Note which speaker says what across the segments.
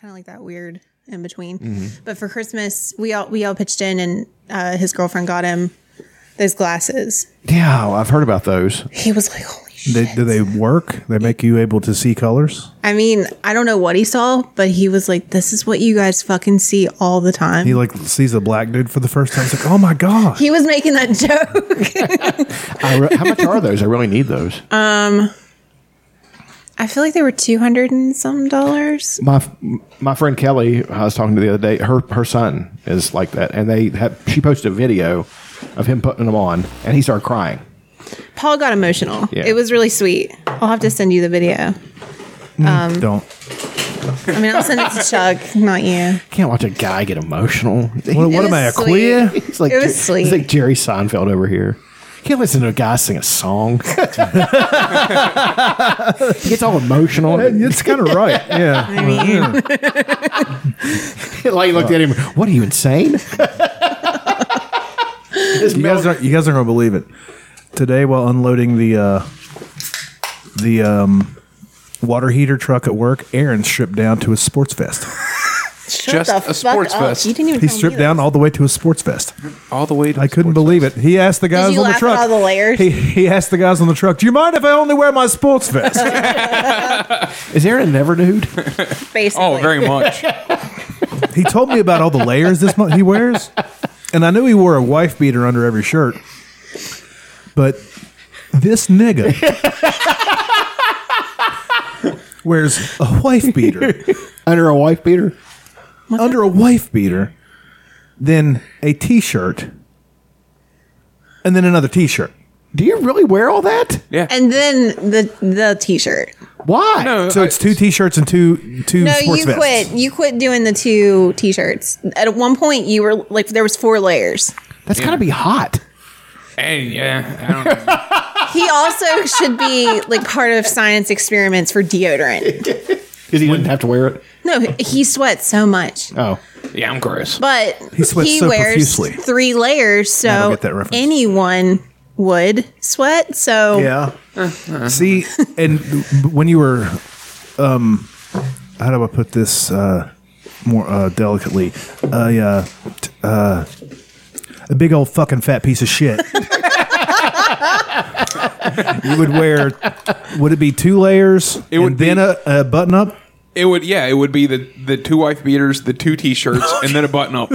Speaker 1: kind of like that weird in between.
Speaker 2: Mm-hmm.
Speaker 1: But for Christmas, we all we all pitched in, and uh, his girlfriend got him those glasses.
Speaker 3: Yeah, I've heard about those.
Speaker 1: He was like, "Holy shit!"
Speaker 2: They, do they work? They make you able to see colors?
Speaker 1: I mean, I don't know what he saw, but he was like, "This is what you guys fucking see all the time."
Speaker 2: He
Speaker 1: He,
Speaker 2: like sees a black dude for the first time. He's like, oh my god!
Speaker 1: was making that joke.
Speaker 3: I re- how much are those? I really need those.
Speaker 1: Um, I feel like they were two hundred and some dollars.
Speaker 3: my f- my friend Kelly, I was talking to the other day. Her her son is like that, and they have. She posted a video of him putting them on, and he started crying.
Speaker 1: Paul got emotional.
Speaker 3: Yeah.
Speaker 1: It was really sweet. I'll have to send you the video. Um,
Speaker 2: Don't.
Speaker 1: I mean, I'll send it to Chuck, not you.
Speaker 3: Can't watch a guy get emotional.
Speaker 2: What, what
Speaker 1: was
Speaker 2: am I, a
Speaker 1: sweet.
Speaker 2: queer?
Speaker 3: It's like
Speaker 1: It was
Speaker 3: Jer- It's like
Speaker 1: sweet.
Speaker 3: Jerry Seinfeld over here. Can't listen to a guy sing a song. he gets all emotional.
Speaker 2: It's kind of right. Yeah.
Speaker 3: like he looked at him. What are you insane?
Speaker 2: you guys are you guys aren't gonna believe it. Today, while unloading the uh, the um, water heater truck at work, Aaron stripped down to his sports vest.
Speaker 4: Just
Speaker 1: the
Speaker 4: a
Speaker 1: fuck
Speaker 4: sports
Speaker 1: up.
Speaker 4: vest.
Speaker 1: You didn't even
Speaker 2: He
Speaker 1: tell me
Speaker 2: stripped
Speaker 1: this.
Speaker 2: down all the way to his sports vest.
Speaker 4: all the way. To
Speaker 2: I couldn't believe it. He asked the guys
Speaker 1: you
Speaker 2: on the
Speaker 1: laugh at
Speaker 2: truck.
Speaker 1: all the layers?
Speaker 2: He, he asked the guys on the truck, "Do you mind if I only wear my sports vest?"
Speaker 3: Is Aaron a never dude?
Speaker 1: Basically.
Speaker 4: Oh, very much.
Speaker 2: he told me about all the layers this month he wears, and I knew he wore a wife beater under every shirt. But this nigga wears a wife beater
Speaker 3: Under a wife beater?
Speaker 2: under a wife beater, then a t-shirt, and then another t-shirt.
Speaker 3: Do you really wear all that?
Speaker 4: Yeah.
Speaker 1: And then the the t-shirt.
Speaker 3: Why?
Speaker 4: No,
Speaker 2: So
Speaker 4: I-
Speaker 2: it's two t-shirts and two two
Speaker 1: No,
Speaker 2: sports
Speaker 1: you
Speaker 2: vests.
Speaker 1: quit. You quit doing the two t-shirts. At one point, you were like, there was four layers.
Speaker 3: That's gotta be hot.
Speaker 4: Hey, yeah. I don't know.
Speaker 1: He also should be like part of science experiments for deodorant.
Speaker 3: Because he wouldn't have to wear it.
Speaker 1: No, he sweats so much,
Speaker 3: Oh.
Speaker 4: Yeah, I'm gross.
Speaker 1: but he,
Speaker 2: sweats so
Speaker 1: wears
Speaker 2: profusely.
Speaker 1: three layers,
Speaker 2: I don't
Speaker 1: so
Speaker 2: get that reference.
Speaker 1: anyone would sweat. So
Speaker 2: Yeah.
Speaker 4: Uh-huh.
Speaker 2: See, and when you were, um, how do I put this uh, more uh, delicately? Uh, yeah, t- uh, a big old fucking fat piece of shit. you would wear, would it be two layers? It
Speaker 4: would
Speaker 2: and then
Speaker 4: be-
Speaker 2: a, a button up.
Speaker 4: It would, yeah, it would be the the two wife beaters, the two t-shirts, and then a button up.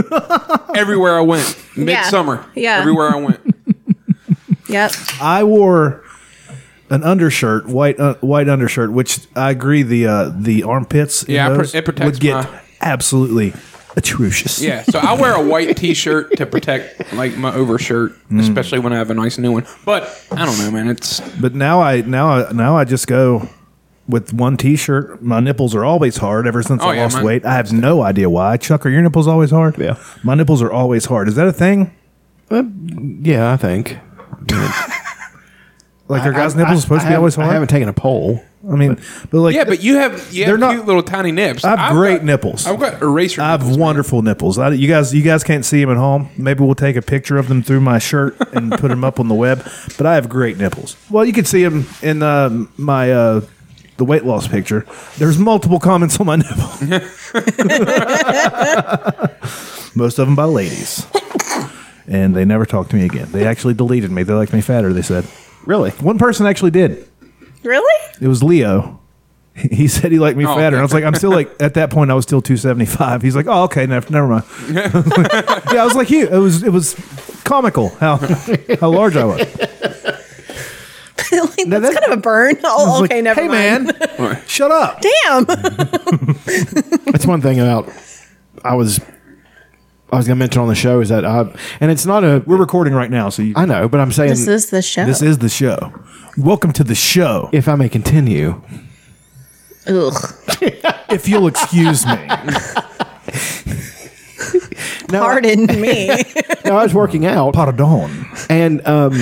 Speaker 4: Everywhere I went, midsummer.
Speaker 1: Yeah.
Speaker 4: Everywhere I went.
Speaker 1: yep.
Speaker 2: I wore an undershirt, white uh, white undershirt, which I agree the uh, the armpits. in
Speaker 4: Yeah, it pr-
Speaker 2: those
Speaker 4: it protects
Speaker 2: would get
Speaker 4: my-
Speaker 2: absolutely atrocious.
Speaker 4: Yeah, so I wear a white T-shirt to protect like my overshirt,
Speaker 2: Mm.
Speaker 4: especially when I have a nice new one. But I don't know, man. It's
Speaker 2: But now I now I now I just go with one T-shirt. My nipples are always hard ever since
Speaker 4: Oh,
Speaker 2: I
Speaker 4: yeah,
Speaker 2: lost
Speaker 4: mine-
Speaker 2: weight. I have no idea why. Chuck, are your nipples always hard?
Speaker 3: Yeah.
Speaker 2: my nipples are always hard. Is that a thing?
Speaker 3: Yeah, I think.
Speaker 2: Like are guys' nipples supposed to be always hard?
Speaker 3: I haven't taken a poll.
Speaker 2: I mean, but like
Speaker 4: yeah, but you have you
Speaker 2: They're
Speaker 4: have
Speaker 2: not-
Speaker 4: cute little tiny nips.
Speaker 2: I have
Speaker 4: I've
Speaker 2: great
Speaker 4: got-
Speaker 2: nipples.
Speaker 4: I've got eraser.
Speaker 2: I have
Speaker 4: nipples.
Speaker 2: wonderful nipples. I, you guys, you guys can't see them at home. Maybe we'll take a picture of them through my shirt and put them up on the web. But I have great nipples. Well, you can see them in uh, my uh, the weight loss picture. There's multiple comments on my nipple. Most of them by ladies, and they never talked to me again. They actually deleted me. They liked me fatter. They said.
Speaker 3: Really?
Speaker 2: One person actually did.
Speaker 1: Really?
Speaker 2: It was Leo. He- He said he liked me
Speaker 4: Oh,
Speaker 2: fatter. And I
Speaker 4: okay.
Speaker 2: was like, I'm still like at that point. I was still 275. He's like, oh, okay, never, never mind. yeah, I was like you. It was it was comical how how large I was.
Speaker 1: like, that's
Speaker 2: that-
Speaker 1: kind of a burn.
Speaker 2: I
Speaker 1: Oh,
Speaker 2: was
Speaker 1: okay,
Speaker 2: like,
Speaker 1: never
Speaker 2: hey,
Speaker 1: mind.
Speaker 2: man, shut up.
Speaker 1: Damn.
Speaker 3: That's one thing about I was I was gonna mention on the show is that I and it's not a
Speaker 2: We're recording right now, so you,
Speaker 3: I know, but I'm saying
Speaker 1: This is the show.
Speaker 2: this is the show. Welcome to the show.
Speaker 3: if I may continue.
Speaker 1: Ugh.
Speaker 2: If you'll excuse me, uh,
Speaker 3: No,
Speaker 1: Pardon me.
Speaker 3: I, no, I was working out
Speaker 2: pardon.
Speaker 3: and um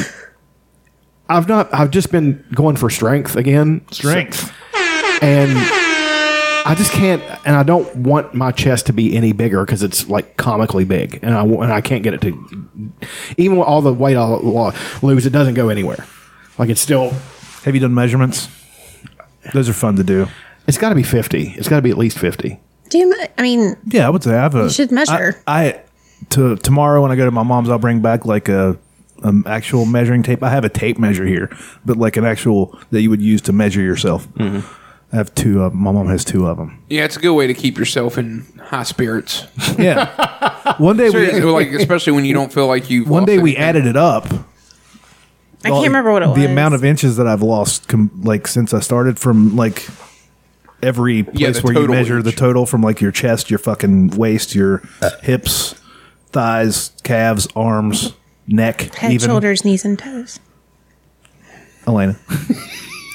Speaker 3: I've not I've just been going for strength again.
Speaker 2: Strength.
Speaker 3: and I just can't, and I don't want my chest to be any bigger because it's like comically big, and I wa- and I can't get it to, even with all the weight I lo- lose, it doesn't go anywhere. Like it's still,
Speaker 2: Have you done measurements? Those are fun to do.
Speaker 3: it's got to be fifty. It's got to be at least fifty.
Speaker 1: Do you? me- I mean,
Speaker 2: Yeah, I would say I have a. You
Speaker 1: should measure.
Speaker 2: I, I- to tomorrow when I go to my mom's, I'll bring back like a um, actual measuring tape. I have a tape measure here, but like an actual that you would use to measure yourself. I have two. Of, my mom has two of them.
Speaker 4: Yeah, it's a good way to keep yourself in high spirits.
Speaker 2: Yeah. one day
Speaker 4: Seriously,
Speaker 2: we.
Speaker 4: like especially when you don't feel like you.
Speaker 2: One day we added it up.
Speaker 1: I can't remember what it was.
Speaker 2: The amount of inches that I've lost, com- like since I started, from like every place
Speaker 4: Yeah, the
Speaker 2: where you
Speaker 4: total
Speaker 2: measure the
Speaker 4: inch. Uh.
Speaker 2: total, from like your chest, your fucking waist, your hips, thighs, calves, arms, neck,
Speaker 1: head,
Speaker 2: even
Speaker 1: shoulders, knees, and toes.
Speaker 2: Elena,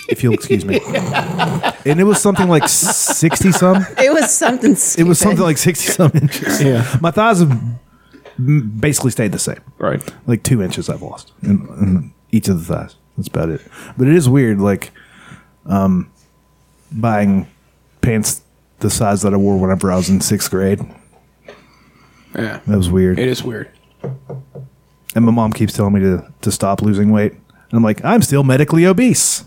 Speaker 2: if you'll excuse me. And it was something like sixty some.
Speaker 1: It was something.
Speaker 2: It was something like sixty some inches.
Speaker 3: Yeah.
Speaker 2: my thighs have m- basically stayed the same.
Speaker 4: right.
Speaker 2: like two inches I've lost in, in each of the thighs. That's about it. But it is weird, like um, buying pants the size that I wore whenever I was in sixth grade.
Speaker 4: Yeah,
Speaker 2: That was weird.
Speaker 4: it is weird.
Speaker 2: and my mom keeps telling me to to stop losing weight, and I'm like, I'm still medically obese.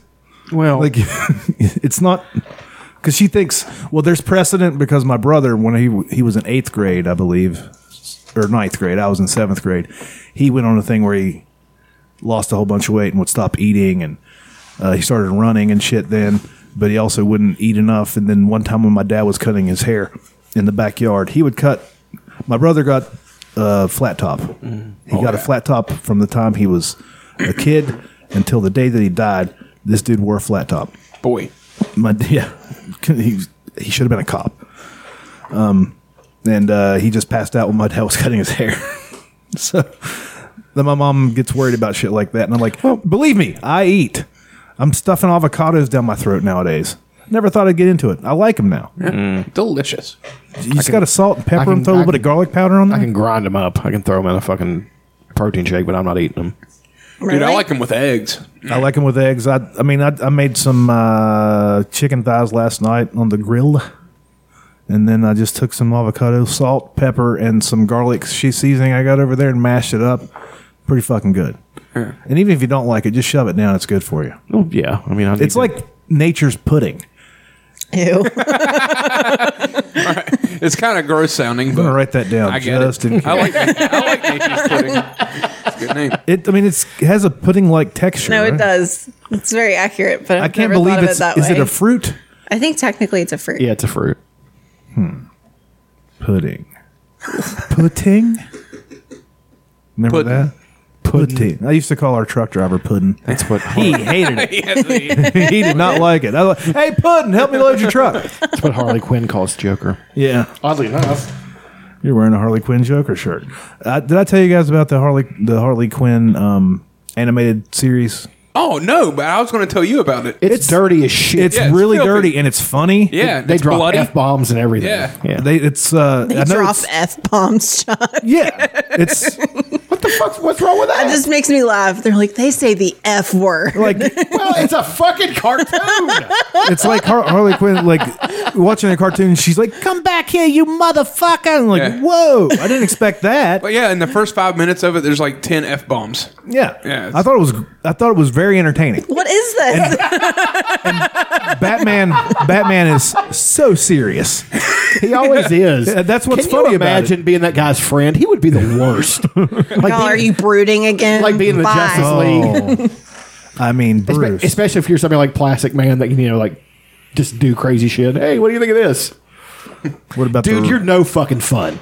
Speaker 3: Well,
Speaker 2: Like, it's not because she thinks. Well, there's precedent because my brother, when he he was in eighth grade, I believe, or ninth grade, I was in seventh grade. He went on a thing where he lost a whole bunch of weight and would stop eating, and uh, he started running and shit. Then, but he also wouldn't eat enough. And then one time when my dad was cutting his hair in the backyard, he would cut. My brother got a flat top. He got a flat top from the time he was a kid until the day that he died. This dude wore a flat top
Speaker 4: Boy,
Speaker 2: my yeah, he he should have been a cop. Um, and uh, he just passed out when my dad was cutting his hair. so then my mom gets worried about shit like that, and I'm like, well, believe me, I eat. I'm stuffing avocados down my throat nowadays. Never thought I'd get into it. I like them now.
Speaker 4: delicious.
Speaker 2: You just got to salt and pepper
Speaker 3: I
Speaker 2: them,
Speaker 3: can-
Speaker 2: throw a little
Speaker 3: I
Speaker 2: bit of
Speaker 3: can-
Speaker 2: garlic powder on
Speaker 3: I can
Speaker 2: them.
Speaker 3: grind them up. I can throw them in a fucking protein shake, but I'm not eating them.
Speaker 4: Dude, I like them with eggs.
Speaker 2: I, like them with eggs. I, I mean, I, I made some uh, chicken thighs last night on the grill, and then I just took some avocado, salt, pepper, and some garlic she seasoning I got over there and mashed it up. Pretty fucking good. And even if you don't like it, just shove it down. It's good for you.
Speaker 3: Well, yeah. I mean, I need
Speaker 2: It's
Speaker 3: to-
Speaker 2: like nature's pudding.
Speaker 1: Ew.
Speaker 4: It's kind of gross sounding,
Speaker 2: I'm
Speaker 4: but
Speaker 2: gonna write that down.
Speaker 4: I get
Speaker 2: just
Speaker 4: it.
Speaker 2: in
Speaker 4: I
Speaker 2: case.
Speaker 4: like I like nature's pudding. It's a good name.
Speaker 2: it. I mean, it's, it has a pudding-like texture.
Speaker 1: No, it
Speaker 2: right?
Speaker 1: does. It's very accurate, but I've
Speaker 2: I can't
Speaker 1: never
Speaker 2: believe
Speaker 1: thought of it
Speaker 2: it's.
Speaker 1: that
Speaker 2: is
Speaker 1: way.
Speaker 2: it a fruit
Speaker 1: I think technically it's a fruit.
Speaker 3: yeah, it's a fruit.
Speaker 2: pudding? pudding. Remember
Speaker 4: Pudding.
Speaker 2: that? Pudding. I used to call our truck driver Puddin.
Speaker 3: That's what
Speaker 2: He
Speaker 3: Har-
Speaker 2: hated it.
Speaker 4: Yes, it is.
Speaker 2: He did not like it. I was like, hey, Puddin, help me load your truck.
Speaker 3: that's what Harley Quinn calls Joker.
Speaker 2: Yeah,
Speaker 3: Oddly enough,
Speaker 2: you're wearing a Harley Quinn Joker shirt. Uh, did I tell you guys about the Harley the Harley Quinn um, animated series?
Speaker 4: oh no, but I was going to tell you about it.
Speaker 3: it's, dirty as shit.
Speaker 2: It's
Speaker 4: Yeah, it's
Speaker 2: really
Speaker 4: filthy.
Speaker 2: dirty and it's funny.
Speaker 4: yeah,
Speaker 3: they
Speaker 4: it's
Speaker 3: drop
Speaker 4: bloody.
Speaker 3: f bombs and everything.
Speaker 4: Yeah.
Speaker 2: They, it's uh,
Speaker 1: They
Speaker 2: I know
Speaker 1: drop
Speaker 2: it's-
Speaker 1: f bombs, John.
Speaker 2: yeah, it's
Speaker 3: What the fuck? What's wrong with that?
Speaker 1: It just makes me laugh. They're like they say the f word.
Speaker 2: like
Speaker 3: well, it's a fucking cartoon.
Speaker 2: it's like Har- Harley Quinn like watching a cartoon. She's like, "Come back here, you motherfucker!" And I'm like,
Speaker 4: Yeah.
Speaker 2: "Whoa, I didn't expect that."
Speaker 4: But yeah, in the first five minutes of it, there's like ten f bombs.
Speaker 2: yeah,
Speaker 4: Yeah, it's-
Speaker 2: I thought it was I thought it was very entertaining.
Speaker 1: What is this?
Speaker 2: Batman Batman is so serious.
Speaker 3: he always is.
Speaker 2: Yeah, that's what's
Speaker 3: Can
Speaker 2: funny
Speaker 3: You
Speaker 2: about
Speaker 3: imagine being that guy's friend. He would be the worst.
Speaker 1: Y'all, are you brooding again?
Speaker 3: like being the
Speaker 1: Bye.
Speaker 3: Justice League.
Speaker 2: Oh. I mean, Bruce.
Speaker 3: Espe- Especially if you're somebody like Plastic Man that can, you know, like just do crazy shit. Hey, what do you think of this?
Speaker 2: what about
Speaker 3: Dude,
Speaker 2: the,
Speaker 3: you're no fucking fun.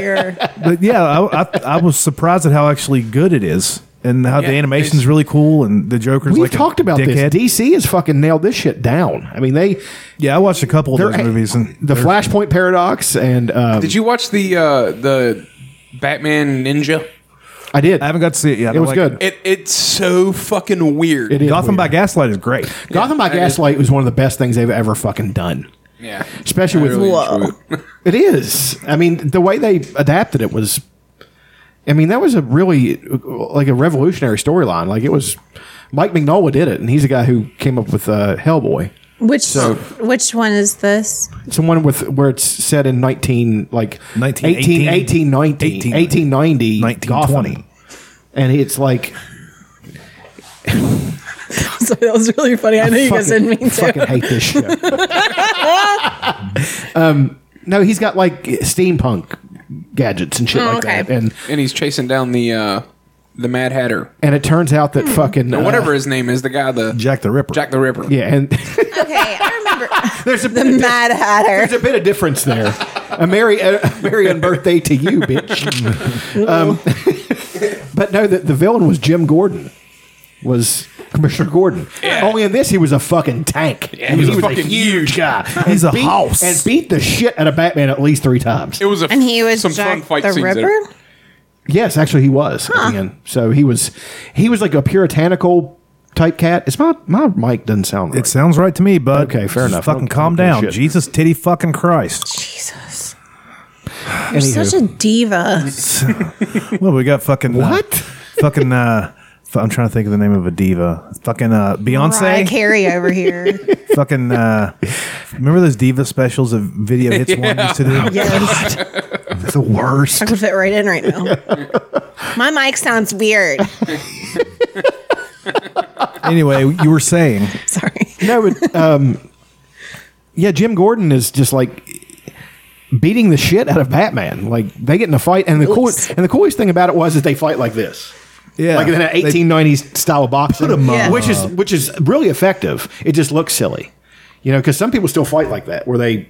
Speaker 1: You're-
Speaker 2: But yeah, I, I, I was surprised at how actually good it is, and how
Speaker 4: Yeah,
Speaker 2: the animation's
Speaker 4: it's-
Speaker 2: really cool, and the Joker's
Speaker 3: We've
Speaker 2: like a
Speaker 3: talked about
Speaker 2: dickhead.
Speaker 3: this. DC has fucking nailed this shit down. I mean, they
Speaker 2: Yeah, I watched a couple of
Speaker 3: they're
Speaker 2: those movies, and
Speaker 3: the
Speaker 2: they're-
Speaker 3: Flashpoint Paradox and um,
Speaker 4: Did you watch the uh, the Batman Ninja?
Speaker 3: I did.
Speaker 2: I haven't got to see it yet. I
Speaker 3: it was
Speaker 2: like
Speaker 3: good.
Speaker 4: It it's so fucking weird.
Speaker 3: It is
Speaker 2: Gotham
Speaker 3: weird.
Speaker 2: by Gaslight is great.
Speaker 3: Gotham by
Speaker 4: it is.
Speaker 3: Gaslight was one of the best things they've ever fucking done.
Speaker 4: Yeah,
Speaker 3: Especially with
Speaker 1: Whoa.
Speaker 4: enjoy it.
Speaker 3: It is. I mean, the way they adapted it was. I mean, that was a really like a revolutionary storyline. Like it was, Mike Mignola did it, and he's the guy who came up with uh, Hellboy.
Speaker 1: which
Speaker 4: So-
Speaker 1: which one is this?
Speaker 3: Someone with where it's set in nineteen like
Speaker 2: 19,
Speaker 3: 18, 18,
Speaker 2: 18,
Speaker 3: 1890,
Speaker 2: 1920.
Speaker 3: Gotham. and it's like
Speaker 1: Sorry, that was really funny. I know you guys didn't mean
Speaker 3: fucking
Speaker 1: to.
Speaker 3: hate this show. Um, no, he's got like steampunk gadgets and shit
Speaker 1: Oh,
Speaker 3: like
Speaker 1: okay.
Speaker 3: that, and
Speaker 4: and he's chasing down the uh, the Mad Hatter,
Speaker 3: and it turns out
Speaker 1: Hmm.
Speaker 3: that fucking uh,
Speaker 4: whatever his name is, the guy the
Speaker 2: Jack the Ripper.
Speaker 4: Jack the Ripper.
Speaker 3: Yeah, and
Speaker 1: Okay, I remember
Speaker 3: there's a
Speaker 1: the Mad
Speaker 3: there's
Speaker 1: Hatter.
Speaker 3: a bit of difference there. A merry a merry birthday to you, bitch. um, but no, the, the villain was Jim Gordon. Was Commissioner Gordon?
Speaker 4: Yeah.
Speaker 3: Only in this, he was a fucking tank.
Speaker 4: he was a fucking huge.
Speaker 3: guy.
Speaker 2: He's
Speaker 3: And
Speaker 2: a house.
Speaker 3: and beat the shit out of Batman at least three times.
Speaker 4: It was a
Speaker 1: And he was
Speaker 4: some
Speaker 1: Jack
Speaker 4: fun fight
Speaker 1: the
Speaker 4: scenes. in it.
Speaker 1: Ripper.
Speaker 3: Yes, actually, he was. at the end. So he was he was like a puritanical type cat. It's my my mic doesn't sound. Right.
Speaker 2: It sounds right to me, bud.
Speaker 3: Okay, fair
Speaker 2: Just
Speaker 3: enough.
Speaker 2: Fucking
Speaker 3: Don't-
Speaker 2: calm
Speaker 3: don't give a
Speaker 2: down.
Speaker 3: shit.
Speaker 2: Jesus titty fucking Christ.
Speaker 1: Jesus,
Speaker 3: Anywho.
Speaker 1: such a diva.
Speaker 2: Well, we got fucking. uh,
Speaker 3: What?
Speaker 2: fucking. uh fu- I'm trying to think of the name of a diva. Fucking uh,
Speaker 1: Mariah
Speaker 2: Beyonce.
Speaker 1: Carey over here.
Speaker 2: Fucking. Uh, remember those diva specials of Video Hits One used to do?
Speaker 1: Yes,
Speaker 2: The worst.
Speaker 1: I could fit right in right now. My mic sounds weird.
Speaker 2: Anyway, you were saying
Speaker 1: Sorry.
Speaker 3: no, but um, yeah, Jim Gordon is just like beating the shit out of Batman. Like they get in a fight, and the coolest and the coolest thing about it was that they fight like this.
Speaker 2: Yeah.
Speaker 3: like in an
Speaker 2: They-
Speaker 3: 1890s style of boxing,
Speaker 2: 'em
Speaker 1: Yeah. up.
Speaker 3: which is which is really effective. It just looks silly, you know, because some people still fight like that, where they,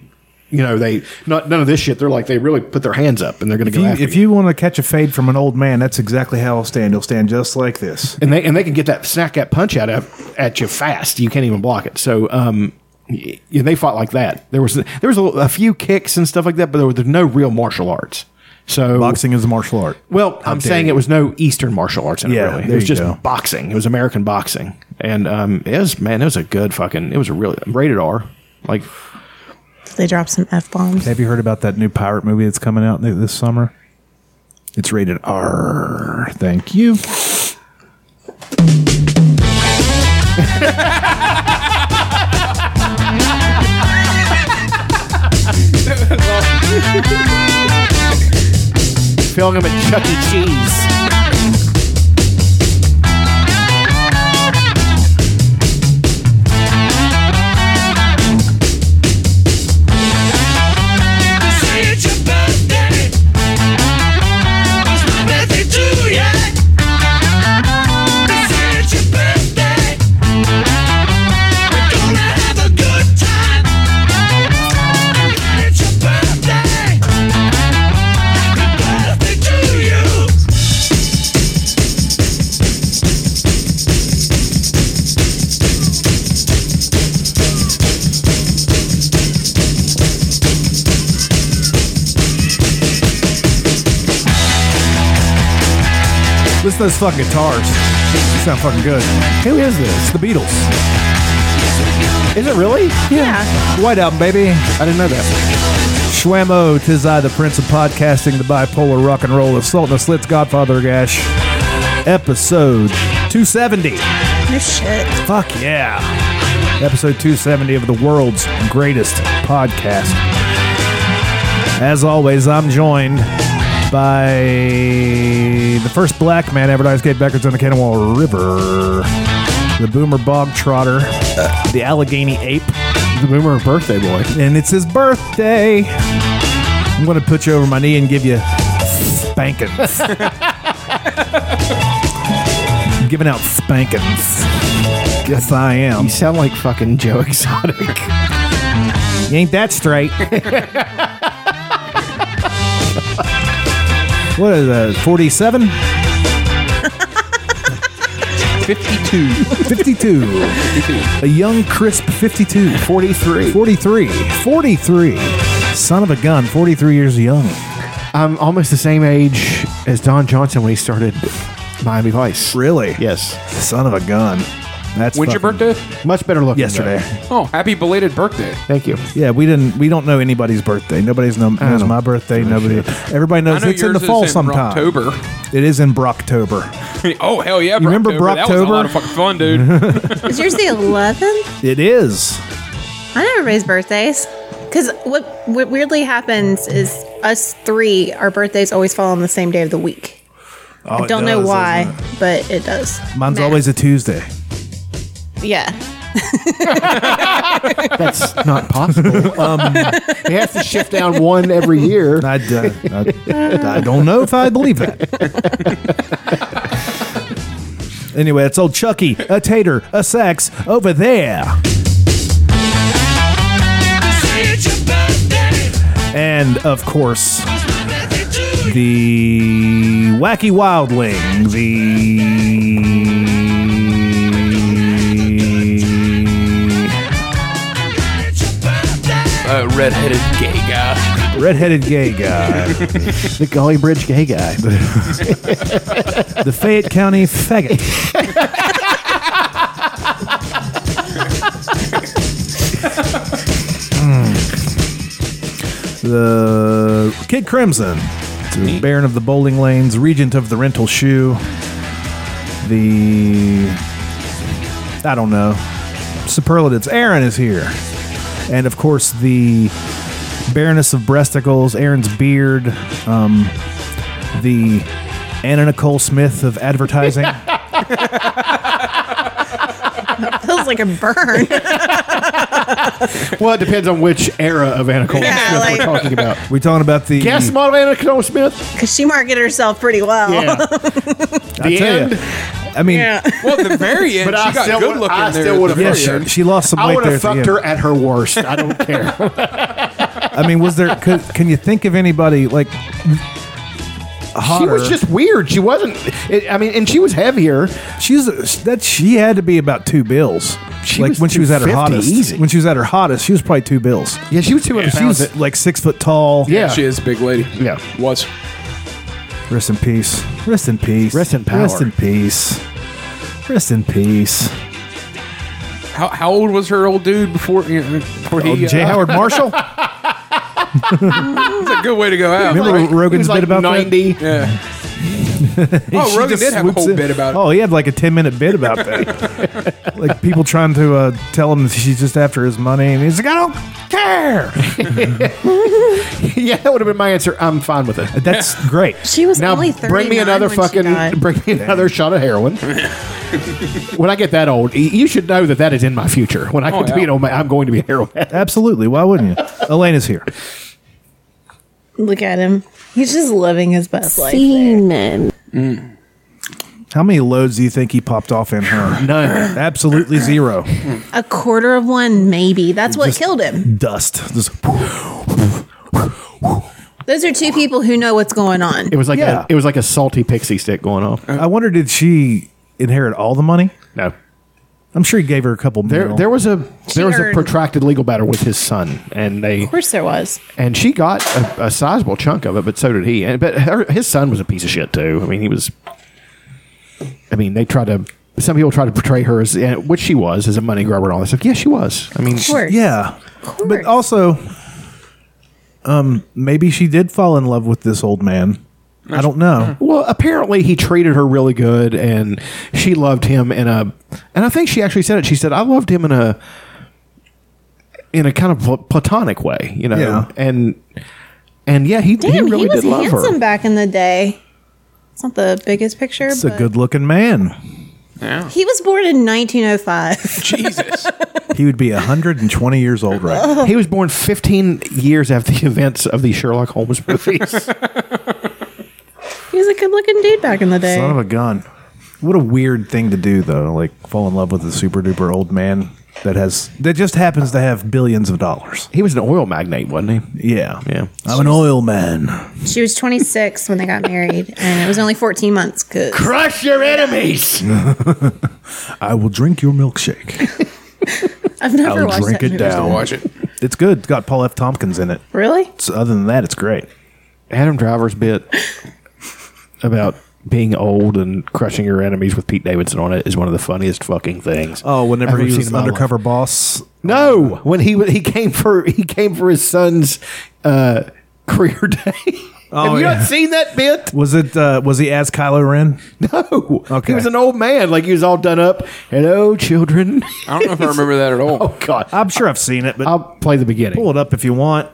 Speaker 3: you know, they not none of this shit. They're like they really put their hands up and they're going to
Speaker 2: if
Speaker 3: go
Speaker 2: you,
Speaker 3: after
Speaker 2: if you want to catch a fade from an old man, that's exactly how he'll stand. He'll stand just like this.
Speaker 3: and they and they can get that snack that punch out of, at you fast. You can't even block it. So um, y- yeah, they fought like that. There was there was a, a few kicks and stuff like that, but there was no real martial arts. So
Speaker 2: Boxing is a martial art.
Speaker 3: Well, I'm saying it was no Eastern martial arts in
Speaker 2: Yeah,
Speaker 3: it. Really,
Speaker 2: there
Speaker 3: it was
Speaker 2: you
Speaker 3: just
Speaker 2: go.
Speaker 3: boxing. It was American boxing, and um, it was man, it was a good fucking. It was a really rated R. Like
Speaker 1: They dropped some f bombs.
Speaker 2: Have you heard about that new pirate movie that's coming out th- this summer? It's rated R. Thank you.
Speaker 3: filming them at Chuck E. Cheese.
Speaker 5: It's your birthday. It's my birthday too, yeah. It's your birthday. We're gonna have a good time. It's your birthday. Happy birthday to you.
Speaker 2: Listen to those fucking guitars. They sound fucking good.
Speaker 3: Who is this?
Speaker 2: It's the Beatles.
Speaker 3: Is it really?
Speaker 1: Yeah.
Speaker 2: White album, baby.
Speaker 3: I didn't know that.
Speaker 2: Schwammo, tis I, the Prince of Podcasting, the bipolar rock and roll assault, and the slits, Godfather Gash. Episode 270.
Speaker 1: No shit.
Speaker 2: Fuck yeah. Episode 270 of the world's greatest podcast. As always, I'm joined by the first black man ever to ice skate backwards on the Cannonball River, the Boomer Bog Trotter, the Allegheny Ape,
Speaker 3: The boomer birthday boy.
Speaker 2: and it's his birthday. I'm going to put you over my knee and give you spankings. giving out spankings. Yes, I am.
Speaker 3: You sound like fucking Joe Exotic.
Speaker 2: You ain't that straight. what is that? 47?
Speaker 4: 52.
Speaker 2: 52. A young, crisp 52.
Speaker 3: 43.
Speaker 2: 43. 43. Son of a gun, 43 years young.
Speaker 3: I'm Um, almost the same age as Don Johnson when he started Miami Vice.
Speaker 2: Really?
Speaker 3: Yes.
Speaker 2: Son of a gun. That's
Speaker 4: When's your
Speaker 2: fucking-
Speaker 4: birthday?
Speaker 3: Much better looking.
Speaker 2: Yesterday.
Speaker 3: though.
Speaker 4: Oh, happy belated birthday.
Speaker 3: Thank you.
Speaker 2: Yeah, we didn't. We don't know anybody's birthday. Nobody's know, knows
Speaker 3: know.
Speaker 2: my birthday. Nobody. Everybody knows it's in the
Speaker 4: is
Speaker 2: fall sometime.
Speaker 4: October.
Speaker 2: It is in Brocktober.
Speaker 4: oh hell yeah! You
Speaker 2: remember
Speaker 4: That was a
Speaker 2: Brocktober?
Speaker 4: lot of fucking fun, dude.
Speaker 1: Is yours the 11th?
Speaker 2: It is.
Speaker 1: I know everybody's birthdays. Because what, what weirdly happens is us three, our birthdays always fall on the same day of the week.
Speaker 2: Oh,
Speaker 1: Don't know why, but it does.
Speaker 2: Mine's
Speaker 1: Math.
Speaker 2: always a Tuesday.
Speaker 1: Yeah.
Speaker 3: That's not possible. Um, they have to shift down one every year.
Speaker 2: I, uh, I, I don't know if I believe that. anyway, it's old Chucky, a tater, a sex over there.
Speaker 5: It's your birthday.
Speaker 2: And of course,
Speaker 5: It's my birthday too.
Speaker 2: the wacky wildling, the
Speaker 5: It's your birthday.
Speaker 4: A Uh, redheaded gay guy.
Speaker 2: redheaded gay guy,
Speaker 3: The Gully Bridge gay guy.
Speaker 2: the Fayette County faggot. Mm. Hmm. The Kid Crimson, the Baron of the Bowling Lanes, Regent of the Rental Shoe, the I don't know superlatives. Aaron is here, and of course the Baroness of Breasticles, Aaron's beard, um, the Anna Nicole Smith of advertising.
Speaker 1: Feels like a burn.
Speaker 3: Well, it depends on which era of Anna Cole
Speaker 1: Yeah,
Speaker 3: Smith
Speaker 1: like-
Speaker 3: we're talking about.
Speaker 2: we talking about the
Speaker 3: Guess model Anna Cole Smith.
Speaker 1: Because she marketed herself pretty well.
Speaker 3: Yeah.
Speaker 2: I
Speaker 3: the
Speaker 2: tell
Speaker 3: end.
Speaker 2: ya, I mean,
Speaker 1: Yeah.
Speaker 4: Well, at the very end,
Speaker 3: But I
Speaker 4: she got
Speaker 3: still
Speaker 4: good
Speaker 3: would-
Speaker 4: looking
Speaker 3: I
Speaker 4: there.
Speaker 3: still
Speaker 4: at
Speaker 3: would've
Speaker 4: the
Speaker 2: yeah,
Speaker 4: very
Speaker 3: fucked
Speaker 2: she,
Speaker 4: end.
Speaker 2: she lost some
Speaker 3: I
Speaker 2: weight
Speaker 3: would
Speaker 2: there.
Speaker 3: have
Speaker 2: at the
Speaker 3: fucked her
Speaker 2: end.
Speaker 3: at her worst. I don't care.
Speaker 2: I mean, was there? Could, can you think of anybody like
Speaker 3: she
Speaker 2: hotter?
Speaker 3: was just weird. She wasn't. It, I mean, and she was heavier.
Speaker 2: she's that she had to be about two bills.
Speaker 3: She
Speaker 2: like
Speaker 3: was
Speaker 2: when she was at her
Speaker 3: 250
Speaker 2: hottest.
Speaker 3: easy.
Speaker 2: When she was at her hottest, she was probably two bills.
Speaker 3: Yeah, she was two hundred
Speaker 2: She
Speaker 3: pounds.
Speaker 2: was like six foot tall.
Speaker 3: yeah,
Speaker 4: She is a big lady.
Speaker 3: Yeah.
Speaker 4: Was.
Speaker 2: Rest in peace. Rest in peace.
Speaker 3: Rest in power.
Speaker 2: Rest in peace. Rest in peace.
Speaker 4: How, how old was her old dude before, you know, before he.
Speaker 2: Oh, J.
Speaker 4: uh,
Speaker 2: Howard Marshall.
Speaker 4: That's a good way to go out.
Speaker 2: Remember
Speaker 3: Like,
Speaker 2: Rogan's
Speaker 3: he was
Speaker 2: bit
Speaker 3: like
Speaker 2: about that?
Speaker 3: ninety.
Speaker 4: Yeah. oh,
Speaker 2: She
Speaker 4: Rogan
Speaker 2: just
Speaker 4: did have a
Speaker 2: swoops
Speaker 4: whole
Speaker 2: in.
Speaker 4: bit about it.
Speaker 2: Oh, he had like a ten minute bit about that. like people trying to uh, tell him that she's just after his money, and he's like, I don't care.
Speaker 3: yeah, that would have been my answer. I'm fine with it.
Speaker 2: That's great.
Speaker 1: She was
Speaker 3: Now
Speaker 1: only 30.
Speaker 3: bring me another fucking bring me another shot of heroin. when I get that old, y- you should know that that is in my future. When I
Speaker 4: Oh,
Speaker 3: get to be
Speaker 4: yeah.
Speaker 3: an old man, I'm going to be a heroin. addict.
Speaker 2: Absolutely. Why wouldn't you? Elena's here.
Speaker 1: Look at him. He's just living his best life.
Speaker 6: Semen.
Speaker 2: How many loads do you think he popped off in her?
Speaker 3: None.
Speaker 2: Absolutely zero.
Speaker 1: A quarter of one, maybe. That's what killed him.
Speaker 2: Dust. Just-
Speaker 1: Those are two people who know what's going on.
Speaker 3: It was like
Speaker 2: Yeah.
Speaker 3: a, it was like a salty pixie stick going off.
Speaker 4: Uh,
Speaker 2: I wonder, did she inherit all the money?
Speaker 3: No.
Speaker 2: I'm sure he gave her a couple.
Speaker 3: There,
Speaker 2: mil.
Speaker 3: there was a there was a
Speaker 1: earned-
Speaker 3: protracted legal battle with his son, and they
Speaker 1: Of course there was.
Speaker 3: and she got a, a sizable chunk of it, but so did he. And but her, his son was a piece of shit too. I mean, he was. I mean, they tried to. Some people tried to portray her as, and- which she was, as a money grubber and all that stuff. Yeah, she was. I mean,
Speaker 1: Of course.
Speaker 2: Yeah. But
Speaker 1: course.
Speaker 2: also, um, maybe she did fall in love with this old man. I don't know.
Speaker 3: Well, apparently he treated her really good, and she loved him in a. And I think she actually said it. She said, "I loved him in a, in a kind of pl- platonic way, you know."
Speaker 2: Yeah.
Speaker 3: And and yeah, he he
Speaker 1: Damn, he,
Speaker 3: really
Speaker 1: was
Speaker 3: did love
Speaker 1: handsome
Speaker 3: her.
Speaker 1: back in the day. It's not the biggest picture,
Speaker 2: It's
Speaker 1: but
Speaker 2: a good looking man.
Speaker 1: he was born in 1905.
Speaker 4: Jesus.
Speaker 2: He would be 120 years old right now.
Speaker 3: He was born 15 years after the events of the Sherlock Holmes movies.
Speaker 1: he was a good-looking dude back in the day.
Speaker 2: Son of a gun. What a weird thing to do, though. Like, fall in love with a super duper old man that has, that just happens to have billions of dollars.
Speaker 3: he was an oil magnate, wasn't he?
Speaker 2: Yeah.
Speaker 3: Yeah.
Speaker 2: I'm an oil man.
Speaker 1: She was 26 when they got married, and it was only 14 months. 'cause-
Speaker 3: Crush your enemies.
Speaker 2: I will drink your milkshake.
Speaker 1: I've never
Speaker 2: I'll
Speaker 1: watched
Speaker 2: drink
Speaker 1: that
Speaker 2: it
Speaker 1: movie.
Speaker 2: down.
Speaker 4: Watch it.
Speaker 2: It's good. It's got Paul F. Tompkins in it.
Speaker 1: Really?
Speaker 2: So other than that, it's great.
Speaker 3: Adam Driver's bit about being old and crushing your enemies with Pete Davidson on it is one of the funniest fucking things.
Speaker 2: Oh, whenever
Speaker 3: I've ever
Speaker 2: he
Speaker 3: seen
Speaker 2: was
Speaker 3: in my
Speaker 2: undercover
Speaker 3: life.
Speaker 2: boss.
Speaker 3: No, when he wa- he came for he came for his son's uh, career day. Have you
Speaker 2: Oh, yeah.
Speaker 3: not seen that bit?
Speaker 2: Was it, uh, was he as Kylo Ren?
Speaker 3: No.
Speaker 2: Okay.
Speaker 3: He was an old man, like he was all done up. Hello, children.
Speaker 4: I don't know if I remember that at all.
Speaker 3: Oh God,
Speaker 2: I'm sure I've seen it, but
Speaker 3: I'll play the beginning.
Speaker 2: pull it up if you want.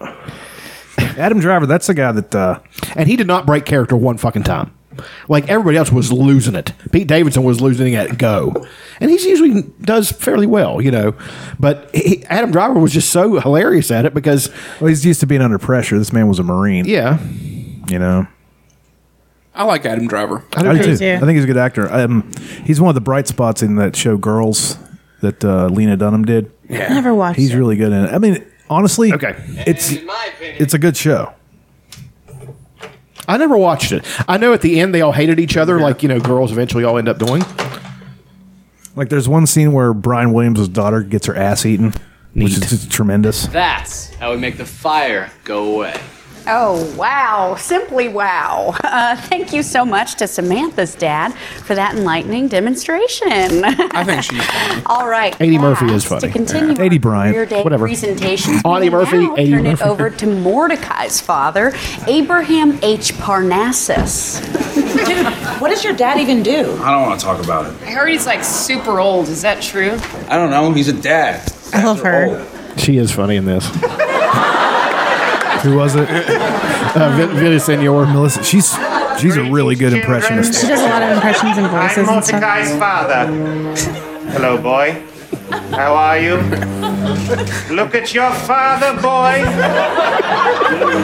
Speaker 2: Adam Driver, that's the guy that uh,
Speaker 3: And he did not break character one fucking time. Like everybody else was losing it. Pete Davidson was losing it at go, and he's usually does fairly well, you know. But he, Adam Driver was just so hilarious at it because
Speaker 2: Well, he's used to being under pressure. This man was a Marine.
Speaker 3: yeah,
Speaker 2: You know?
Speaker 4: I like Adam Driver.
Speaker 2: I, do
Speaker 1: too.
Speaker 2: too. I think he's a good actor. Um, he's one of the bright spots in that show Girls that uh, Lena Dunham did.
Speaker 1: Never watched.
Speaker 2: He's
Speaker 1: it.
Speaker 2: really good in it. I mean, honestly,
Speaker 3: Okay.
Speaker 2: it's it's a good show.
Speaker 3: I never watched it. I know at the end they all hated each other, like you know, girls eventually all end up doing.
Speaker 2: Like, there's one scene where Brian Williams' daughter gets her ass eaten, which is just tremendous.
Speaker 6: That's how we make the fire go away.
Speaker 7: Oh, wow. Simply wow. Uh, thank you so much to Samantha's dad for that enlightening demonstration.
Speaker 4: I think she's funny.
Speaker 7: All right.
Speaker 3: A.D. Murphy
Speaker 7: class,
Speaker 3: is funny.
Speaker 7: To continue
Speaker 2: A.D.
Speaker 7: our
Speaker 2: Bryant,
Speaker 7: career day
Speaker 3: whatever.
Speaker 7: presentations,
Speaker 3: Auntie
Speaker 7: we will
Speaker 3: Murphy,
Speaker 7: now
Speaker 3: A.D.
Speaker 7: turn
Speaker 3: Murphy.
Speaker 7: it over to Mordecai's father, Abraham H. Parnassus.
Speaker 8: Dude, what does your dad even do?
Speaker 9: I don't want to talk about it.
Speaker 10: I heard he's like super old. Is that true?
Speaker 9: I don't know. He's a dad.
Speaker 1: I love her.
Speaker 3: She is funny in this.
Speaker 2: Who was it?
Speaker 3: Uh, Vin- Villasenor.
Speaker 2: Melissa. She's she's a really good
Speaker 1: She
Speaker 2: impressionist.
Speaker 1: does a lot of impressions and voices and stuff.
Speaker 11: Mordecai's father. Hello, boy. How are you? Look at your father, boy. Look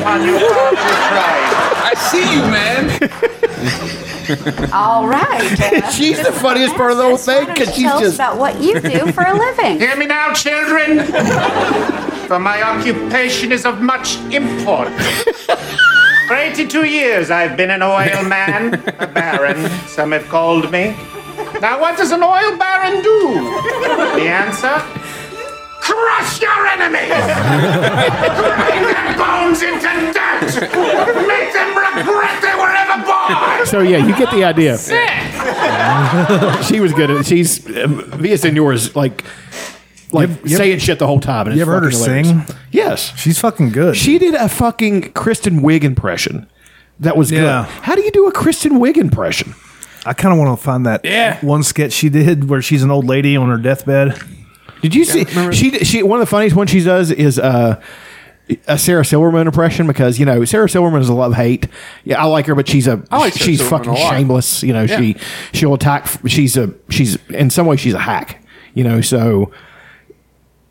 Speaker 11: upon your father's pride.
Speaker 4: I see you, man.
Speaker 7: All right. uh,
Speaker 3: She's the
Speaker 7: Mr.
Speaker 3: funniest part of the whole
Speaker 7: Parnassus, why
Speaker 3: thing
Speaker 7: don't
Speaker 3: because
Speaker 7: you
Speaker 3: she's
Speaker 7: tell us
Speaker 3: just
Speaker 7: about what you do for a living.
Speaker 11: Hear me now, children. For my occupation is of much import. For 82 years, I've been an oil man, a baron, some have called me. Now, what does an oil baron do? The answer? Crush your enemies! Grind their bones into dirt! Make them regret they were ever born!
Speaker 3: So yeah, you get the idea. she was good. At, it. she's uh, Via Senor is like like
Speaker 2: You ever- you ever-
Speaker 3: saying shit the whole time. And
Speaker 2: you
Speaker 3: it's
Speaker 2: ever heard her
Speaker 3: fucking hilarious.
Speaker 2: sing?
Speaker 3: Yes,
Speaker 2: She's fucking good.
Speaker 3: she did a fucking Kristen Wiig impression. That was
Speaker 2: Yeah.
Speaker 3: good. How do you do a Kristen Wiig impression?
Speaker 2: I kind of want to find that
Speaker 4: Yeah.
Speaker 2: one sketch she did where she's an old lady on her deathbed.
Speaker 3: Did you see? She did- she one of the funniest ones she does is uh, a Sarah Silverman impression because you know Sarah Silverman is a love hate. Yeah, I like her, but she's a
Speaker 4: I like Sarah
Speaker 3: she's
Speaker 4: Silverman
Speaker 3: fucking
Speaker 4: a lot.
Speaker 3: shameless. You know, she she'll attack. She's a she's in some way she's a hack. You know, so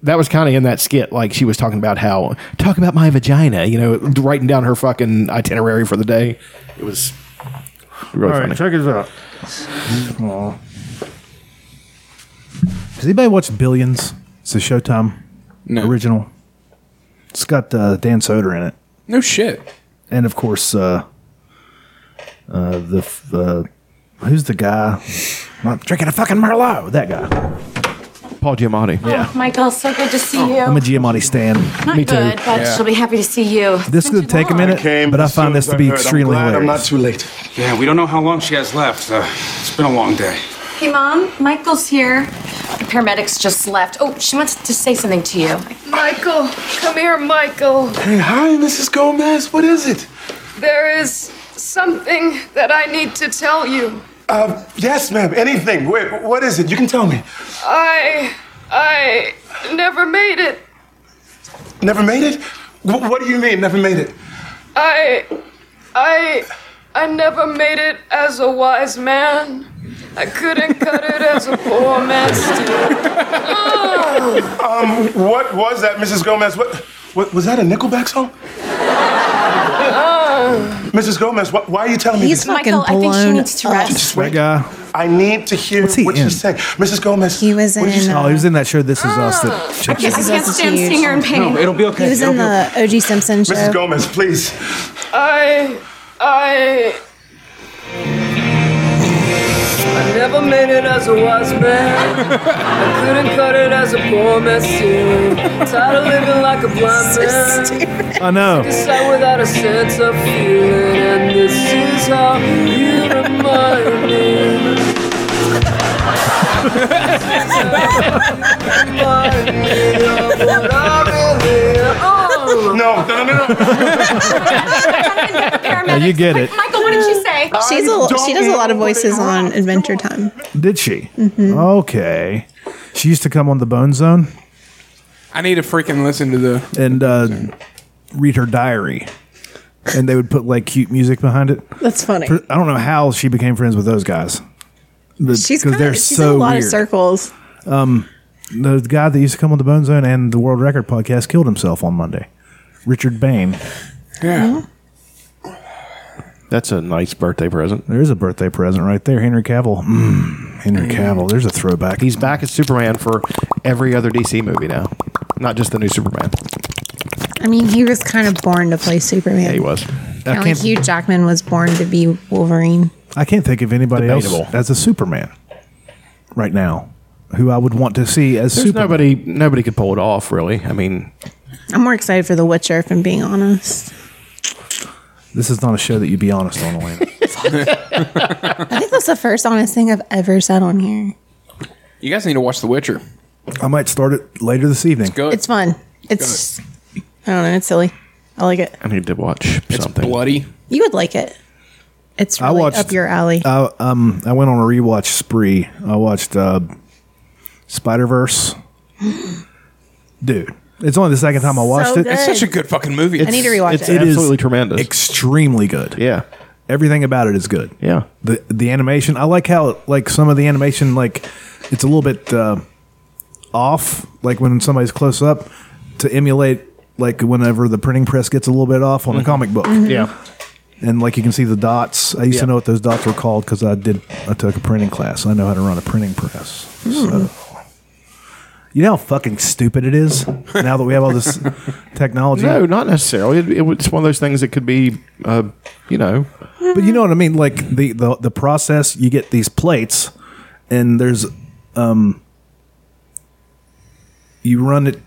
Speaker 3: that was kind of in that skit. Like she was talking about how talk about my vagina. You know, writing down her fucking itinerary for the day. It was really funny.
Speaker 2: check this out. Does anybody watch Billions? It's a Showtime
Speaker 4: No.
Speaker 2: original. It's got uh, Dan Soder in it,
Speaker 4: No shit.
Speaker 2: and of course, uh, uh, the f- uh, who's the guy? I'm drinking a fucking Merlot. That guy.
Speaker 3: Paul Giamatti.
Speaker 8: Oh, Michael, so good to see you.
Speaker 2: I'm a Giamatti stan.
Speaker 8: Not
Speaker 3: me Oh, too.
Speaker 8: good, but she'll be happy to see you.
Speaker 2: This could take a minute, but I find this to be extremely hilarious.
Speaker 9: too late. Yeah, we don't know how long she has left. Uh, it's been a long day.
Speaker 8: Hey, Mom, Michael's here. The paramedics just left. Oh, she wants to say something to you.
Speaker 10: Michael, come here, Michael.
Speaker 9: Hey, hi, Mrs. Gomez. What is it?
Speaker 10: There is something that I need to tell you.
Speaker 9: Uh, yes, ma'am. Anything. Wait, what is it? You can tell me.
Speaker 10: I. I never made it.
Speaker 9: Never made it? Wh- what do you mean, never made it?
Speaker 10: I. I. I never made it as a wise man. I couldn't cut it as a poor man still.
Speaker 9: Um, what was that, Mrs. Gomez? What, what was that a Nickelback song?
Speaker 10: Uh.
Speaker 9: Mrs. Gomez, wh- why are you telling me
Speaker 1: He's
Speaker 9: this?
Speaker 1: fucking
Speaker 8: Michael, I think she
Speaker 1: blown
Speaker 8: needs to
Speaker 1: up.
Speaker 8: rest.
Speaker 2: That guy.
Speaker 9: I need to hear
Speaker 2: What's he
Speaker 9: what
Speaker 2: in?
Speaker 9: she's saying. Mrs. Gomez.
Speaker 1: He was
Speaker 9: what did you Oh.
Speaker 1: in.
Speaker 9: say?
Speaker 2: Oh,
Speaker 1: Uh,
Speaker 2: he was in that show. This is us. That
Speaker 8: I can't, I
Speaker 1: This is
Speaker 8: can't
Speaker 1: also
Speaker 8: stand
Speaker 1: huge.
Speaker 8: seeing her in pain.
Speaker 9: No, it'll be okay.
Speaker 1: he was
Speaker 9: it'll
Speaker 1: in
Speaker 9: be
Speaker 1: the OG Simpson show.
Speaker 9: Mrs. Gomez, please.
Speaker 10: I. I. I never made it as a wise man. I couldn't cut it as a poor man still. Tired of living like a blind man.
Speaker 2: I know.
Speaker 10: Sad without a sense of feeling. And this is how you remind me. Remind me of what I really am.
Speaker 9: No, no, no, no, no.
Speaker 8: Paramedics.
Speaker 2: you get it.
Speaker 8: Michael, what did she say?
Speaker 1: She's
Speaker 9: I
Speaker 1: a,
Speaker 9: don't
Speaker 1: she does a lot of
Speaker 9: know what
Speaker 1: voices
Speaker 9: it
Speaker 1: on
Speaker 9: was.
Speaker 1: Adventure Time.
Speaker 2: Did she?
Speaker 9: Mm-hmm.
Speaker 2: Okay. She used to come on the Bone Zone
Speaker 4: I need to freaking listen to the.
Speaker 2: and uh, read her diary. and they would put like cute music behind it.
Speaker 1: That's funny.
Speaker 2: I don't know how she became friends with those guys.
Speaker 1: She's
Speaker 2: Because
Speaker 1: kinda,
Speaker 2: they're
Speaker 1: she's
Speaker 2: so
Speaker 1: in a lot
Speaker 2: weird.
Speaker 1: of circles.
Speaker 2: Um, the guy that used to come on the Bone Zone and the World Record podcast killed himself on Monday. Richard Bain.
Speaker 1: Yeah.
Speaker 3: That's a nice birthday present.
Speaker 2: There's a birthday present right there. Henry Cavill. Mm, Henry Cavill. There's a throwback.
Speaker 3: He's back as Superman for every other DC movie now, not just the new Superman.
Speaker 1: I mean, he was kind of born to play Superman.
Speaker 3: Yeah, he was.
Speaker 1: Kind
Speaker 2: I
Speaker 1: of like
Speaker 2: can't-
Speaker 1: Hugh Jackman was born to be Wolverine.
Speaker 2: I can't think of anybody
Speaker 3: Debatable.
Speaker 2: else that's a Superman right now who I would want to see as
Speaker 3: There's
Speaker 2: Superman.
Speaker 3: nobody, nobody could pull it off, really. I mean,
Speaker 1: I'm more excited for The Witcher, if I'm being honest.
Speaker 2: This is not a show that you'd be honest on, Elena.
Speaker 1: I think that's the first honest thing I've ever said on here.
Speaker 4: You guys need to watch The Witcher.
Speaker 2: I might start it later this evening.
Speaker 4: Good.
Speaker 1: It's fun. It's I don't know. It's silly. I like it.
Speaker 3: I need to watch something.
Speaker 4: bloody.
Speaker 1: You would like it. It's
Speaker 2: I
Speaker 1: really
Speaker 2: watched-
Speaker 1: up your alley.
Speaker 2: I, um, I went on a rewatch spree. I watched uh, Spider Verse. Dude, it's only the second time I watched it.
Speaker 4: It's such a good fucking movie.
Speaker 1: I need to rewatch
Speaker 2: It's
Speaker 1: it.
Speaker 3: absolutely tremendous.
Speaker 2: Extremely good.
Speaker 3: Yeah.
Speaker 2: Everything about it is good.
Speaker 3: Yeah.
Speaker 2: The the animation, I like how like some of the animation like it's a little bit uh, off like when somebody's close up to emulate like whenever the printing press gets a little bit off on a comic book.
Speaker 3: Mhm. Yeah.
Speaker 2: And like you can see the dots. I used
Speaker 3: Yeah.
Speaker 2: to know what those dots were called because I did. I took a printing class. I know how to run a printing press.
Speaker 3: Hmm.
Speaker 2: So. You know how fucking stupid it is now that we have all this technology.
Speaker 3: No, not necessarily. It, it, it's one of those things that could be, uh, you know,
Speaker 2: But you know what I mean? Like the the, the process, you get these plates, and there's um, you run it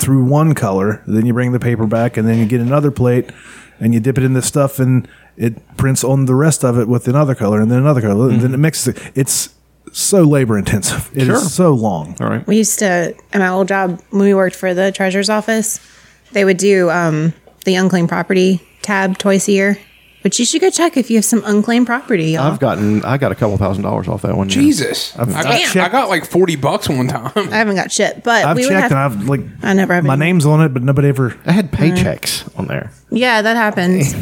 Speaker 2: through one color, then you bring the paper back, and then you get another plate, and you dip it in this stuff, and it prints on the rest of it with another color, and then another color, and then
Speaker 3: Mm-hmm.
Speaker 2: it mixes. It. It's so labor intensive. It is
Speaker 1: Sure.
Speaker 2: so long.
Speaker 3: All right.
Speaker 1: We used to at my old job when we worked for the treasurer's office, they would do um, the unclaimed property tab twice a year. But you should go check if you have some unclaimed property. Y'all.
Speaker 3: I've gotten, I got a couple thousand dollars off that one. year.
Speaker 4: Jesus. i
Speaker 3: I've-
Speaker 4: got, I got like 40 bucks one time.
Speaker 1: I haven't got shit, but
Speaker 2: I've
Speaker 1: we would
Speaker 2: checked,
Speaker 1: have.
Speaker 2: and I've like
Speaker 1: I never have.
Speaker 2: my
Speaker 1: any.
Speaker 2: name's on it, but nobody ever.
Speaker 3: I had paychecks on there.
Speaker 1: Yeah, that happens.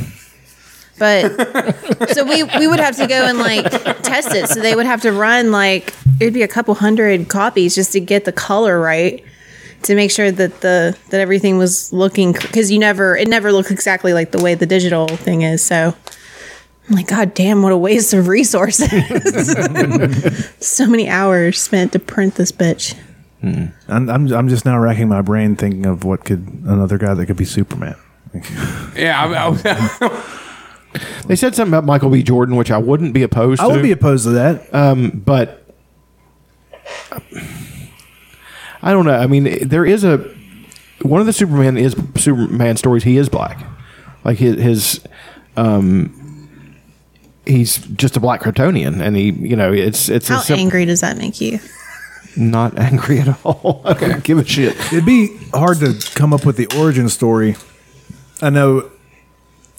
Speaker 1: But so we we would have to go and like test it. So they would have to run like it'd be a couple hundred copies just to get the color right to make sure that the that everything was looking because you never it never looks exactly like the way the digital thing is. So I'm like, God damn, what a waste of resources! so many hours spent to print this bitch.
Speaker 2: I'm, I'm I'm just now racking my brain thinking of what could another guy that could be Superman.
Speaker 4: Yeah. I, I,
Speaker 3: They said something about Michael B. Jordan, which I wouldn't be opposed
Speaker 2: I
Speaker 3: to.
Speaker 2: would be opposed to that.
Speaker 3: Um, but I don't know. I mean, there is a one of the Superman is Superman stories. He is black, like his, his um, he's just a black Kryptonian, and he, you know, it's it's
Speaker 1: How
Speaker 3: a sim-
Speaker 1: angry does that make you?
Speaker 3: not angry at all. I don't give a shit.
Speaker 2: It'd be hard to come up with the origin story. I know,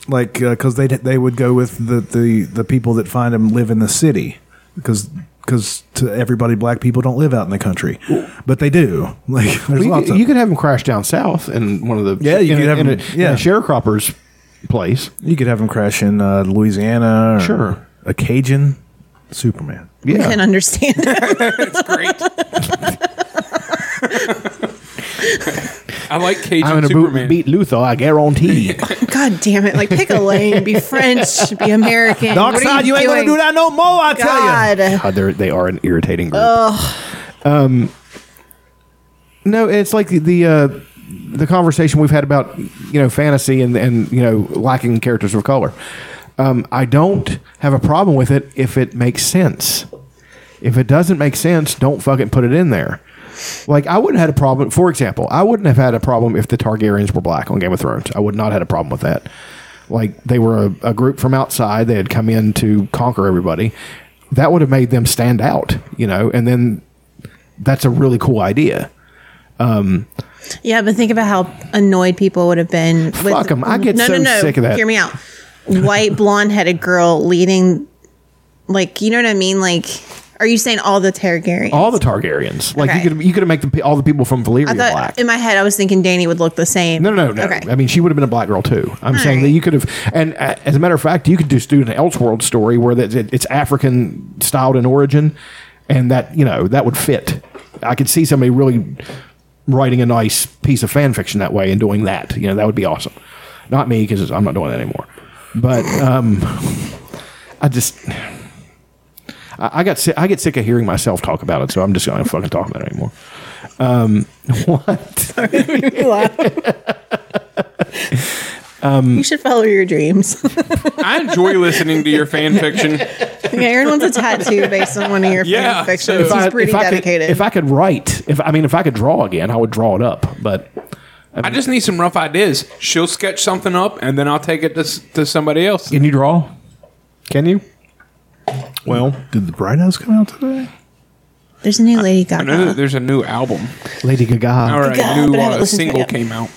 Speaker 2: like, because they they would go with the, the the people that find him live in the city, because because to everybody, black people don't live out in the country, but they do. Like, there's
Speaker 3: Well, you,
Speaker 2: lots
Speaker 3: could,
Speaker 2: of.
Speaker 3: you could have him crash down south in one of the
Speaker 2: Yeah, you
Speaker 3: in
Speaker 2: could
Speaker 3: a-
Speaker 2: have
Speaker 3: in
Speaker 2: him-
Speaker 3: a, in
Speaker 2: yeah.
Speaker 3: a sharecropper's place.
Speaker 2: You could have him crash in uh, Louisiana. Or
Speaker 3: Sure.
Speaker 2: a Cajun Superman.
Speaker 1: I can understand. it's
Speaker 4: great. I like Cajun
Speaker 3: I'm going to
Speaker 4: Superman.
Speaker 3: beat Luthor, I guarantee.
Speaker 1: God damn it. Like, pick a lane. Be French. Be American.
Speaker 3: Dark
Speaker 1: What are
Speaker 3: side, you ain't gonna
Speaker 1: doing?
Speaker 3: do that
Speaker 2: no more, I
Speaker 1: God.
Speaker 3: God, they're, they are an irritating group.
Speaker 1: Ugh.
Speaker 3: Um, no, it's like the the, uh, the conversation we've had about you know fantasy and and you know lacking characters of color. Um, I don't have a problem with it if it makes sense. If it doesn't make sense, don't fucking put it in there. Like I wouldn't have had a problem. For example, I wouldn't have had a problem if the Targaryens were black on Game of Thrones. I would not have had a problem with that. Like they were a, a group from outside. They had come in to conquer everybody. That would have made them stand out, you know. And then that's a really cool idea. Um,
Speaker 1: Yeah, but think about how annoyed people would have been. With,
Speaker 3: Fuck 'em. I get
Speaker 1: no,
Speaker 3: so
Speaker 1: no, no.
Speaker 3: sick of that.
Speaker 1: Hear me out. White, blonde headed girl leading, like, you know what I mean? Like, Are you saying all the Targaryens?
Speaker 3: All the Targaryens. Like you could you could make the, pe- all the people from Valyria
Speaker 1: I thought
Speaker 3: black.
Speaker 1: in my head I was thinking Danny would look the same.
Speaker 3: No, no, no.
Speaker 1: Okay.
Speaker 3: I mean, she would have been a black girl too. I'm saying that you could have, and uh, as a matter of fact, you could just do an Elseworld story where that it, it's African styled in origin, and that you know that would fit. I could see somebody really writing a nice piece of fan fiction that way and doing that. You know, that would be awesome. Not me because I'm not doing that anymore. But um, I just. I I got si- I get sick of hearing myself talk about it, so I'm just not gonna fucking talk about it anymore. Um,
Speaker 1: you should follow your dreams.
Speaker 4: I enjoy listening to your fan fiction.
Speaker 1: yeah, Aaron wants a tattoo based on one of your
Speaker 4: Yeah,
Speaker 1: fan fictions.
Speaker 4: so-
Speaker 1: He's
Speaker 4: If I-
Speaker 1: pretty
Speaker 3: if I
Speaker 1: dedicated.
Speaker 3: Could, if I could write, if I mean, if I could draw again, I would draw it up. But
Speaker 4: I just need some rough ideas. She'll sketch something up, and then I'll take it to, s- to somebody else.
Speaker 3: can you draw? Can you? Well,
Speaker 2: did the Bright House come out today?
Speaker 1: There's a new Lady
Speaker 4: I know that
Speaker 1: Gaga.
Speaker 4: there's a new album.
Speaker 3: Lady Gaga.
Speaker 4: All right,
Speaker 1: Gaga,
Speaker 4: new
Speaker 1: Oh but I haven't
Speaker 4: uh,
Speaker 1: listened to it
Speaker 4: single
Speaker 1: yet.
Speaker 4: came out.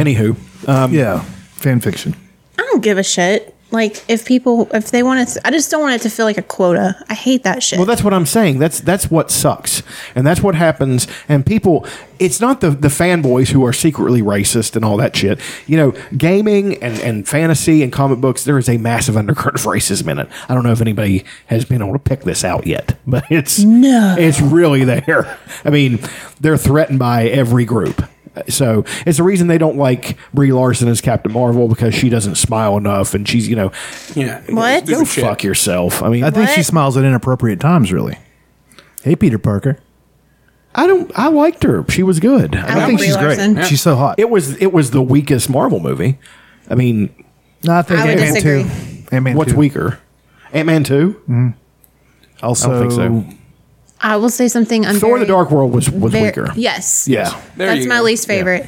Speaker 3: Anywho, um,
Speaker 2: yeah, fan fiction.
Speaker 1: I don't give a shit. Like if people if they want to, I just don't want it to feel like a quota. I hate that shit.
Speaker 3: Well, that's what I'm saying. That's that's what sucks, and that's what happens. And people, it's not the the fanboys who are secretly racist and all that shit. You know, gaming and and fantasy and comic books. There is a massive undercurrent of racism in it. I don't know if anybody has been able to pick this out yet, but it's no, it's really there. I mean, they're threatened by every group. So it's the reason they don't like Brie Larson as Captain Marvel because she doesn't smile enough, and she's you know,
Speaker 4: yeah,
Speaker 1: What?
Speaker 3: Go fuck yourself. I mean,
Speaker 2: I think she
Speaker 1: What?
Speaker 2: smiles at inappropriate times. Really. Hey, Peter Parker.
Speaker 3: I don't. I liked her. She was good.
Speaker 1: I like Brie Larson.
Speaker 2: She's so hot.
Speaker 3: It was. It was the weakest Marvel movie. I mean,
Speaker 2: No, I think
Speaker 1: I would
Speaker 2: Ant-Man
Speaker 1: disagree.
Speaker 2: two. Ant-Man
Speaker 3: what's
Speaker 2: two.
Speaker 3: weaker? Ant Man two.
Speaker 2: Also,
Speaker 3: I don't think so.
Speaker 1: I will say something. I'm
Speaker 3: Thor:
Speaker 1: very,
Speaker 3: The Dark World was was
Speaker 1: very-
Speaker 3: weaker.
Speaker 1: Yes.
Speaker 3: Yeah. Mm-hmm.
Speaker 4: There
Speaker 1: That's
Speaker 4: you
Speaker 1: my
Speaker 4: go.
Speaker 1: least favorite.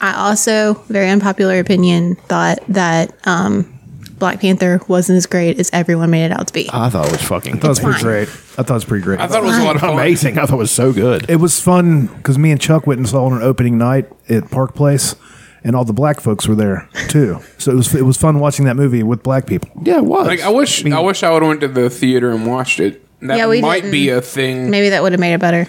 Speaker 1: I also, very unpopular opinion, thought that um, Black Panther wasn't as great as everyone made it out to be.
Speaker 3: I thought it was fucking.
Speaker 2: I thought it was
Speaker 1: It's fine.
Speaker 2: pretty great. I thought it was pretty great.
Speaker 4: I thought it was a lot of fun.
Speaker 3: amazing. I thought it was so good.
Speaker 2: It was fun because me and Chuck went and saw it on opening night at Park Place, and all the black folks were there too. So it was it was fun watching that movie with black people.
Speaker 3: Yeah, it was.
Speaker 4: Like I wish, I, wish I would have went to the theater and watched it. That
Speaker 1: Yeah, we
Speaker 4: might
Speaker 1: didn't.
Speaker 4: be a thing.
Speaker 1: Maybe that would have made it better.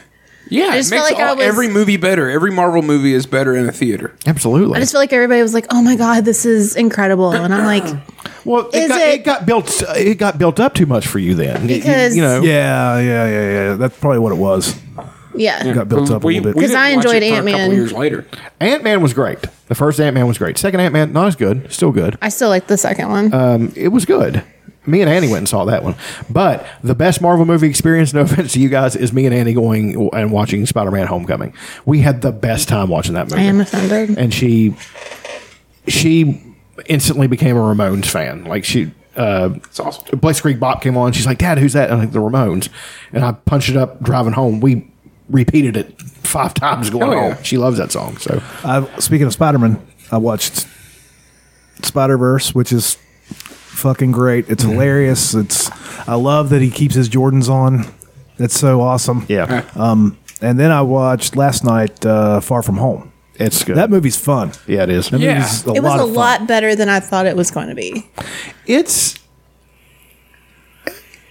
Speaker 4: Yeah,
Speaker 1: I
Speaker 4: it
Speaker 1: just
Speaker 4: makes
Speaker 1: felt like I
Speaker 4: all-
Speaker 1: was-
Speaker 4: every movie better. Every Marvel movie is better in a theater.
Speaker 3: Absolutely.
Speaker 1: I just feel like everybody was like, oh my God, this is incredible. And I'm like,
Speaker 3: well, it
Speaker 1: Is
Speaker 3: got,
Speaker 1: it-
Speaker 3: it got built. It got built up too much for you then. You- you-
Speaker 1: Because-
Speaker 3: you know.
Speaker 2: Yeah, yeah, yeah, yeah. That's probably what it was.
Speaker 1: yeah.
Speaker 2: Got built up a
Speaker 4: We-
Speaker 2: little bit.
Speaker 4: we
Speaker 1: 'Cause
Speaker 4: didn't
Speaker 1: I
Speaker 4: watch
Speaker 1: enjoyed
Speaker 4: it for a couple
Speaker 1: Ant-Man.
Speaker 4: Years later,
Speaker 3: Ant Man was great. The first Ant Man was great. Second Ant Man not as good. Still good.
Speaker 1: I still like the second one.
Speaker 3: it was good. Me and Annie went and saw that one. But the best Marvel movie experience, no offense to you guys, is me and Annie going and watching Spider Man Homecoming. We had the best time watching that movie.
Speaker 1: I am offended.
Speaker 3: And she she instantly became a Ramones fan. Like she uh
Speaker 4: it's awesome.
Speaker 3: Blaze Creek Bop came on, she's like, Dad, who's that? And I'm like the Ramones. And I punched it up driving home. We repeated it five times going
Speaker 4: Hell yeah.
Speaker 3: home. She loves that song. So
Speaker 2: I, speaking of Spider Man, I watched Spider Verse, which is fucking great. It's hilarious. It's I love that he keeps his Jordans on. That's so awesome.
Speaker 3: Yeah.
Speaker 2: Um, and then I watched last night uh, Far From Home.
Speaker 3: it's good.
Speaker 2: That movie's fun.
Speaker 3: yeah, it is.
Speaker 2: That
Speaker 4: Yeah.
Speaker 2: movie's
Speaker 1: it was a
Speaker 2: of fun.
Speaker 1: lot better than I thought it was going to be.
Speaker 3: it's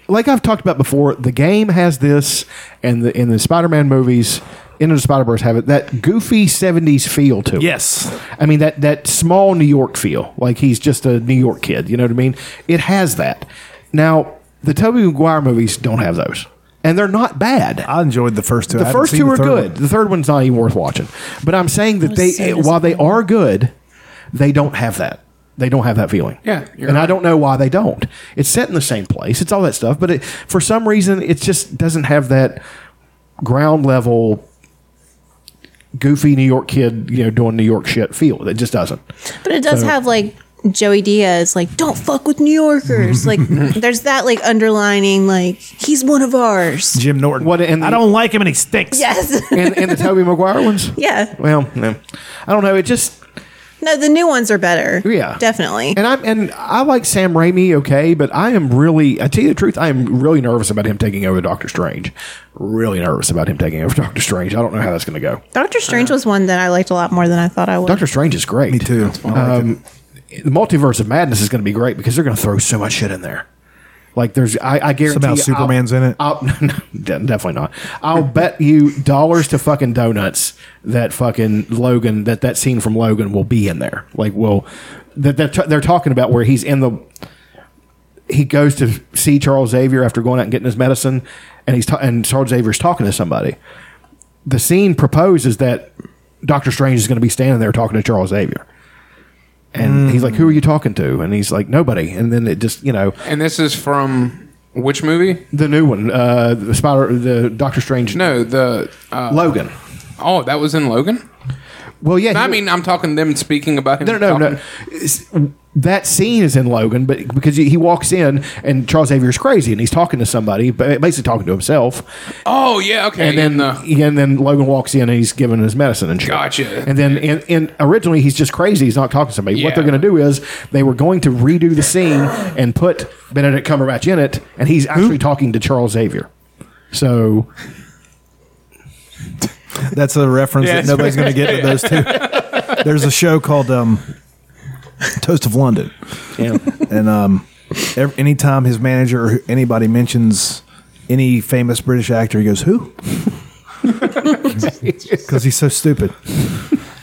Speaker 3: like I've talked about before. The game has this, and the in the Spider-Man movies, Into the Spider-Verse have it that goofy '70s feel to it.
Speaker 2: Yes.
Speaker 3: I mean that that small New York feel, like he's just a New York kid. You know what I mean? It has that. Now the Tobey Maguire movies don't have those, and they're not bad.
Speaker 2: I enjoyed the first two. I
Speaker 3: The
Speaker 2: haven't
Speaker 3: first
Speaker 2: seen
Speaker 3: two
Speaker 2: the
Speaker 3: are
Speaker 2: third
Speaker 3: good.
Speaker 2: one.
Speaker 3: The third one's not even worth watching. But I'm saying that
Speaker 1: was
Speaker 3: they, eh,
Speaker 1: so
Speaker 3: while they are good, they don't have that. They don't have that feeling.
Speaker 4: Yeah,
Speaker 3: and
Speaker 4: you're
Speaker 3: I
Speaker 4: right.
Speaker 3: don't know why they don't. It's set in the same place. It's all that stuff. But it, for some reason, it just doesn't have that ground level. Goofy New York kid, you know, doing New York shit feel. It just doesn't.
Speaker 1: But it does have like Joey Diaz, like don't fuck with New Yorkers. like there's that like underlining, like he's one of ours.
Speaker 2: Jim Norton.
Speaker 3: What in the-
Speaker 2: I don't like him and he stinks.
Speaker 1: Yes.
Speaker 3: And, and the Toby Maguire ones?
Speaker 1: yeah.
Speaker 3: Well, no. I don't know. It just
Speaker 1: No, the new ones are better.
Speaker 3: Yeah.
Speaker 1: Definitely.
Speaker 3: And I and I like Sam Raimi, okay, but I am really I tell you the truth, I am really nervous about him taking over Doctor Strange. Really nervous about him taking over Doctor Strange. I don't know how that's going to go.
Speaker 1: Doctor Strange was one that I liked a lot more than I thought I would.
Speaker 3: Doctor Strange is great.
Speaker 2: Me too. I like it.
Speaker 3: Um, The multiverse of madness is going to be great because they're going to throw so much shit in there. Like there's, I, I guarantee
Speaker 2: Somehow Superman's
Speaker 3: in it. I'll, no, de- definitely not. I'll bet you dollars to fucking donuts that fucking Logan that that scene from Logan will be in there. Like, will that they're, t- they're talking about where he's in the he goes to see Charles Xavier after going out and getting his medicine, and he's ta- and Charles Xavier's talking to somebody. The scene proposes that Doctor Strange is going to be standing there talking to Charles Xavier, and he's like, "Who are you talking to?" And he's like, "Nobody." And then it just you know
Speaker 4: And this is from which movie?
Speaker 3: the new one, uh, the Spider, the Doctor Strange.
Speaker 4: No, the uh,
Speaker 3: Logan.
Speaker 4: Oh, that was in Logan.
Speaker 3: Well, yeah.
Speaker 4: I
Speaker 3: he-
Speaker 4: mean, I'm talking them speaking about him.
Speaker 3: No, no, no, no. It's- That scene is in Logan, but because he walks in and Charles Xavier's crazy and he's talking to somebody, ba- basically talking to himself.
Speaker 4: Oh yeah, okay.
Speaker 3: and then yeah, and then Logan walks in and he's giving his medicine and shit.
Speaker 4: Gotcha.
Speaker 3: And then and, and originally he's just crazy. He's not talking to somebody. What
Speaker 4: Yeah.
Speaker 3: they're going to do is they were going to redo the scene and put Benedict Cumberbatch in it, and he's actually talking to Charles Xavier. So
Speaker 2: That's a reference
Speaker 3: Yeah,
Speaker 2: that nobody's going to get to those two. There's a show called um, Toast of London.
Speaker 3: Yeah.
Speaker 2: And um, ev anytime his manager or anybody mentions any famous British actor, he goes, Who? Because he's so stupid.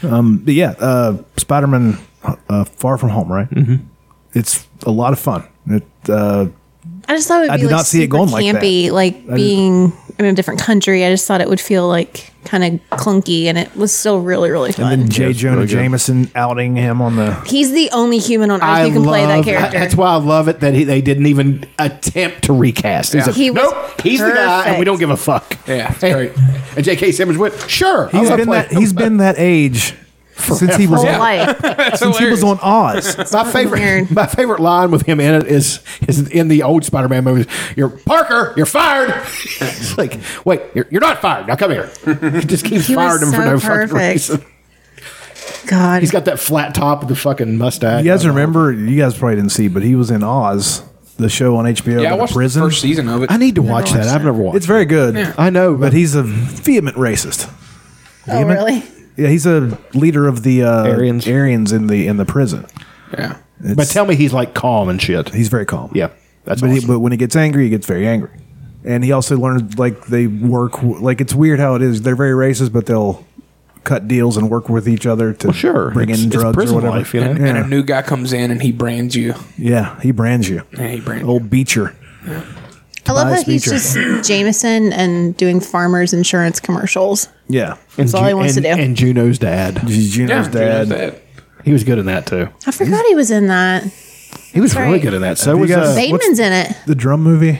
Speaker 2: Um, but yeah, uh, Spider Man uh, Far From Home, right? Mm-hmm. It's a lot of fun. It, uh,
Speaker 1: I just thought it would
Speaker 2: I
Speaker 1: be
Speaker 2: did
Speaker 1: like
Speaker 2: not see it
Speaker 1: super
Speaker 2: going like that.
Speaker 1: campy, like,
Speaker 2: I did-
Speaker 1: being in a different country. I just thought it would feel like kind of clunky, and it was still really, really fun.
Speaker 2: and then J. Jonah
Speaker 3: really good.
Speaker 2: Jameson outing him on the.
Speaker 1: He's the only human on earth who can play that character.
Speaker 3: That's why I love it that he, they didn't even attempt to recast. He's
Speaker 1: Yeah.
Speaker 3: like,
Speaker 1: He was
Speaker 3: nope, he's the guy, and
Speaker 1: perfect.
Speaker 3: we don't give a fuck.
Speaker 4: Yeah,
Speaker 3: and, and J.K. Simmons went, sure. I
Speaker 2: He's
Speaker 3: love
Speaker 2: been
Speaker 3: playing-
Speaker 2: that. He's been that age since he was
Speaker 3: Forever.
Speaker 2: on, since he was on Oz.
Speaker 3: my favorite, my favorite line with him in it is is in the old Spider-Man movies. You're Parker, you're fired. it's like, wait, you're, you're not fired. Now come here. He just keeps
Speaker 1: He was
Speaker 3: firing him for
Speaker 1: so
Speaker 3: no fucking
Speaker 1: perfect.
Speaker 3: reason.
Speaker 1: God,
Speaker 3: he's got that flat top of the fucking mustache.
Speaker 2: You guys remember? You guys probably didn't see, but he was in Oz, the show on HBO.
Speaker 4: Yeah, I
Speaker 2: about
Speaker 4: watched
Speaker 2: the prison.
Speaker 4: the first season of it.
Speaker 3: I need to watch that. I've never watched.
Speaker 2: It's very good.
Speaker 4: Yeah.
Speaker 3: I know,
Speaker 2: but he's a vehement racist.
Speaker 1: oh, really?
Speaker 2: Yeah, he's a leader of the uh, Aryans. in the in the prison.
Speaker 4: Yeah,
Speaker 3: but tell me he's like calm and shit.
Speaker 2: He's very calm.
Speaker 3: Yeah, that's
Speaker 2: but,
Speaker 3: awesome.
Speaker 2: he, but when he gets angry, he gets very angry. And he also learned like they work like it's weird how it is. They're very racist, but they'll cut deals and work with each other to
Speaker 3: sure.
Speaker 2: bring
Speaker 3: It's-
Speaker 2: in
Speaker 3: it's
Speaker 2: drugs
Speaker 3: prison
Speaker 2: or whatever.
Speaker 3: life, you know?
Speaker 4: and a new guy comes in and he brands you.
Speaker 2: Yeah, he brands you.
Speaker 4: Yeah, he brands
Speaker 2: Old Beecher.
Speaker 1: I love how
Speaker 2: Tobias
Speaker 1: he's
Speaker 2: Beecher.
Speaker 1: just Jameson and doing farmers insurance commercials.
Speaker 2: Yeah.
Speaker 1: That's all he wants to
Speaker 3: and,
Speaker 1: do.
Speaker 3: And Juno's dad.
Speaker 2: Juno's
Speaker 4: Juno's
Speaker 2: dad.
Speaker 4: dad.
Speaker 3: He was good in that too.
Speaker 1: I forgot he was in that.
Speaker 3: He was
Speaker 1: That's
Speaker 3: really
Speaker 1: right.
Speaker 3: good in that. So
Speaker 2: Have you
Speaker 3: was
Speaker 2: guys-
Speaker 3: uh,
Speaker 2: what's-
Speaker 1: Bateman's in it.
Speaker 2: The drum movie?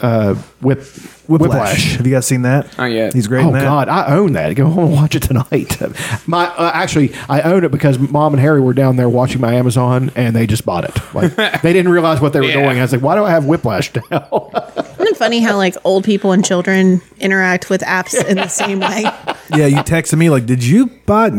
Speaker 3: uh, Whip
Speaker 2: Whiplash.
Speaker 3: Whiplash.
Speaker 2: Have you guys seen that?
Speaker 4: Not yet.
Speaker 2: He's great
Speaker 3: Oh
Speaker 2: in that.
Speaker 3: God, I own that. Go home and watch it tonight. My uh, actually, I own it because Mom and Harry were down there watching my Amazon, and they just bought it. Like they didn't realize what they were
Speaker 4: Yeah.
Speaker 3: doing. I was like, why do I have Whiplash now?
Speaker 1: Isn't it funny how like old people and children interact with apps in the same way?
Speaker 2: Yeah, you texted me like, did you buy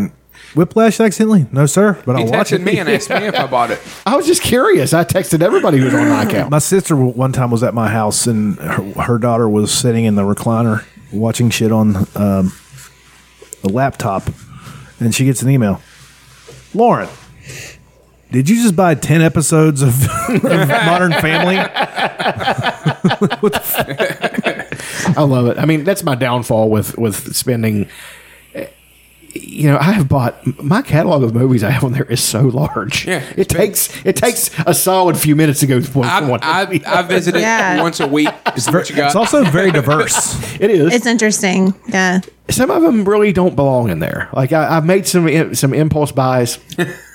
Speaker 2: Whiplash accidentally? No, sir. But
Speaker 4: He
Speaker 2: I'll watch
Speaker 4: texted
Speaker 2: it.
Speaker 4: me and asked me if I bought it.
Speaker 3: I was just curious. I texted everybody who was on my account.
Speaker 2: My sister w- one time was at my house and her, her daughter was sitting in the recliner watching shit on um, the laptop, and she gets an email. Lauren, did you just buy ten episodes of, of Modern Family?
Speaker 3: I love it. I mean, that's my downfall with with spending. eh, You know, I have bought my catalog of movies I have on there is so large.
Speaker 4: Yeah,
Speaker 3: it takes it takes a solid few minutes to go through one.
Speaker 4: I, I, I visited
Speaker 1: Yeah.
Speaker 4: once a week. Is what you got?
Speaker 2: It's also very diverse.
Speaker 3: it is.
Speaker 1: It's interesting. Yeah.
Speaker 3: some of them really don't belong in there. Like I, I've made some some impulse buys.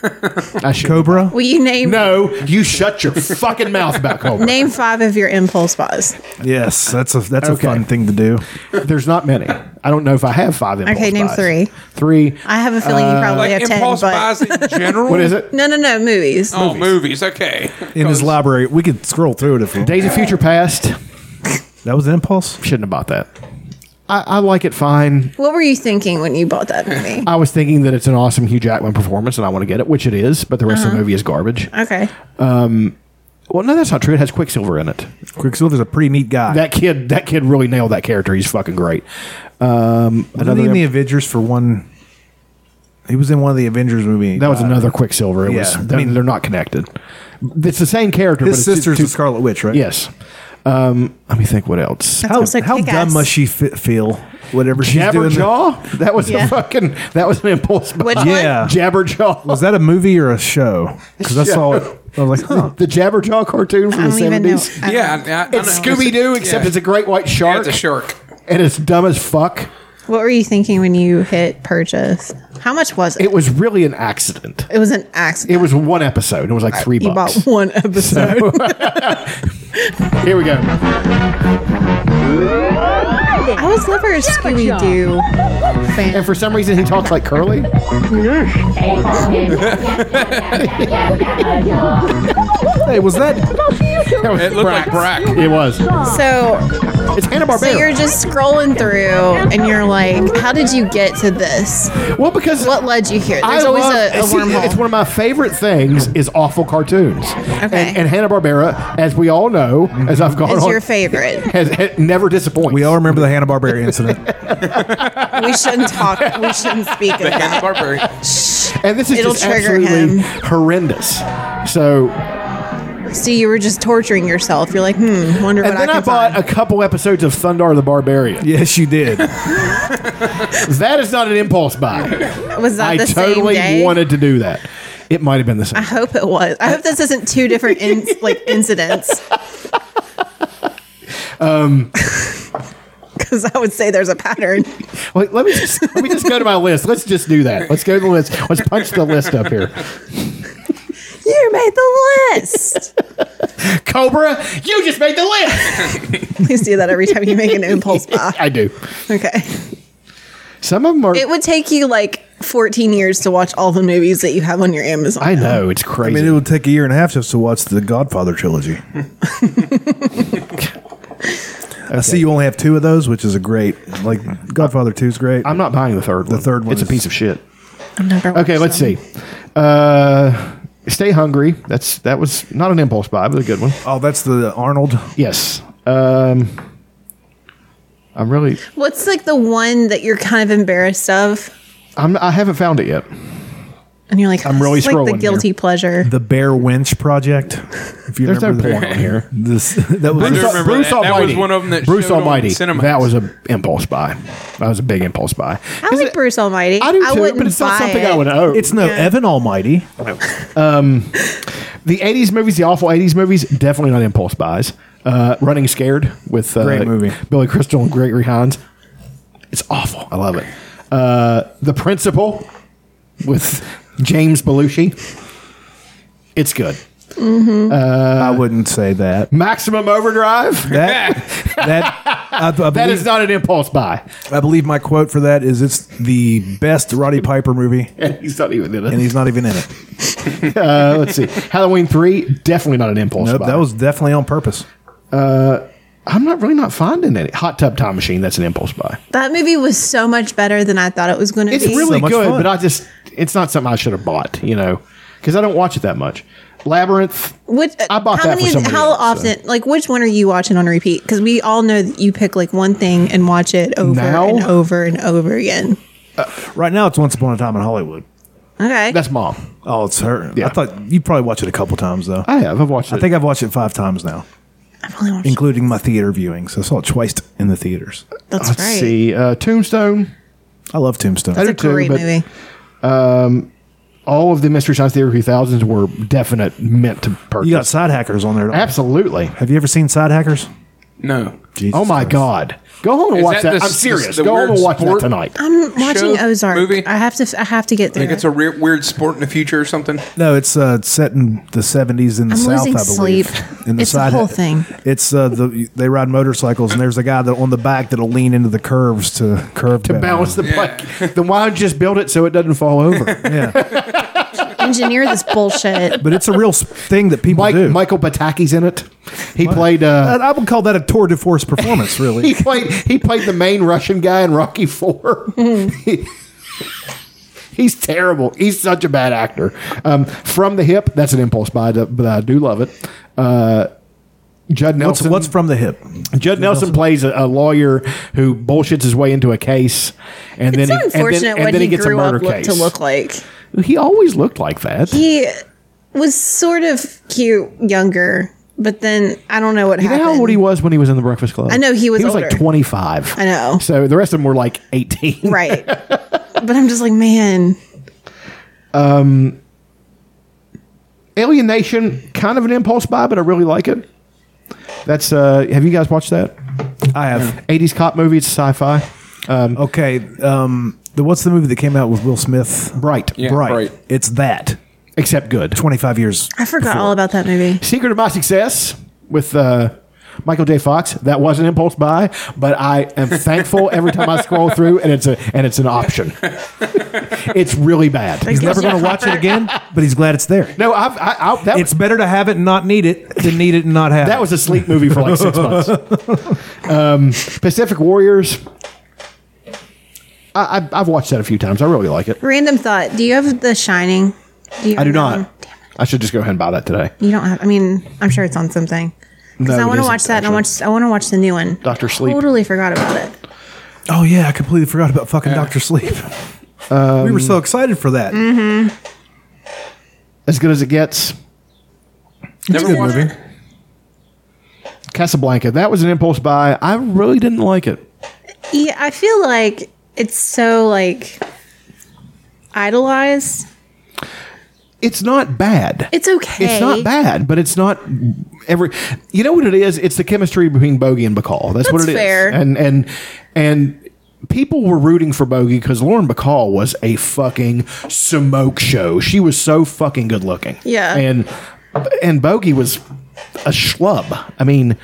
Speaker 3: I should.
Speaker 2: Cobra.
Speaker 1: Will you name
Speaker 3: No, you shut your fucking mouth about Cobra.
Speaker 1: name five of your impulse buys?
Speaker 2: Yes, that's a that's
Speaker 3: Okay.
Speaker 2: a fun thing to do.
Speaker 3: There's not many. I don't know if I have five impulse
Speaker 1: Okay, name
Speaker 3: buys. Uh,
Speaker 1: three.
Speaker 3: Three.
Speaker 1: I have a feeling you probably
Speaker 4: like
Speaker 1: have ten.
Speaker 4: impulse
Speaker 1: but
Speaker 4: buys in general.
Speaker 3: What is it?
Speaker 1: no, no, no, movies.
Speaker 4: Oh, movies. Okay.
Speaker 2: In his library, we could scroll through it if we.
Speaker 3: Days of Future Past.
Speaker 2: That was an impulse.
Speaker 3: Shouldn't have bought that. I, I like it fine.
Speaker 1: What were you thinking when you bought that movie?
Speaker 3: I was thinking that it's an awesome Hugh Jackman performance, and I want to get it, which it is. But the rest
Speaker 1: Uh-huh.
Speaker 3: of the movie is garbage.
Speaker 1: Okay.
Speaker 3: Well, no, that's not true. It has Quicksilver in it.
Speaker 2: Quicksilver's a pretty neat guy.
Speaker 3: That kid, that kid really nailed that character. He's fucking great. Um,
Speaker 2: Another in
Speaker 3: imp-
Speaker 2: the Avengers for one. He was in one of the Avengers movie. Uh,
Speaker 3: That was another Quicksilver. It was.
Speaker 2: Yeah, I
Speaker 3: They're,
Speaker 2: mean-
Speaker 3: they're not connected. It's the same character.
Speaker 2: His
Speaker 3: but it's just
Speaker 2: sister's
Speaker 3: two-
Speaker 2: the Scarlet Witch, right?
Speaker 3: Yes. Um, let me think. What else?
Speaker 2: How, how dumb must she fe- feel? Whatever she's doing.
Speaker 3: Jabberjaw? That was
Speaker 2: Yeah.
Speaker 3: a fucking. That was an impulse. buy.
Speaker 2: yeah.
Speaker 3: Jabberjaw.
Speaker 2: Was that a movie or a show? Because I saw it. I was like, huh.
Speaker 3: The Jabberjaw cartoon from
Speaker 1: I
Speaker 3: the
Speaker 1: don't even know.
Speaker 3: seventies.
Speaker 1: I don't
Speaker 4: Yeah,
Speaker 1: know.
Speaker 4: I- I
Speaker 3: It's
Speaker 4: know.
Speaker 3: Scooby Doo, except
Speaker 4: yeah.
Speaker 3: it's a great white shark.
Speaker 4: Yeah, it's a shark.
Speaker 3: and it's dumb as fuck.
Speaker 1: What were you thinking when you hit purchase? How much was it?
Speaker 3: It was really an accident.
Speaker 1: It was an accident.
Speaker 3: It was one episode. It was like three
Speaker 1: you
Speaker 3: bucks.
Speaker 1: bought one episode.
Speaker 3: Here we go.
Speaker 1: I was never a Scooby Doo fan.
Speaker 3: And for some reason, he talks like Curly.
Speaker 2: hey, was that?
Speaker 4: It looked like Brack.
Speaker 3: It was.
Speaker 1: So
Speaker 3: It's Hanna Barbera.
Speaker 1: So you're just scrolling through, and you're like, "How did you get to this?
Speaker 3: Well, because
Speaker 1: what led you here? There's always
Speaker 3: love-
Speaker 1: a, a
Speaker 3: see, It's
Speaker 1: wormhole."
Speaker 3: one of my favorite things is awful cartoons.
Speaker 1: Okay.
Speaker 3: And, and Hanna Barbera, as we all know, as I've gone
Speaker 1: It's
Speaker 3: on,
Speaker 1: your favorite.
Speaker 3: has, has never disappoints.
Speaker 2: Mm-hmm. We all remember the Hanna Barbera incident.
Speaker 1: we shouldn't talk. We shouldn't speak of
Speaker 4: The Hanna
Speaker 1: that.
Speaker 4: Barbera.
Speaker 3: and this is
Speaker 1: It'll
Speaker 3: just
Speaker 1: trigger
Speaker 3: absolutely
Speaker 1: him.
Speaker 3: horrendous. So,
Speaker 1: So you were just torturing yourself. You're like, "Hmm, wonder
Speaker 3: and
Speaker 1: what I can
Speaker 3: then I, bought a couple episodes of Thundar the Barbarian.
Speaker 2: yes, you did.
Speaker 3: That is not an impulse buy.
Speaker 1: find." Was that
Speaker 3: I
Speaker 1: the
Speaker 3: totally
Speaker 1: same day? Ah.
Speaker 3: wanted to do that. It might have been the same.
Speaker 1: I hope it was. I hope this isn't two different in, like incidents.
Speaker 3: Um,
Speaker 1: Because I would say there's a pattern.
Speaker 3: Wait, let me just, let me just go to my list. Let's just do that. Let's go to the list. Let's punch the list up here.
Speaker 1: You made the list.
Speaker 3: Cobra, you just made the list.
Speaker 1: Please do that every time you make an impulse buy.
Speaker 3: I do.
Speaker 1: Okay.
Speaker 3: Some of them are.
Speaker 1: It would take you like 14 years to watch all the movies that you have on your Amazon.
Speaker 3: I know it's
Speaker 2: I
Speaker 3: crazy.
Speaker 2: mean, it would take a year and a half just to watch the Godfather trilogy. I see you only have two of those, which is a great. Like Godfather Two is great.
Speaker 3: I'm not buying the third.
Speaker 2: The
Speaker 3: one.
Speaker 2: third one
Speaker 3: It's a
Speaker 2: is-
Speaker 3: piece of shit.
Speaker 1: I've never
Speaker 3: Okay, let's see. Uh, stay hungry. That's that was not an impulse buy, but a good one.
Speaker 2: oh, that's the Arnold.
Speaker 3: Yes. Um, I'm really.
Speaker 1: What's like the one that you're kind of embarrassed of?
Speaker 3: I'm. I haven't found it yet.
Speaker 1: And you're like,
Speaker 3: I'm really
Speaker 1: it's like the
Speaker 3: scrolling
Speaker 1: guilty pleasure.
Speaker 2: The Bear Winch Project. If you
Speaker 3: There's no
Speaker 2: remember
Speaker 3: porn
Speaker 2: that.
Speaker 3: on here.
Speaker 2: This that was
Speaker 4: I do
Speaker 3: Bruce,
Speaker 4: remember
Speaker 3: Bruce
Speaker 4: that. That
Speaker 3: Almighty.
Speaker 4: was one of 'em that
Speaker 3: Bruce
Speaker 4: showed on
Speaker 3: Almighty.
Speaker 4: Cinemax.
Speaker 3: That was an impulse buy. That was a big impulse buy.
Speaker 1: I like Bruce Almighty.
Speaker 3: I do too,
Speaker 1: wouldn't
Speaker 3: but it's not
Speaker 1: buy
Speaker 3: something
Speaker 1: it.
Speaker 3: I would own.
Speaker 2: It's no Evan Almighty.
Speaker 3: the '80s movies, the awful '80s movies, definitely not impulse buys. Uh, Running Scared with uh,
Speaker 2: Great movie.
Speaker 3: Billy Crystal and Gregory Hines. It's awful. I love it. Uh, the Principal with James Belushi. It's good.
Speaker 2: I wouldn't say that.
Speaker 3: Maximum Overdrive.
Speaker 2: That that I, I believe,
Speaker 3: That is not an impulse buy.
Speaker 2: I believe my quote for that is it's the best Roddy Piper movie,
Speaker 3: And he's not even in it.
Speaker 2: and he's not even in it.
Speaker 3: Uh, let's see. Halloween three, definitely not an impulse
Speaker 2: Nope,
Speaker 3: buy.
Speaker 2: that was definitely on purpose.
Speaker 3: I'm not really not finding any. Hot tub time machine. That's an impulse buy.
Speaker 1: That movie was so much better than I thought it was going to be.
Speaker 3: It's really
Speaker 2: much
Speaker 3: good,
Speaker 2: fun.
Speaker 3: but I just it's not something I should have bought. You know, because I don't watch it that much. Labyrinth.
Speaker 1: Which,
Speaker 3: I bought
Speaker 1: how
Speaker 3: that for
Speaker 1: many?
Speaker 3: somebody
Speaker 1: how
Speaker 3: else, so.
Speaker 1: often? Like, which one are you watching on repeat? Because we all know that you pick like one thing and watch it over
Speaker 3: Now?
Speaker 1: and over and over again.
Speaker 2: Right now, it's Once Upon a Time in Hollywood.
Speaker 1: Okay,
Speaker 3: That's mom.
Speaker 2: Oh, it's her.
Speaker 3: Yeah.
Speaker 2: I thought you probably watched it a couple times though.
Speaker 3: I have. I've watched it.
Speaker 2: I think I've watched it five times now,
Speaker 1: I've only watched.
Speaker 2: including my theater viewings. I saw it twice in the theaters.
Speaker 1: that's
Speaker 3: Let's
Speaker 1: right.
Speaker 3: see. Uh, Tombstone.
Speaker 2: I love Tombstone.
Speaker 3: I
Speaker 1: It's a
Speaker 3: do too,
Speaker 1: great
Speaker 3: but
Speaker 1: movie.
Speaker 3: All of the Mystery Science Theater 3000s were definite meant to purchase.
Speaker 2: You got side hackers on there. don't you?
Speaker 3: Absolutely.
Speaker 2: Have you ever seen side hackers?
Speaker 4: No.
Speaker 2: Jesus
Speaker 3: Oh my
Speaker 2: Christ.
Speaker 3: God. Go home and
Speaker 4: Is
Speaker 3: watch
Speaker 4: that
Speaker 3: that.
Speaker 4: the-
Speaker 3: I'm
Speaker 4: the-
Speaker 3: serious.
Speaker 4: the
Speaker 3: Go home
Speaker 4: weird
Speaker 3: and watch that
Speaker 4: sport?
Speaker 3: tonight.
Speaker 1: I'm watching
Speaker 4: show,
Speaker 1: Ozark.
Speaker 4: movie?
Speaker 1: I have to. I have to get through.
Speaker 4: Like it's
Speaker 1: it.
Speaker 4: a re- weird sport in the future or something.
Speaker 2: No, it's uh, set in the seventies in the
Speaker 1: I'm
Speaker 2: South.
Speaker 1: losing
Speaker 2: I believe.
Speaker 1: sleep.
Speaker 2: In the
Speaker 1: It's the
Speaker 2: side
Speaker 1: whole thing.
Speaker 2: It's uh, the they ride motorcycles and there's a guy that on the back that'll lean into the curves to curve
Speaker 3: to balance the
Speaker 4: Yeah.
Speaker 3: bike. then why not just build it so it doesn't fall over?
Speaker 2: Yeah,
Speaker 1: engineer this bullshit.
Speaker 2: but it's a real s- thing that people
Speaker 3: Mike,
Speaker 2: do.
Speaker 3: Michael Bataki's in it. He played. Uh,
Speaker 2: I, I would call that a tour de force performance.
Speaker 3: he
Speaker 2: Really,
Speaker 3: played he played the main Russian guy in Rocky Four. He's terrible. He's such a bad actor. Um, from the hip, that's an impulse buy, but I do love it. Uh, Judd Nelson.
Speaker 2: what's from the hip?
Speaker 3: Judd, Nelson, plays a, a lawyer who bullshits his way into a case, and
Speaker 1: it's
Speaker 3: then
Speaker 1: so
Speaker 3: he, and then,
Speaker 1: unfortunate
Speaker 3: and
Speaker 1: what
Speaker 3: then
Speaker 1: he,
Speaker 3: he gets a
Speaker 1: grew
Speaker 3: murder
Speaker 1: up look,
Speaker 3: case.
Speaker 1: to look like.
Speaker 3: He always looked like that.
Speaker 1: He was sort of cute younger, but then I don't know what
Speaker 3: You know
Speaker 1: happened.
Speaker 3: how old he was when he was in the Breakfast Club?
Speaker 1: I know, he was
Speaker 3: He was like
Speaker 1: older.
Speaker 3: twenty five.
Speaker 1: I know.
Speaker 3: So the rest of them were like eighteen.
Speaker 1: Right. but I'm just like, man.
Speaker 3: Um, Alienation, kind of an impulse buy, but I really like it. That's uh, have you guys watched that?
Speaker 2: I have.
Speaker 3: Eighties cop movie. It's sci-fi. Um,
Speaker 2: okay. Um, the, what's the movie that came out with Will Smith?
Speaker 3: Bright.
Speaker 1: Yeah,
Speaker 2: Bright.
Speaker 1: Bright.
Speaker 2: It's that.
Speaker 3: Except good.
Speaker 2: Twenty five years.
Speaker 1: I forgot all about that movie.
Speaker 3: Secret of My Success with uh, Michael J. Fox. That was an impulse buy, but I am thankful every time I scroll through and it's a and it's an option. it's really bad.
Speaker 2: He's never going to watch it again, but he's glad it's there.
Speaker 3: No, I've, I, I, that
Speaker 2: it's better to have it and not need it than need it and not have. it.
Speaker 3: That was a sleep movie for like six months. Um, Pacific Warriors. I, I, I've watched that a few times. I really like it.
Speaker 1: Random thought. Do you have The Shining? you
Speaker 3: I do
Speaker 1: have that
Speaker 3: not.
Speaker 1: one?
Speaker 3: I should just go ahead and buy that today.
Speaker 1: You don't have. I mean, I'm sure it's on something. Because
Speaker 3: No,
Speaker 1: I
Speaker 3: it
Speaker 1: want to
Speaker 3: isn't,
Speaker 1: watch that. And I want.
Speaker 3: actually.
Speaker 1: I want to watch the new one.
Speaker 3: Doctor Sleep.
Speaker 1: Totally forgot about it.
Speaker 2: Oh yeah, I completely forgot about fucking Doctor Sleep.
Speaker 3: Um,
Speaker 2: we were so excited for that.
Speaker 1: Mm-hmm.
Speaker 3: As good as it gets.
Speaker 4: Never
Speaker 3: It's a good
Speaker 4: watched
Speaker 3: movie. Casablanca. That was an impulse buy. I really didn't like it.
Speaker 1: Yeah, I feel like it's so like idolized.
Speaker 3: It's not bad.
Speaker 1: It's okay.
Speaker 3: It's not bad, but it's not every. You know what it is? It's the chemistry between Bogey and Bacall. That's, what
Speaker 1: That's
Speaker 3: it is.
Speaker 1: fair.
Speaker 3: And and and people were rooting for Bogey because Lauren Bacall was a fucking smoke show. She was so fucking good looking.
Speaker 1: Yeah.
Speaker 3: And and Bogey was a schlub. I mean,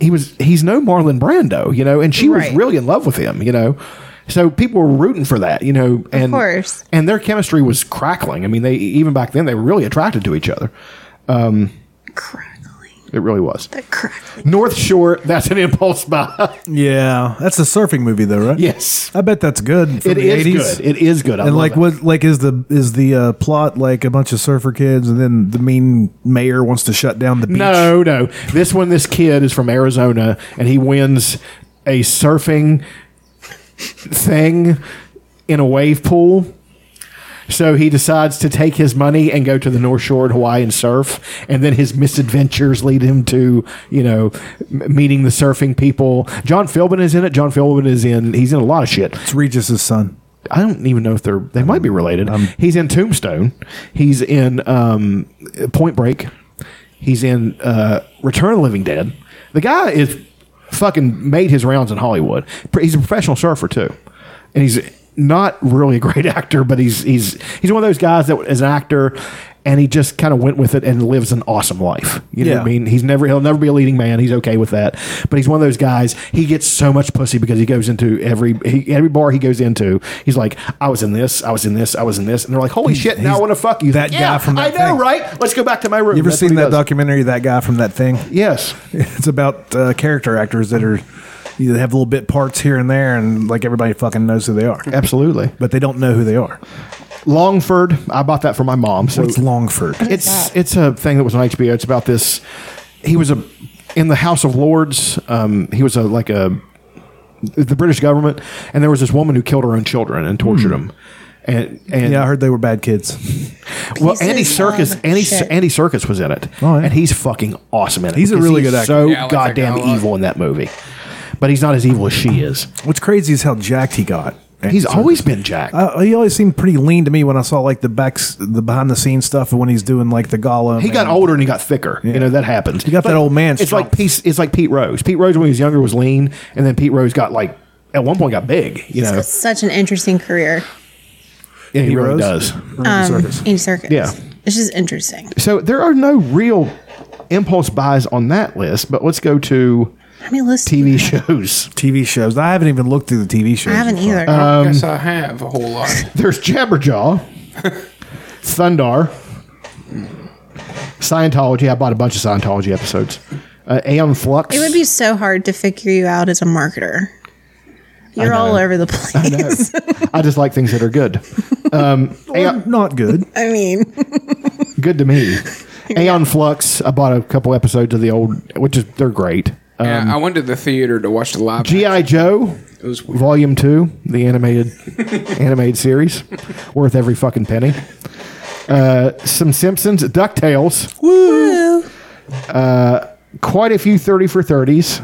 Speaker 3: he was he's no Marlon Brando, you know, and she
Speaker 1: Right.
Speaker 3: was really in love with him, you know. So people were rooting for that, you know, and
Speaker 1: course.
Speaker 3: and their chemistry was crackling. I mean, they even back then they were really attracted to each other. Um, crackling. It really was.
Speaker 1: That crackling.
Speaker 3: North Shore. That's an impulse buy.
Speaker 2: Yeah, that's a surfing movie though, right?
Speaker 3: Yes,
Speaker 2: I bet that's good. From
Speaker 3: It
Speaker 2: the
Speaker 3: is
Speaker 2: 80s.
Speaker 3: good. It is good. I
Speaker 2: and
Speaker 3: love
Speaker 2: like
Speaker 3: it.
Speaker 2: what, like is the is the uh, plot like a bunch of surfer kids, and then the mean mayor wants to shut down the beach?
Speaker 3: No, no. This one, this kid is from Arizona, and he wins a surfing thing in a wave pool. So he decides to take his money and go to the North Shore in Hawaii and surf, and then his misadventures lead him to, you know, m- meeting the surfing people. John Philbin is in it. John Philbin is in. He's in a lot of shit. It's
Speaker 2: Regis's son.
Speaker 3: I don't even know if they're they might be related. he's in Tombstone. He's in um, Point Break. He's in uh, Return of the Living Dead. The guy is fucking made his rounds in Hollywood. Pr- He's a professional surfer too, and he's not really a great actor, but he's he's he's one of those guys that is an actor, and he just kind of went with it and lives an awesome life. You know what I
Speaker 2: Yeah.
Speaker 3: mean? He's never he'll never be a leading man. He's okay with that. But he's one of those guys. He gets so much pussy because he goes into every he, every bar he goes into. He's like, I was in this, I was in this, I was in this, and they're like, Holy shit! Now I want to fuck you.
Speaker 2: That
Speaker 3: Like,
Speaker 2: guy
Speaker 3: "Yeah,
Speaker 2: from that
Speaker 3: I know,
Speaker 2: thing."
Speaker 3: right? Let's go back to my room.
Speaker 2: You ever
Speaker 3: That's
Speaker 2: seen
Speaker 3: what he
Speaker 2: that
Speaker 3: does.
Speaker 2: documentary, that guy from that thing?
Speaker 3: Yes.
Speaker 2: It's about uh, character actors that are you have little bit parts here and there, and like everybody fucking knows who they are.
Speaker 3: Absolutely,
Speaker 2: but they don't know who they are.
Speaker 3: Longford. I bought that for my mom. So
Speaker 2: What's Longford?
Speaker 3: It's it's a thing that was on HBO. It's about this. He was a in the House of Lords. Um, he was a like a the British government, and there was this woman who killed her own children and tortured them. And, and
Speaker 2: Hmm. yeah, I heard they were bad kids.
Speaker 3: Well,
Speaker 2: Pieces
Speaker 3: Andy Circus,
Speaker 2: of
Speaker 3: Andy
Speaker 2: shit.
Speaker 3: Andy Circus was in it,
Speaker 2: Oh, yeah.
Speaker 3: and he's fucking awesome in it.
Speaker 2: He's a
Speaker 3: because
Speaker 2: really good actor.
Speaker 3: So
Speaker 2: Yeah, I like that
Speaker 3: goddamn
Speaker 2: guy a lot.
Speaker 3: evil in that movie, but he's not as evil as she is.
Speaker 2: What's crazy is how jacked he got.
Speaker 3: He's always been jacked.
Speaker 2: Uh, he always seemed pretty lean to me when I saw like the backs, the behind the scenes stuff, and when he's doing like the Gollum.
Speaker 3: He got
Speaker 2: and-
Speaker 3: older and he got thicker. You know that happens. He got
Speaker 2: that old man
Speaker 3: It's like Pete, it's like Pete Rose. Pete Rose when he was younger was lean, and then Pete Rose got like at one point got big. You know,
Speaker 1: Such an interesting career.
Speaker 3: yeah, he
Speaker 2: Pete
Speaker 3: really
Speaker 2: Rose?
Speaker 3: does.
Speaker 1: Um, Andy Serkis.
Speaker 3: Yeah.
Speaker 1: It's just interesting.
Speaker 3: So there are no real impulse buys on that list, but let's go to
Speaker 1: How many lists?
Speaker 3: TV shows.
Speaker 2: TV shows. I haven't even looked through the TV shows.
Speaker 1: I haven't either.
Speaker 2: Uh,
Speaker 4: I
Speaker 3: Um,
Speaker 4: guess I have a whole lot.
Speaker 3: There's Jabberjaw, Thundar, Scientology. I bought a bunch of Scientology episodes. Uh, Aeon Flux.
Speaker 1: It would be so hard to figure you out as a marketer. You're all over the place. I,
Speaker 3: I just like things that are good. Um, Aeon,
Speaker 2: not good.
Speaker 1: mean,
Speaker 3: Good to me. Aeon Flux. I bought a couple episodes of the old, which is they're great.
Speaker 4: yeah, I went to the theater to watch the live.
Speaker 3: GI Joe, Volume Two, the animated animated series, worth every fucking penny. Uh, some Simpsons, Ducktales. Woo! Uh, quite a few thirty for thirties.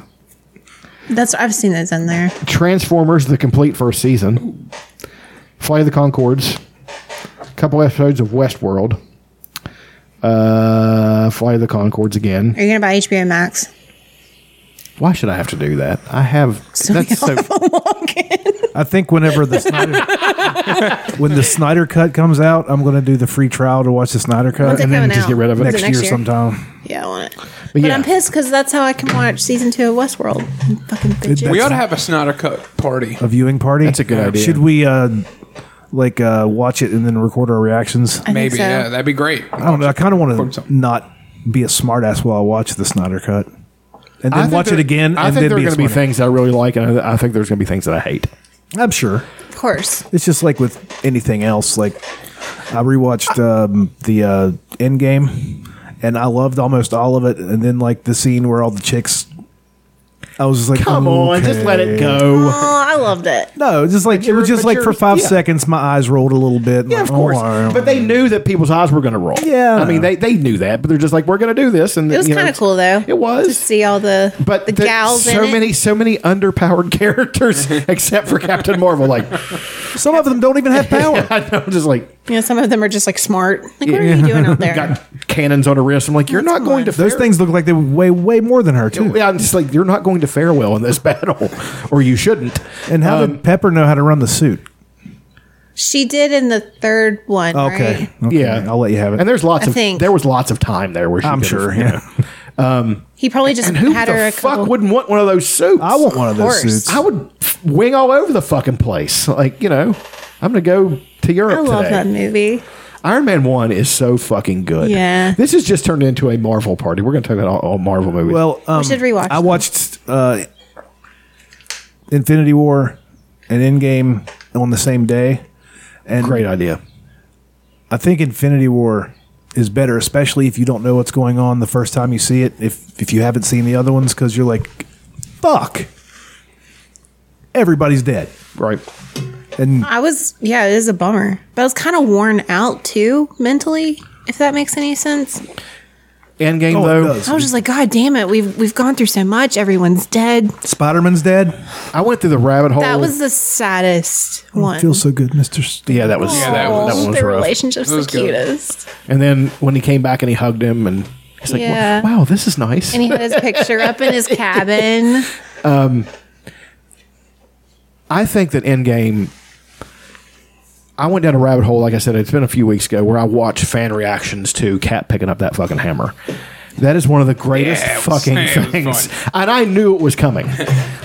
Speaker 1: That's I've seen those in there.
Speaker 3: Transformers, the complete first season. Flight of the Concords. A couple episodes of Westworld. Uh, Flight of the Concords again.
Speaker 1: Are you gonna buy HBO Max?
Speaker 3: Why should I have to do that? I have. that's so.
Speaker 2: Uh, I think whenever the Snyder, when the Snyder cut comes out, I'm going to do the free trial to watch the Snyder cut
Speaker 1: When's it
Speaker 2: and then
Speaker 1: coming
Speaker 2: just
Speaker 1: out?
Speaker 2: get rid of
Speaker 1: Is
Speaker 2: it
Speaker 1: it
Speaker 2: next,
Speaker 1: next
Speaker 2: year,
Speaker 1: year?
Speaker 2: sometime.
Speaker 1: Yeah, I want it. But,
Speaker 2: yeah.
Speaker 1: I'm pissed because that's how I can watch season two of Westworld. Fucking bitches.
Speaker 4: we ought to have a Snyder Cut party.
Speaker 2: A viewing party. That's a
Speaker 4: good idea.
Speaker 2: Should we uh, like uh, watch it and then record our reactions?
Speaker 4: Maybe yeah, that'd be great.
Speaker 2: I don't know. I kind of want to not be a smartass while I watch the Snyder cut, and
Speaker 3: I
Speaker 2: then
Speaker 3: think
Speaker 2: watch
Speaker 3: there-
Speaker 2: it again.
Speaker 3: I
Speaker 2: and
Speaker 3: think
Speaker 2: then
Speaker 3: there are
Speaker 2: be a
Speaker 3: going to be
Speaker 2: smartass.
Speaker 3: things I really like, and I I think there's going to be things that I hate.
Speaker 2: I'm sure.
Speaker 1: Of course.
Speaker 2: It's just like with anything else. Like I rewatched um, the uh, End Game, and I loved almost all of it. And then like the scene where all the chicks, I was just like,
Speaker 3: Come on, just let it
Speaker 1: Oh, I loved it.
Speaker 2: No, just like it was just like for five
Speaker 3: yeah.
Speaker 2: seconds, my eyes rolled a little bit. "Oh, Yeah,
Speaker 3: Of course, but they knew that people's eyes were going to roll.
Speaker 2: Yeah.
Speaker 3: I mean they, they knew that, but they're just like we're going to do this, and
Speaker 1: It was
Speaker 3: you know,
Speaker 1: kind of cool though. It
Speaker 3: was
Speaker 1: to see all the but the
Speaker 3: there-
Speaker 1: gals.
Speaker 3: so
Speaker 1: in it.
Speaker 3: many so many underpowered characters except for Captain Marvel. Like
Speaker 2: some of them don't even have power.
Speaker 3: I know, just like
Speaker 1: You know, some of them are just like smart. Like, what are you doing out there?
Speaker 3: Got cannons on her wrist. I'm like, you're not going to.
Speaker 2: Those things look like they weigh way more than her too.
Speaker 3: Yeah, I'm just like you're not going to fare well in this battle, or you shouldn't. Um,
Speaker 2: And how did Pepper know how to run the suit?
Speaker 1: She did in the third one.
Speaker 2: Okay.
Speaker 1: Right?
Speaker 2: okay, yeah, I'll let you have it.
Speaker 3: And there's lots
Speaker 1: I
Speaker 3: of
Speaker 1: think.
Speaker 3: there was lots of time there where she
Speaker 2: I'm
Speaker 3: could've,
Speaker 2: sure,
Speaker 3: you know. Um,
Speaker 1: He probably just
Speaker 3: and who
Speaker 1: had
Speaker 3: the
Speaker 1: her a
Speaker 3: fuck
Speaker 1: couple.
Speaker 3: wouldn't want one of those suits? I want
Speaker 2: one of those Of course. suits.
Speaker 3: I would f- wing all over the fucking place. Like you know, I'm gonna go to Europe.
Speaker 1: I love
Speaker 3: today.
Speaker 1: that movie.
Speaker 3: Iron Man One is so fucking good.
Speaker 1: Yeah.
Speaker 3: this has just turned into a Marvel party. We're gonna talk about all, all Marvel movies.
Speaker 2: Well, um,
Speaker 1: should rewatch
Speaker 2: I
Speaker 1: them.
Speaker 2: watched uh, Infinity War and Endgame on the same day. And
Speaker 3: great idea.
Speaker 2: I think Infinity War is better, especially if you don't know what's going on the first time you see it. If if you haven't seen the other ones, because you're like, fuck, everybody's dead.
Speaker 3: Right.
Speaker 2: And
Speaker 1: I was, yeah, it is a bummer. But I was kind of worn out too, mentally, if that makes any sense.
Speaker 3: Endgame
Speaker 2: Oh, it
Speaker 3: though.
Speaker 2: does.
Speaker 1: I was just like, God damn it, we've we've gone through so much. Everyone's dead.
Speaker 2: Spider Man's dead.
Speaker 3: I went through the rabbit hole.
Speaker 1: That was the saddest one.
Speaker 2: Feels so good, Mister.
Speaker 3: yeah, that was
Speaker 1: Aw,
Speaker 3: that, one- that one was
Speaker 1: their
Speaker 3: rough.
Speaker 1: relationship's the cutest.
Speaker 3: And then when he came back and he hugged him and it's like,
Speaker 1: Yeah.
Speaker 3: wow, wow, this is nice.
Speaker 1: And he had his picture up in his cabin.
Speaker 3: Um, I think that Endgame. I went down a rabbit hole, like I said, it's been a few weeks ago, where I watched fan reactions to Cat picking up that fucking hammer. That is one of the greatest
Speaker 4: Yeah, it was-
Speaker 3: fucking
Speaker 4: it was
Speaker 3: things.
Speaker 4: fun.
Speaker 3: And I knew it was coming.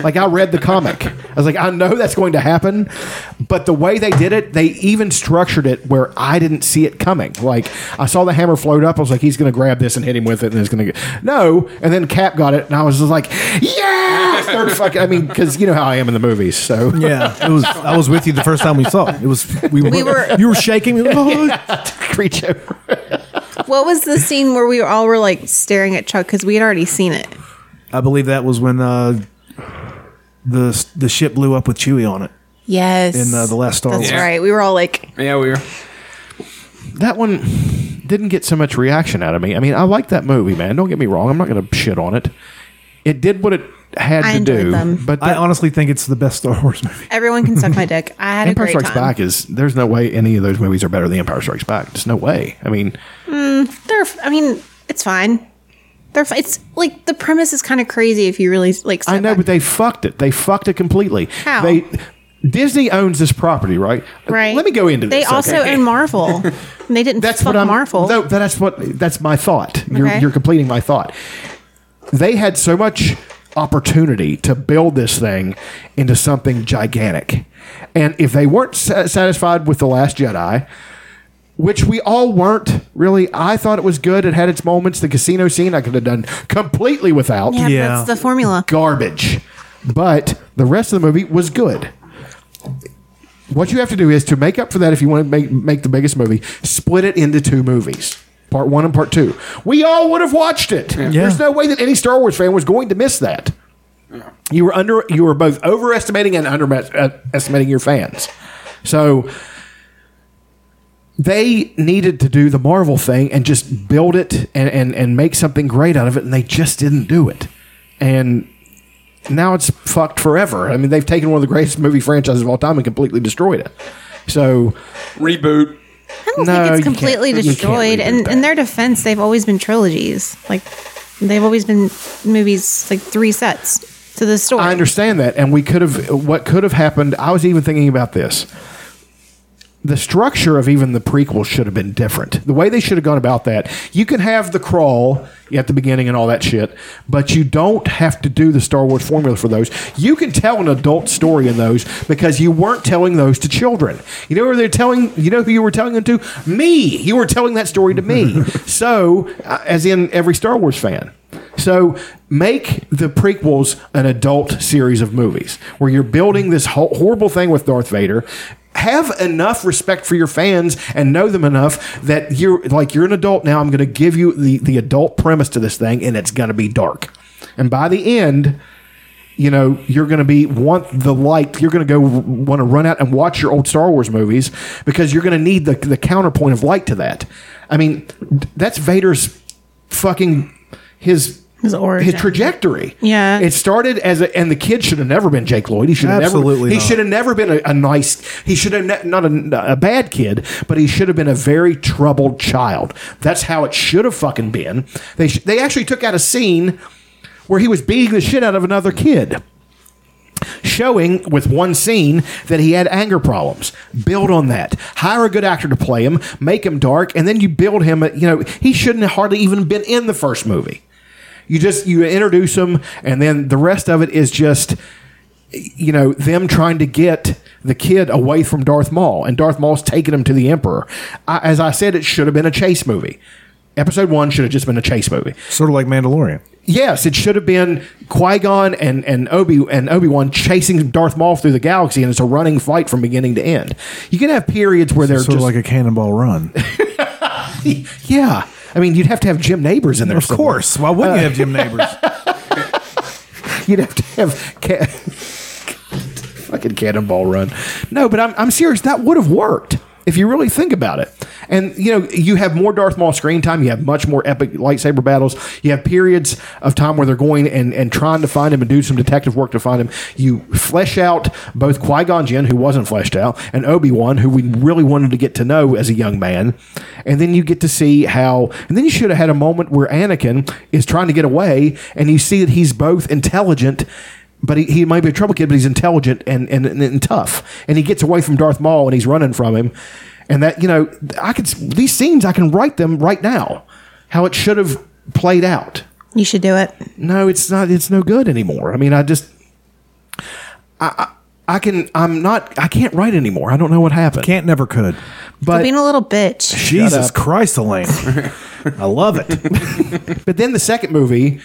Speaker 3: like, I read the comic. I was like, I know that's going to happen. But the way they did it, they even structured it where I didn't see it coming. Like, I saw the hammer float up. I was like, he's going to grab this and hit him with it. And it's going to go, no. And then Cap got it. And I was just like, yeah. Started fucking, I mean, because you know how I am in the movies. So,
Speaker 2: Yeah, it was. I was with you the first time we saw it. It was we were,
Speaker 1: We were-
Speaker 2: you were shaking. We were, "Oh."
Speaker 3: Reach over.
Speaker 1: What was the scene where we all were like staring at Chuck because we had already seen it?
Speaker 2: I believe that was when uh, the the ship blew up with Chewie on it.
Speaker 1: Yes.
Speaker 2: In, uh, the last Star
Speaker 1: That's
Speaker 2: Wars.
Speaker 1: right. We were all like,
Speaker 4: Yeah, we were.
Speaker 3: that one didn't get so much reaction out of me. I mean, I like that movie, man. Don't get me wrong. I'm not going to shit on it. It did what it had
Speaker 1: I
Speaker 3: to
Speaker 1: enjoyed
Speaker 3: do.
Speaker 1: them.
Speaker 3: But
Speaker 2: I honestly think it's the best Star Wars movie.
Speaker 1: everyone can suck my dick. I had
Speaker 3: Empire
Speaker 1: a great
Speaker 3: Strikes
Speaker 1: time.
Speaker 3: Back is there's no way any of those movies are better than Empire Strikes Back. There's no way. I mean,
Speaker 1: Mm, they're. f- I mean, it's fine. They're. f- It's like the premise is kind of crazy if you really like.
Speaker 3: I know, but they fucked it. They fucked it completely.
Speaker 1: How?
Speaker 3: They Disney owns this property, right?
Speaker 1: Right.
Speaker 3: Let me go into
Speaker 1: They
Speaker 3: this.
Speaker 1: also
Speaker 3: okay?
Speaker 1: own Marvel. and they didn't. That's fuck
Speaker 3: what I'm-
Speaker 1: Marvel.
Speaker 3: No, that's what that's my thought. You're
Speaker 1: Okay.
Speaker 3: you're completing my thought. They had so much opportunity to build this thing into something gigantic, and if they weren't sa- satisfied with the Last Jedi. Which we all weren't really. I thought it was good. It had its moments. The casino scene I could have done completely without.
Speaker 1: Yeah, Yeah. that's the formula.
Speaker 3: Garbage. But the rest of the movie was good what you have to do is to make up for that if you want to make make the biggest movie split it into two movies Part one and part two. We all would have watched it. There's no way that any Star Wars fan was going to miss that. You were under. You were both overestimating and underestimating your fans. So they needed to do the Marvel thing and just build it and, and, and make something great out of it, and they just didn't do it. And now it's fucked forever. I mean, they've taken one of the greatest movie franchises of all time and completely destroyed it. So
Speaker 4: reboot.
Speaker 1: I don't think it's completely destroyed. And in their defense, they've always been trilogies. Like they've always been movies, like three sets to the story.
Speaker 3: I understand that, and we could have. What could have happened? I was even thinking about this. The structure of even the prequel should have been different. The way they should have gone about that, you can have the crawl at the beginning and all that shit, but you don't have to do the Star Wars formula for those. You can tell an adult story in those because you weren't telling those to children. You know who they're telling? You know who you were telling them to? Me. You were telling that story to me. so, uh, as in every Star Wars fan. So make the prequels an adult series of movies where you're building this ho- horrible thing with Darth Vader. Have enough respect for your fans and know them enough that you're like you're an adult now. I'm going to give you the the adult premise to this thing, and it's going to be dark. And by the end, you know you're going to be want the light you're going to go want to run out and watch your old star wars movies because you're going to need the, the counterpoint of light to that i mean that's vader's fucking his his,
Speaker 1: origin.
Speaker 3: trajectory
Speaker 1: Yeah.
Speaker 3: it started as a and the kid should have never been jake lloyd he should have
Speaker 2: Absolutely
Speaker 3: never, he
Speaker 2: not.
Speaker 3: should have never been a, a nice he should have ne- not a, a bad kid but he should have been a very troubled child that's how it should have fucking been they sh- they actually took out a scene where he was beating the shit out of another kid showing with one scene that he had anger problems. Build on that. Hire a good actor to play him, make him dark, and then you build him. You know, he shouldn't have hardly even been in the first movie. You just you introduce him, and then the rest of it is just you know them trying to get the kid away from Darth Maul, and Darth Maul's taking him to the Emperor. I, as I said, it should have been a chase movie. Episode one should have just been a chase movie.
Speaker 2: Sort of like Mandalorian.
Speaker 3: Yes, it should have been Qui Gon and and Obi and Obi Wan chasing Darth Maul through the galaxy, and it's a running fight from beginning to end. You can have periods where they're
Speaker 2: Sort of
Speaker 3: just
Speaker 2: like a cannonball run.
Speaker 3: yeah. I mean, you'd have to have Jim Neighbors in there.
Speaker 2: Of course. Why wouldn't you have Jim Neighbors?
Speaker 3: you'd have to have ca- fucking Cannonball Run. No, but I'm, I'm serious. That would have worked if you really think about it. And you know, you have more Darth Maul screen time. You have much more epic lightsaber battles. You have periods of time where they're going and, and trying to find him and do some detective work to find him. You flesh out both Qui Gon Jinn, who wasn't fleshed out, and Obi Wan, who we really wanted to get to know as a young man. And then you get to see how. And then you should have had a moment where Anakin is trying to get away, and you see that he's both intelligent but he, he might be a trouble kid, but he's intelligent and, and, and, and tough. And he gets away from Darth Maul and he's running from him. And that, you know, I could, s- these scenes, I can write them right now, how it should have played out.
Speaker 1: You should do it.
Speaker 3: No, it's not, it's no good anymore. I mean, I just, I, I, I can, I'm not, I can't write anymore. I don't know what happened.
Speaker 2: Can't, never could.
Speaker 1: But being a little bitch.
Speaker 2: Jesus Christ, Elaine. I love it.
Speaker 3: but then the second movie,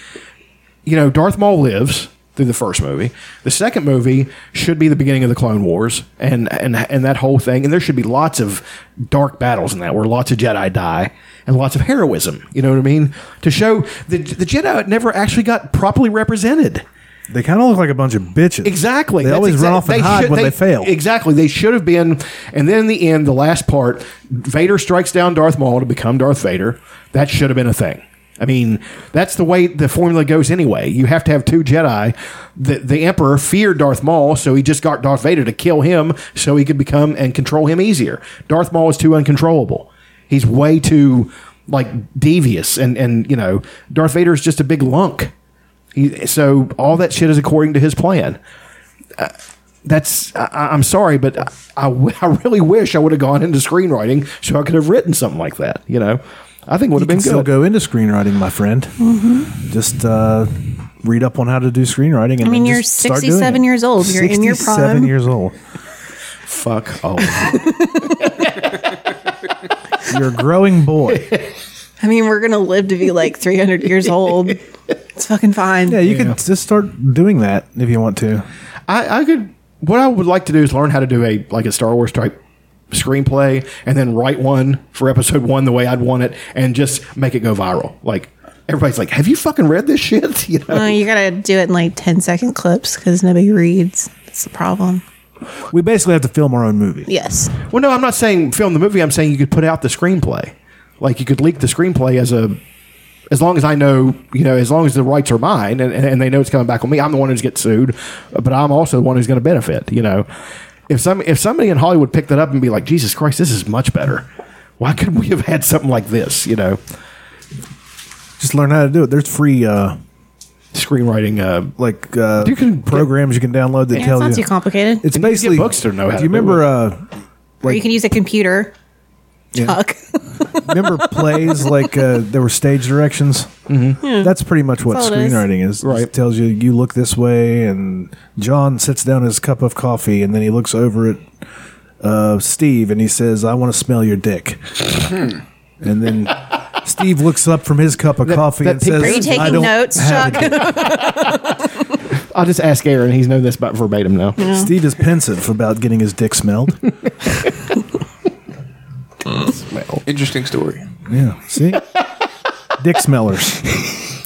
Speaker 3: you know, Darth Maul lives through the first movie. The second movie should be the beginning of the Clone Wars and and and that whole thing. And there should be lots of dark battles in that, where lots of Jedi die and lots of heroism. You know what I mean? To show the the Jedi never actually got properly represented.
Speaker 2: They kind of look like a bunch of bitches.
Speaker 3: Exactly.
Speaker 2: They
Speaker 3: That's
Speaker 2: always run
Speaker 3: exact-
Speaker 2: off and hide
Speaker 3: should-
Speaker 2: when they fail.
Speaker 3: Exactly. They should have been. And then in the end, the last part, Vader strikes down Darth Maul to become Darth Vader. That should have been a thing. I mean, that's the way the formula goes anyway. You have to have two Jedi. The, the Emperor feared Darth Maul, so he just got Darth Vader to kill him so he could become and control him easier. Darth Maul is too uncontrollable. He's way too like devious and and you know, Darth Vader is just a big lunk. He, so all that shit is according to his plan that's I- I, I'm sorry, but I, I w- I really wish I would have gone into screenwriting so I could have written something like that. You know, I think would
Speaker 2: You
Speaker 3: have
Speaker 2: can
Speaker 3: been
Speaker 2: still
Speaker 3: good.
Speaker 2: go into screenwriting, my friend. Just uh, read up on how to do screenwriting. And
Speaker 1: Mm-hmm. I mean,
Speaker 2: then
Speaker 1: you're
Speaker 2: just start
Speaker 1: 67
Speaker 2: doing it.
Speaker 1: years old. You're in your
Speaker 2: 67
Speaker 1: prime.
Speaker 2: years old.
Speaker 3: Fuck. Oh,
Speaker 2: You're a growing boy.
Speaker 1: I mean, we're gonna live to be like 300 years old. It's fucking fine.
Speaker 2: Yeah, you can just start doing that if you want to.
Speaker 3: I, I could. What I would like to do is learn how to do a like a Star Wars type screenplay and then write one for episode one the way I'd want it and just make it go viral. Like everybody's like, "Have you fucking read this shit?" You know?
Speaker 1: Well, Uh, you gotta do it in like 10 second clips because nobody reads. That's the problem.
Speaker 3: we basically have to film our own movie.
Speaker 1: Yes.
Speaker 3: Well, no, I'm not saying film the movie. I'm saying you could put out the screenplay. Like you could leak the screenplay as a, as long as I know, you know, as long as the rights are mine and, and, and they know it's coming back on me, I'm the one who's gets sued, but I'm also the one who's going to benefit. You know, if some if somebody in Hollywood picked that up and be like, Jesus Christ, this is much better. Why couldn't we have had something like this? You know,
Speaker 2: Just learn how to do it. There's free uh,
Speaker 3: screenwriting, uh,
Speaker 2: like uh, you can programs you can download that
Speaker 1: Yeah,
Speaker 2: tell
Speaker 1: it's not
Speaker 2: you.
Speaker 1: too complicated.
Speaker 2: It's basically books to
Speaker 3: know how to
Speaker 2: Do you
Speaker 3: do
Speaker 2: remember? Uh,
Speaker 1: or you can use a computer.
Speaker 2: yeah.
Speaker 1: Chuck.
Speaker 2: remember plays like uh, there were stage directions. Mm-hmm.
Speaker 1: Yeah.
Speaker 2: That's pretty much what
Speaker 1: That's all it is.
Speaker 2: screenwriting is. Right, tells you you look this way, and John sits down his cup of coffee, and then he looks over at uh, Steve, and he says, "I want to smell your dick," and then. Steve looks up from his cup of coffee
Speaker 3: that
Speaker 2: and
Speaker 3: pic-
Speaker 2: says,
Speaker 1: Are you
Speaker 2: "I
Speaker 1: taking
Speaker 2: don't
Speaker 1: notes,
Speaker 2: have
Speaker 1: Chuck?
Speaker 2: a dick."
Speaker 3: I'll just ask Aaron. He's known this about verbatim now.
Speaker 2: Steve is pensive about getting his dick smelled.
Speaker 4: Interesting story.
Speaker 2: Yeah, see? dick smellers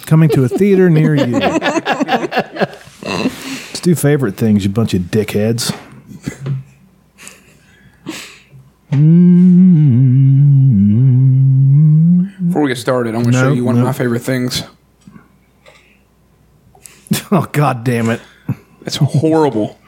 Speaker 2: coming to a theater near you. Let's do favorite things, you bunch of dickheads.
Speaker 4: Before we get started, I'm going to show
Speaker 2: No,
Speaker 4: you one
Speaker 2: no.
Speaker 4: of my favorite things.
Speaker 2: Oh, god damn it.
Speaker 4: That's horrible.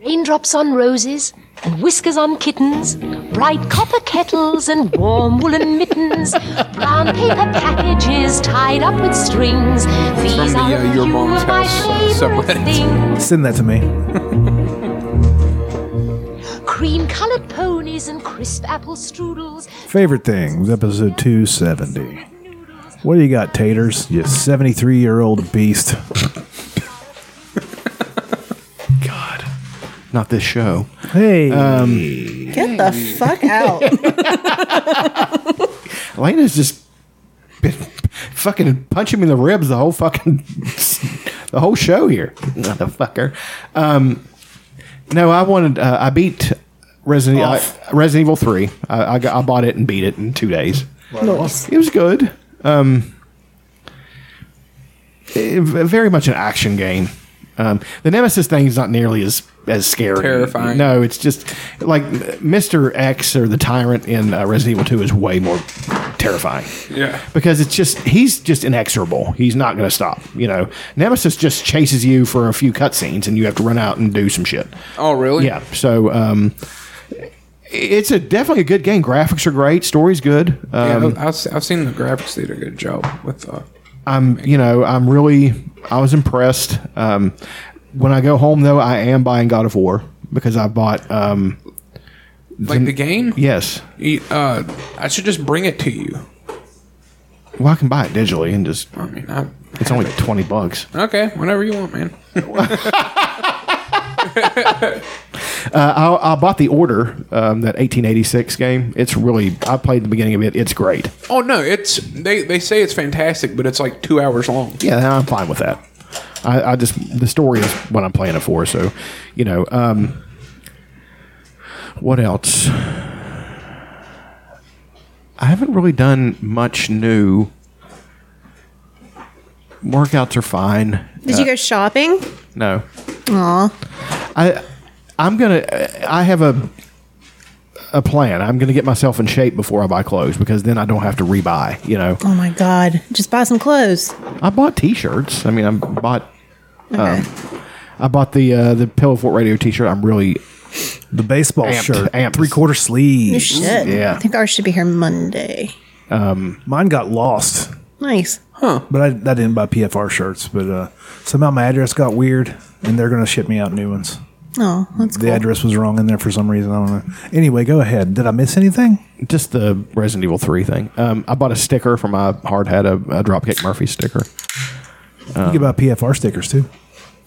Speaker 12: Raindrops on roses and whiskers on kittens, bright copper kettles and warm woolen mittens, brown paper packages tied up with strings. These
Speaker 4: From
Speaker 12: are
Speaker 4: the uh, Your Mom's House subreddit.
Speaker 2: Send that to me.
Speaker 12: cream colored ponies and crisp apple strudels.
Speaker 2: Favorite things, episode 270. What do you got, Taters? You 73 year old beast.
Speaker 3: Not this show.
Speaker 2: Hey. Um,
Speaker 1: Get the fuck out.
Speaker 3: Elena's just been fucking punching me in the ribs the whole fucking the whole show here, motherfucker. Um, no, I wanted. Uh, I beat Resident I, Resident Evil Three. I, I, got, I bought it and beat it in two days.
Speaker 1: Nice.
Speaker 3: It was good. Um, it- very much an action game. Um, the Nemesis thing is not nearly as as scary.
Speaker 4: Terrifying.
Speaker 3: No, Oh, it's just like Mr. X or the Tyrant in uh, Resident Evil 2 is way more terrifying
Speaker 4: Yeah.
Speaker 3: because it's just he's just inexorable. He's not going to stop. You know, Nemesis just chases you for a few cutscenes, and you have to run out and do some shit.
Speaker 4: Oh, really?
Speaker 3: Yeah. So, um, it's a definitely a good game. Graphics are great. Story's good. Um,
Speaker 4: yeah, I've, I've seen the graphics they did a good job with. Uh,
Speaker 3: I'm, you know, I'm really, I was impressed. Um, when I go home though, I am buying God of War because I bought, um,
Speaker 4: like the game?
Speaker 3: Yes.
Speaker 4: You- Uh, I should just bring it to you.
Speaker 3: Well, I can buy it digitally and just.
Speaker 4: I mean, I,
Speaker 3: It's only twenty bucks.
Speaker 4: Okay, whenever you want, man.
Speaker 3: Uh, I, I bought the Order, um, that 1886 game. It's really. I played the beginning of it. It's great.
Speaker 4: Oh no, it's they they say it's fantastic, but it's like two hours long.
Speaker 3: Yeah, I'm fine with that. I, I just the story is what I'm playing it for. So, you know, um, what else? I haven't really done much new. Workouts are fine.
Speaker 1: Did you go shopping?
Speaker 3: No,
Speaker 1: Aw.
Speaker 3: I I'm gonna. I have a a plan. I'm gonna get myself in shape before I buy clothes because then I don't have to rebuy. You know.
Speaker 1: Oh my God. Just buy some clothes.
Speaker 3: I bought T-shirts. I mean, I bought. Um, I bought the uh, the Pillow Fort Radio T-shirt. I'm really
Speaker 2: the baseball shirt,
Speaker 3: three
Speaker 2: quarter sleeve.
Speaker 1: You should. I
Speaker 3: Yeah.
Speaker 1: think ours should be here Monday.
Speaker 2: Um, Mine got lost,
Speaker 1: Nice.
Speaker 4: huh?
Speaker 2: But I, I didn't buy PFR shirts. But uh, somehow my address got weird, and they're going to ship me out new ones.
Speaker 1: Oh, that's
Speaker 2: the
Speaker 1: cool.
Speaker 2: address was wrong in there for some reason. I don't know. Anyway, go ahead. Did I miss anything?
Speaker 3: Just the Resident Evil Three thing. Um, I bought a sticker for my hard hat, a, a Dropkick Murphy sticker.
Speaker 2: you can buy PFR stickers too.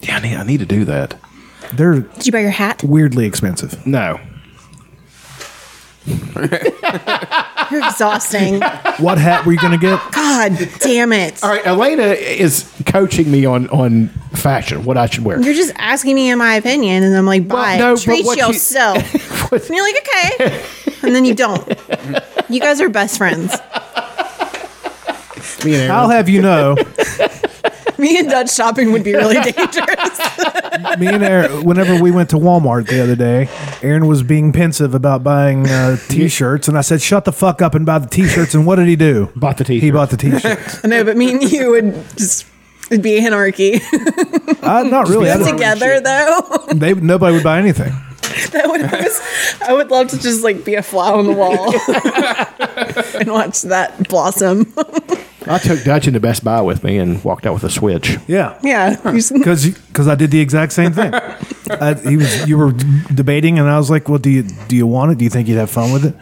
Speaker 3: Yeah, I need, I need to do that.
Speaker 2: They're
Speaker 1: Did you buy your hat?
Speaker 2: weirdly expensive.
Speaker 3: No.
Speaker 1: You're exhausting.
Speaker 3: What hat were you going to get?
Speaker 1: God damn it.
Speaker 3: All right, Elena is coaching me on on fashion, what I should wear.
Speaker 1: You're just asking me in my opinion, and I'm like, bye.
Speaker 3: no, but
Speaker 1: Treat
Speaker 3: what you-
Speaker 1: yourself. and you're like, okay. And then you don't. You guys are best friends.
Speaker 2: I'll have you know,
Speaker 1: Me and Dutch shopping would be really dangerous.
Speaker 2: me and Aaron, whenever we went to Walmart the other day, Aaron was being pensive about buying uh, t-shirts, and I said, "Shut the fuck up and buy the t-shirts." And what did he do?
Speaker 3: Bought the t.
Speaker 2: He bought the t-shirt.
Speaker 1: I know, but me and you would just it'd be anarchy.
Speaker 2: Uh, not really. I
Speaker 1: But
Speaker 2: don't-
Speaker 1: together though.
Speaker 2: They nobody would buy anything.
Speaker 1: That would I, was, I would love to just like be a fly on the wall and watch that blossom.
Speaker 3: I took Dutch into Best Buy with me and walked out with a switch.
Speaker 2: Yeah.
Speaker 1: Yeah.
Speaker 2: Because because I did the exact same thing. I, he was you were debating, and I was like, "Well, do you do you want it? Do you think you'd have fun with it?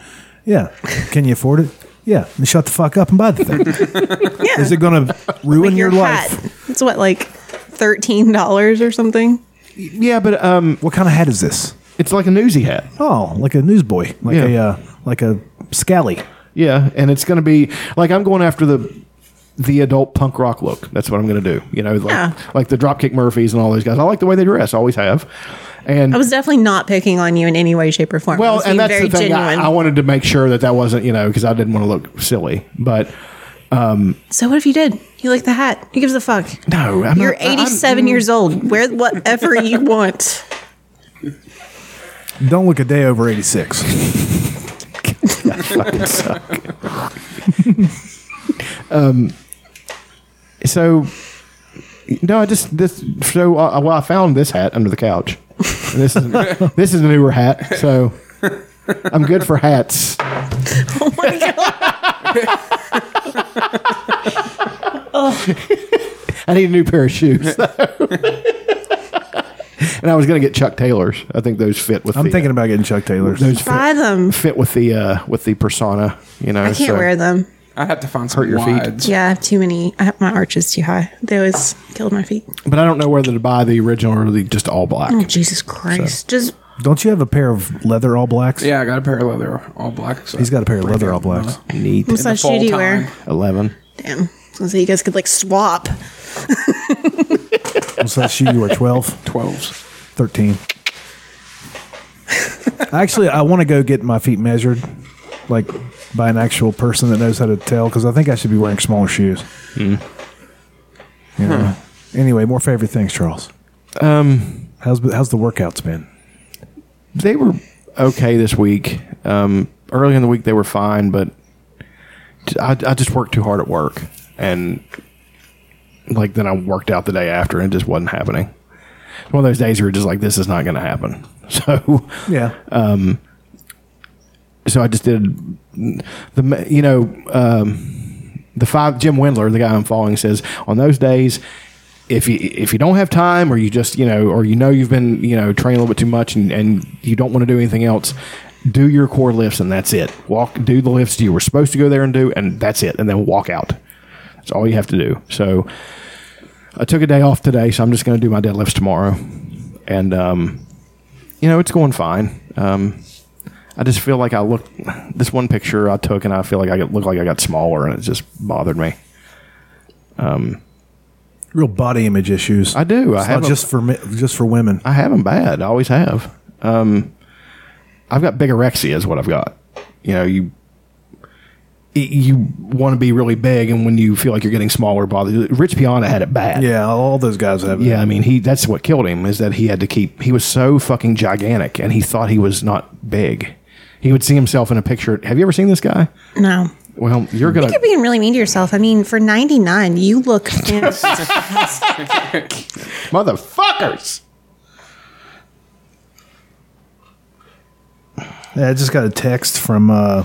Speaker 2: Yeah. Can you afford it? Yeah. Then shut the fuck up and buy the thing. Is it going to ruin your, life?
Speaker 1: Hat. It's what like thirteen dollars or something.
Speaker 3: Yeah, but um,
Speaker 2: what kind of hat is this?
Speaker 3: It's like a newsy hat.
Speaker 2: Oh, like a newsboy, like a uh, like a scally.
Speaker 3: Yeah, and it's going to be like I'm going after the the adult punk rock look. That's what I'm going to do. You know, like
Speaker 1: Yeah.
Speaker 3: like the Dropkick Murphys and all those guys. I like the way they dress. I always have. And
Speaker 1: I was definitely not picking on you in any way, shape, or form. I
Speaker 3: Well,
Speaker 1: was
Speaker 3: and
Speaker 1: being
Speaker 3: that's
Speaker 1: very
Speaker 3: the thing. I,
Speaker 1: genuine.
Speaker 3: I wanted to make sure that that wasn't, you know, because I didn't want to look silly. But um,
Speaker 1: so what if you did? You like the hat? Who gives a fuck?
Speaker 3: no, I'm
Speaker 1: You're
Speaker 3: not, I- I'm- mm.
Speaker 1: 87 years old. Wear whatever you want.
Speaker 2: Don't look a day over eighty six.
Speaker 3: fucking suck. um, so no, I just this. So uh, well, I found this hat under the couch. And this is this is a newer hat. So I'm good for hats.
Speaker 1: Oh my god. oh,
Speaker 3: I need a new pair of shoes. and I was going to get Chuck Taylors. I think those fit with.
Speaker 2: I'm
Speaker 3: the,
Speaker 2: thinking about getting Chuck Taylors.
Speaker 3: Those fit,
Speaker 1: buy them.
Speaker 3: fit with the uh, with the persona. You know,
Speaker 1: I can't wear them.
Speaker 4: I have to find some
Speaker 3: Hurt your feet.
Speaker 4: wides.
Speaker 1: Yeah, I have too many. I have, my arch is too high. They always killed my feet.
Speaker 3: But I don't know whether to buy the original or the just all black.
Speaker 1: Oh Jesus Christ! Just
Speaker 2: Don't you have a pair of leather all blacks?
Speaker 4: Yeah, I got a pair of leather all black. So
Speaker 2: He's got a pair of leather all blacks.
Speaker 3: Neat.
Speaker 1: What size shoe do you wear?
Speaker 3: Eleven.
Speaker 1: damn. So you guys could like swap.
Speaker 2: What's that shoe you were? 12?
Speaker 4: 12s.
Speaker 2: 13. Actually, I want to go get my feet measured, like by an actual person that knows how to tell, because I think I should be wearing smaller shoes.
Speaker 3: Hmm.
Speaker 2: You know? Anyway, more favorite things, Charles.
Speaker 3: Um,
Speaker 2: how's how's the workouts been?
Speaker 3: They were okay this week. Um, early in the week they were fine, but I, I just worked too hard at work, and like then I worked out the day after, and it just wasn't happening. It's One of those days where you're just like, this is not going to happen. So
Speaker 2: Yeah.
Speaker 3: um, so I just did the you know um, the five Jim Wendler, the guy I'm following, says on those days. If you if you don't have time, or you just you know, or you know you've been you know training a little bit too much, and, and you don't want to do anything else, do your core lifts and that's it. Walk, do the lifts you were supposed to go there and do, and that's it, and then walk out. That's all you have to do. So I took a day off today, so I'm just going to do my deadlifts tomorrow, and um, you know it's going fine. Um, I just feel like I look this one picture I took, and I feel like I look like I got smaller, and it just bothered me. Um,
Speaker 2: Real body image issues. I
Speaker 3: do. I
Speaker 2: It's
Speaker 3: have
Speaker 2: not
Speaker 3: a-
Speaker 2: just for mi- just for women.
Speaker 3: I have them bad. I always have. Um, I've got bigorexia is what I've got. You know, you y- you want to be really big, and when you feel like you're getting smaller, it bothers. you. Rich Piana had it bad.
Speaker 2: Yeah, all those guys have.
Speaker 3: Yeah, I mean, he that's what killed him is that he had to keep. He was so fucking gigantic, and he thought he was not big. He would see himself in a picture. Have you ever seen this guy?
Speaker 1: No.
Speaker 3: Well, you're
Speaker 1: I
Speaker 3: gonna.
Speaker 1: think you're being really mean to yourself. I mean, for 99, you look fantastic.
Speaker 3: Motherfuckers.
Speaker 2: Yeah, I just got a text from uh,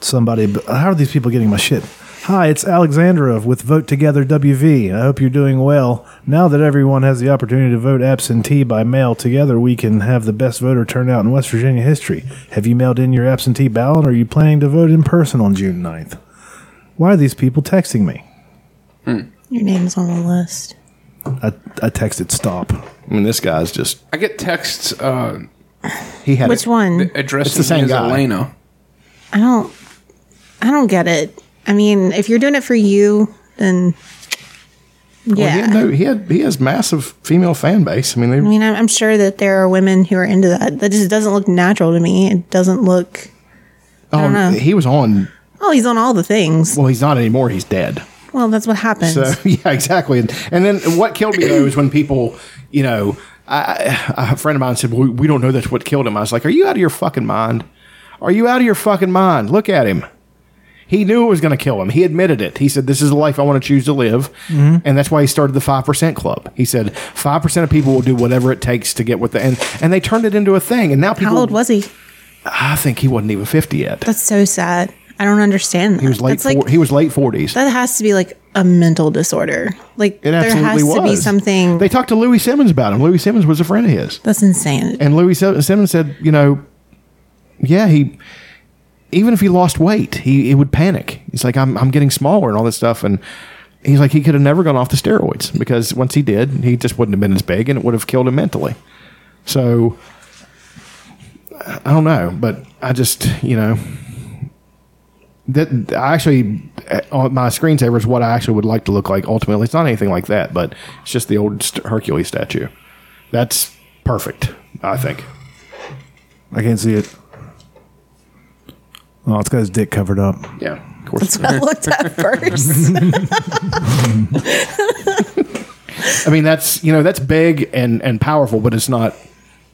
Speaker 2: somebody. but How are these people getting my shit? Hi, it's Alexandra with Vote Together WV. I hope you're doing well. Now that everyone has the opportunity to vote absentee by mail, together we can have the best voter turnout in West Virginia history. Have you mailed in your absentee ballot or are you planning to vote in person on June 9th? Why are these people texting me?
Speaker 1: Your name's on the list.
Speaker 2: I, I texted stop.
Speaker 3: I mean, this guy's just.
Speaker 4: I get texts. Uh,
Speaker 3: He had
Speaker 1: Which one?
Speaker 4: Addressing
Speaker 1: Hmm? It's the same
Speaker 4: me as
Speaker 1: guy.
Speaker 4: Elena.
Speaker 1: I don't. I don't get it. I mean, if you're doing it for you, then
Speaker 3: Well, he,
Speaker 1: yeah.
Speaker 3: had no, he had he has massive female fan base. I mean, they,
Speaker 1: I mean, I'm, I'm sure that there are women who are into that. That just doesn't look natural to me. It doesn't look. I don't
Speaker 3: oh,
Speaker 1: know.
Speaker 3: he was on.
Speaker 1: Oh, he's on all the things.
Speaker 3: Well, he's not anymore. He's dead.
Speaker 1: Well, that's what happens.
Speaker 3: So yeah, exactly. And, and then what killed me though is when people, you know, I, I, a friend of mine said, well, "We don't know that's what killed him." I was like, "Are you out of your fucking mind? Are you out of your fucking mind? Look at him." He knew it was going to kill him. He admitted it. He said, "This is the life I want to choose to live,"
Speaker 1: Mm-hmm.
Speaker 13: Mhm.
Speaker 3: and that's why he started the five percent club. He said, 5 percent of people will do whatever it takes to get what the and and they turned it into a thing." And now people.
Speaker 1: How old was he?
Speaker 3: I think he wasn't even fifty yet.
Speaker 1: That's so sad. I don't understand that.
Speaker 3: He was late.
Speaker 1: That's like
Speaker 3: four- he was late forties.
Speaker 1: that has to be like a mental disorder. Like
Speaker 3: It
Speaker 1: there
Speaker 3: absolutely
Speaker 1: has
Speaker 3: was.
Speaker 1: to be something.
Speaker 3: They talked to Louis Simmons about him. Louis Simmons was a friend of his.
Speaker 1: That's insane.
Speaker 3: And Louis Sim- Simmons said, you know, yeah, he even if he lost weight, he, he would panic. He's like, I'm I'm getting smaller and all this stuff. And he's like, he could have never gone off the steroids because once he did, he just wouldn't have been as big and it would have killed him mentally. So I don't know, but I just you know that I actually uh, on my screensaver is what I actually would like to look like ultimately. It's not anything like that, but it's just the old st- Hercules statue. That's perfect, I think.
Speaker 2: I can't see it. Oh, it's got his dick covered up.
Speaker 3: Yeah, of
Speaker 1: That's what I looked at first.
Speaker 3: I mean, that's you know that's big and and powerful, but it's not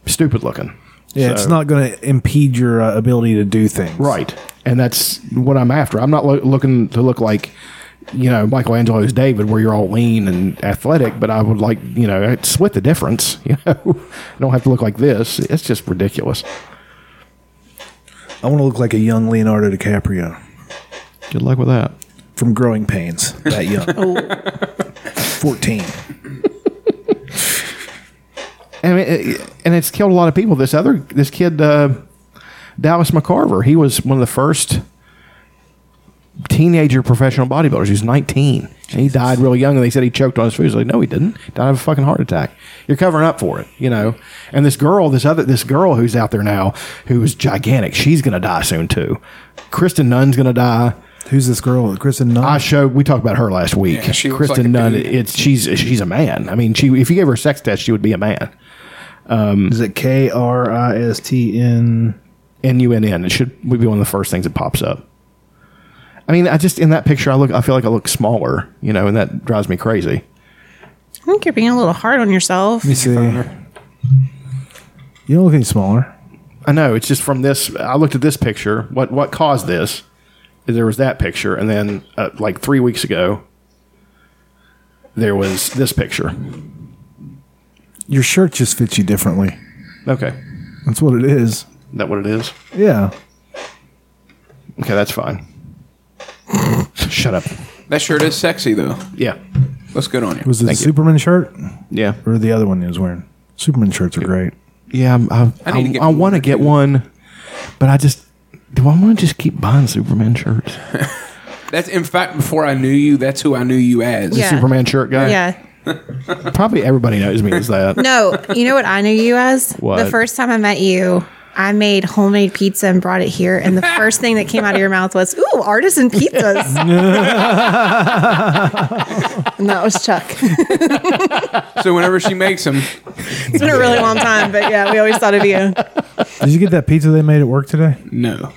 Speaker 3: stupid looking.
Speaker 2: Yeah,
Speaker 3: So-
Speaker 2: it's not going to impede your uh, ability to do things.
Speaker 3: right, and that's what I'm after. I'm not lo- looking to look like you know Michelangelo's David, where you're all lean and athletic, but I would like you know it's split the difference. You know, I don't have to look like this. It's just ridiculous.
Speaker 2: I want to look like a young Leonardo DiCaprio.
Speaker 3: Good luck with that.
Speaker 2: From Growing Pains, that young.
Speaker 3: Oh.
Speaker 2: 14.
Speaker 3: And it, and it's killed a lot of people. This other this kid uh, Dallas McCarver, he was one of the first teenager professional bodybuilders. He was 19. And he died really young, and they said he choked on his food. He's like, no, he didn't. He died of a fucking heart attack. You're covering up for it, you know. And this girl, this other, this girl who's out there now, who is gigantic, she's gonna die soon too. Kristen Nunn's gonna die.
Speaker 2: Who's this girl? Kristen Nunn.
Speaker 3: I showed. We talked about her last week.
Speaker 4: she looks
Speaker 3: Kristen
Speaker 4: like a
Speaker 3: Nunn.
Speaker 4: dude.
Speaker 3: It's she's she's a man. I mean, she if you gave her a sex test, she would be a man. Um,
Speaker 2: Is it Ah, K R I S T N
Speaker 3: N U N N? It should would be one of the first things that pops up. I mean, I just in that picture, I look. I feel like I look smaller, you know, and that drives me crazy.
Speaker 1: I think you're being a little hard on yourself.
Speaker 2: Let me see. You don't look any smaller.
Speaker 3: I know. It's just from this. I looked at this picture. What what caused this? There was that picture, and then uh, like three weeks ago, there was this picture.
Speaker 2: Your shirt just fits you differently.
Speaker 3: Okay,
Speaker 2: That's what it is.
Speaker 3: Is that what it is?
Speaker 2: Yeah.
Speaker 3: Okay, that's fine. Shut up.
Speaker 4: That shirt is sexy though.
Speaker 3: Yeah.
Speaker 4: Looks good on you.
Speaker 2: Was it a Superman shirt?
Speaker 3: Yeah.
Speaker 2: Or the other one he was wearing? Superman shirts are great.
Speaker 3: Yeah, I'm- I,
Speaker 4: I
Speaker 3: I,
Speaker 4: need to
Speaker 3: I,
Speaker 4: get
Speaker 3: want to get one, but I just do. I want to just keep buying Superman shirts.
Speaker 4: That's in fact before I knew you, that's who I knew you as.
Speaker 3: The Superman shirt guy.
Speaker 1: Yeah.
Speaker 3: Probably everybody knows me as that.
Speaker 1: No, you know what I knew you as? The
Speaker 3: What?
Speaker 1: first time I met you, I made homemade pizza and brought it here, and the first thing that came out of your mouth was, "Ooh, artisan pizzas," and that was Chuck.
Speaker 4: So whenever she makes them,
Speaker 1: It's been a really long time, but yeah, we always thought of you.
Speaker 2: Did you get that pizza they made at work today?
Speaker 4: No.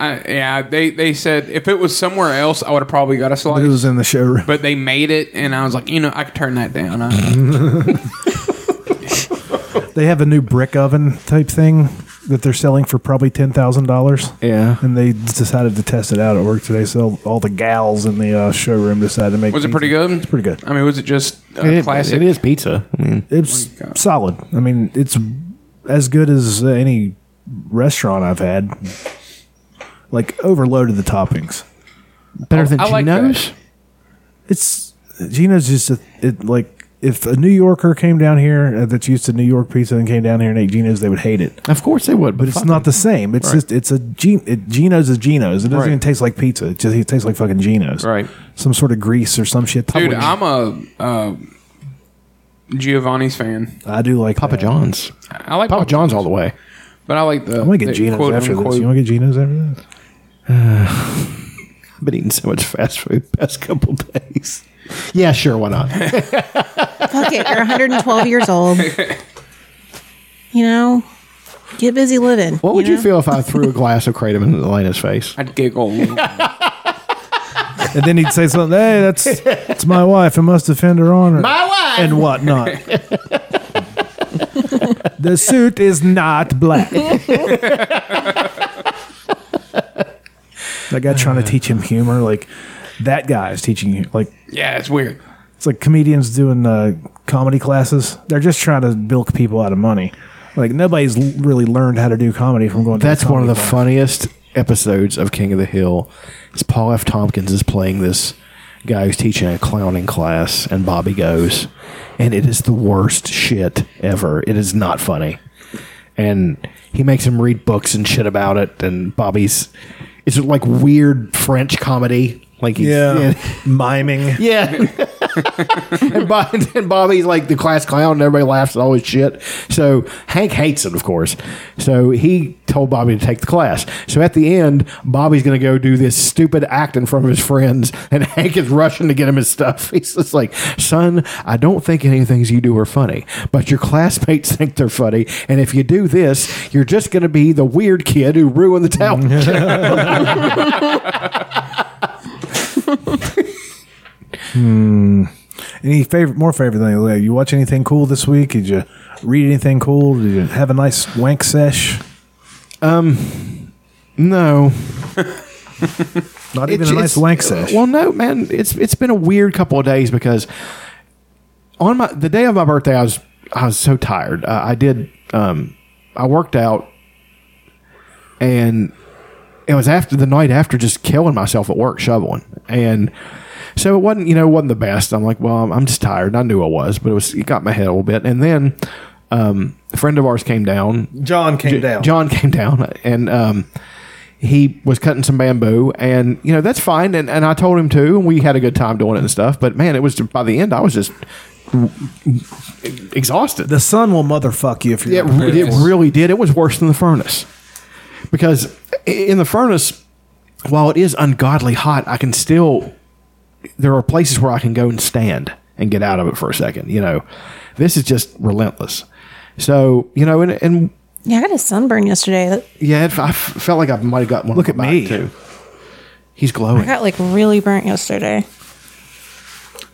Speaker 4: I, yeah, they they said if it was somewhere else, I would have probably got a slice.
Speaker 2: It was in the showroom.
Speaker 4: But they made it, and I was like, you know, I could turn that down. I,
Speaker 2: They have a new brick oven type thing that they're selling for probably ten thousand dollars.
Speaker 3: Yeah,
Speaker 2: and they decided to test it out at work today. So all the gals in the uh, showroom decided to make.
Speaker 4: was it pretty good? Oh It's
Speaker 2: pretty good.
Speaker 4: I mean, was it just a classic?
Speaker 3: pizza. I mean,
Speaker 2: it's solid. I mean, it's as good as uh, any restaurant I've had. Like overloaded the toppings.
Speaker 3: Better than Oh, I like Gino's?
Speaker 2: It's Gino's just a, it like if a New Yorker came down here uh, that's used to New York pizza and came down here and ate Gino's, they would hate it.
Speaker 3: Of course they would,
Speaker 2: but, it's not the same. It's
Speaker 3: Right.
Speaker 2: just it's a G, it, Gino's is Gino's. It doesn't
Speaker 4: Right.
Speaker 2: even taste like pizza. It just it tastes like fucking Gino's. Right. Some sort of grease or some shit.
Speaker 4: Dude, I'm a uh, Giovanni's fan,
Speaker 2: I do like Papa
Speaker 3: John's.
Speaker 4: I like
Speaker 3: Papa Oh, John's all the way.
Speaker 4: but I like the.
Speaker 2: I'm gonna get
Speaker 4: the
Speaker 2: Gino's
Speaker 4: quote,
Speaker 2: after
Speaker 4: unquote-
Speaker 2: this. You want to get Gino's after this?
Speaker 3: I've been eating so much fast food the past couple days. Yeah, sure, why not?
Speaker 1: Fuck it. You're 112 years old. You know, get busy living.
Speaker 3: What would you
Speaker 1: know?
Speaker 3: feel if I threw a glass of kratom in Elena's face?
Speaker 4: I'd giggle.
Speaker 2: and then he'd say something. Hey, that's it's my wife. I must defend her honor.
Speaker 14: My wife!
Speaker 2: and whatnot. the suit is not black. that guy trying to teach him humor, like that guy is teaching you, like
Speaker 4: Yeah, it's weird.
Speaker 2: it's like comedians doing uh, comedy classes. They're just trying to bilk people out of money. Like nobody's l- really learned how to do comedy from going. To
Speaker 3: That's
Speaker 2: a
Speaker 3: one of the
Speaker 2: comedy class.
Speaker 3: funniest episodes of King of the Hill. Is Paul F. Tompkins is playing this guy who's teaching a clowning class, and Bobby goes, and it is the worst shit ever. It is not funny, and he makes him read books and shit about it. And Bobby's it's like weird French comedy, like he's,
Speaker 2: Yeah. miming.
Speaker 3: Yeah. and, Bob, and Bobby's like the class clown, and everybody laughs at all his shit. So Hank hates it, of course. So he told Bobby to take the class. So at the end, Bobby's going to go do this stupid act in front of his friends, and Hank is rushing to get him his stuff. He's just like, "Son, I don't think any things you do are funny, but your classmates think they're funny, and if you do this, you're just going to be the weird kid who ruined the town."
Speaker 2: Hmm. Any favorite, more favorite thing? Like, you watch anything cool this week? Did you read anything cool? Did you have a nice wank sesh?
Speaker 3: Um, no.
Speaker 2: Not even a nice wank sesh.
Speaker 3: Well, no, man. It's it's been a weird couple of days because on my the day of my birthday, I was I was so tired. Uh, I did um, I worked out, and it was after the night after just killing myself at work shoveling, and so it wasn't you know it wasn't the best. I'm like, well, I'm, I'm just tired. And I knew I was, but it was it got my head a little bit, and then. Um, a friend of ours came down.
Speaker 2: John came down.
Speaker 3: John came down, and um, he was cutting some bamboo and you know that's fine and, and i told him to and we had a good time doing it and stuff but man it was by the end i was just exhausted
Speaker 2: the sun will motherfuck you if you're
Speaker 3: it,
Speaker 2: not
Speaker 3: it
Speaker 2: careful.
Speaker 3: really did it was worse than the furnace because i- in the furnace while it is ungodly hot i can still there are places where i can go and stand and get out of it for a second you know this is just relentless so you know and, and
Speaker 1: Yeah, I got a sunburn yesterday. That-
Speaker 3: yeah it, i f- felt like i might have got one look at me too he's glowing
Speaker 1: I got like really burnt yesterday.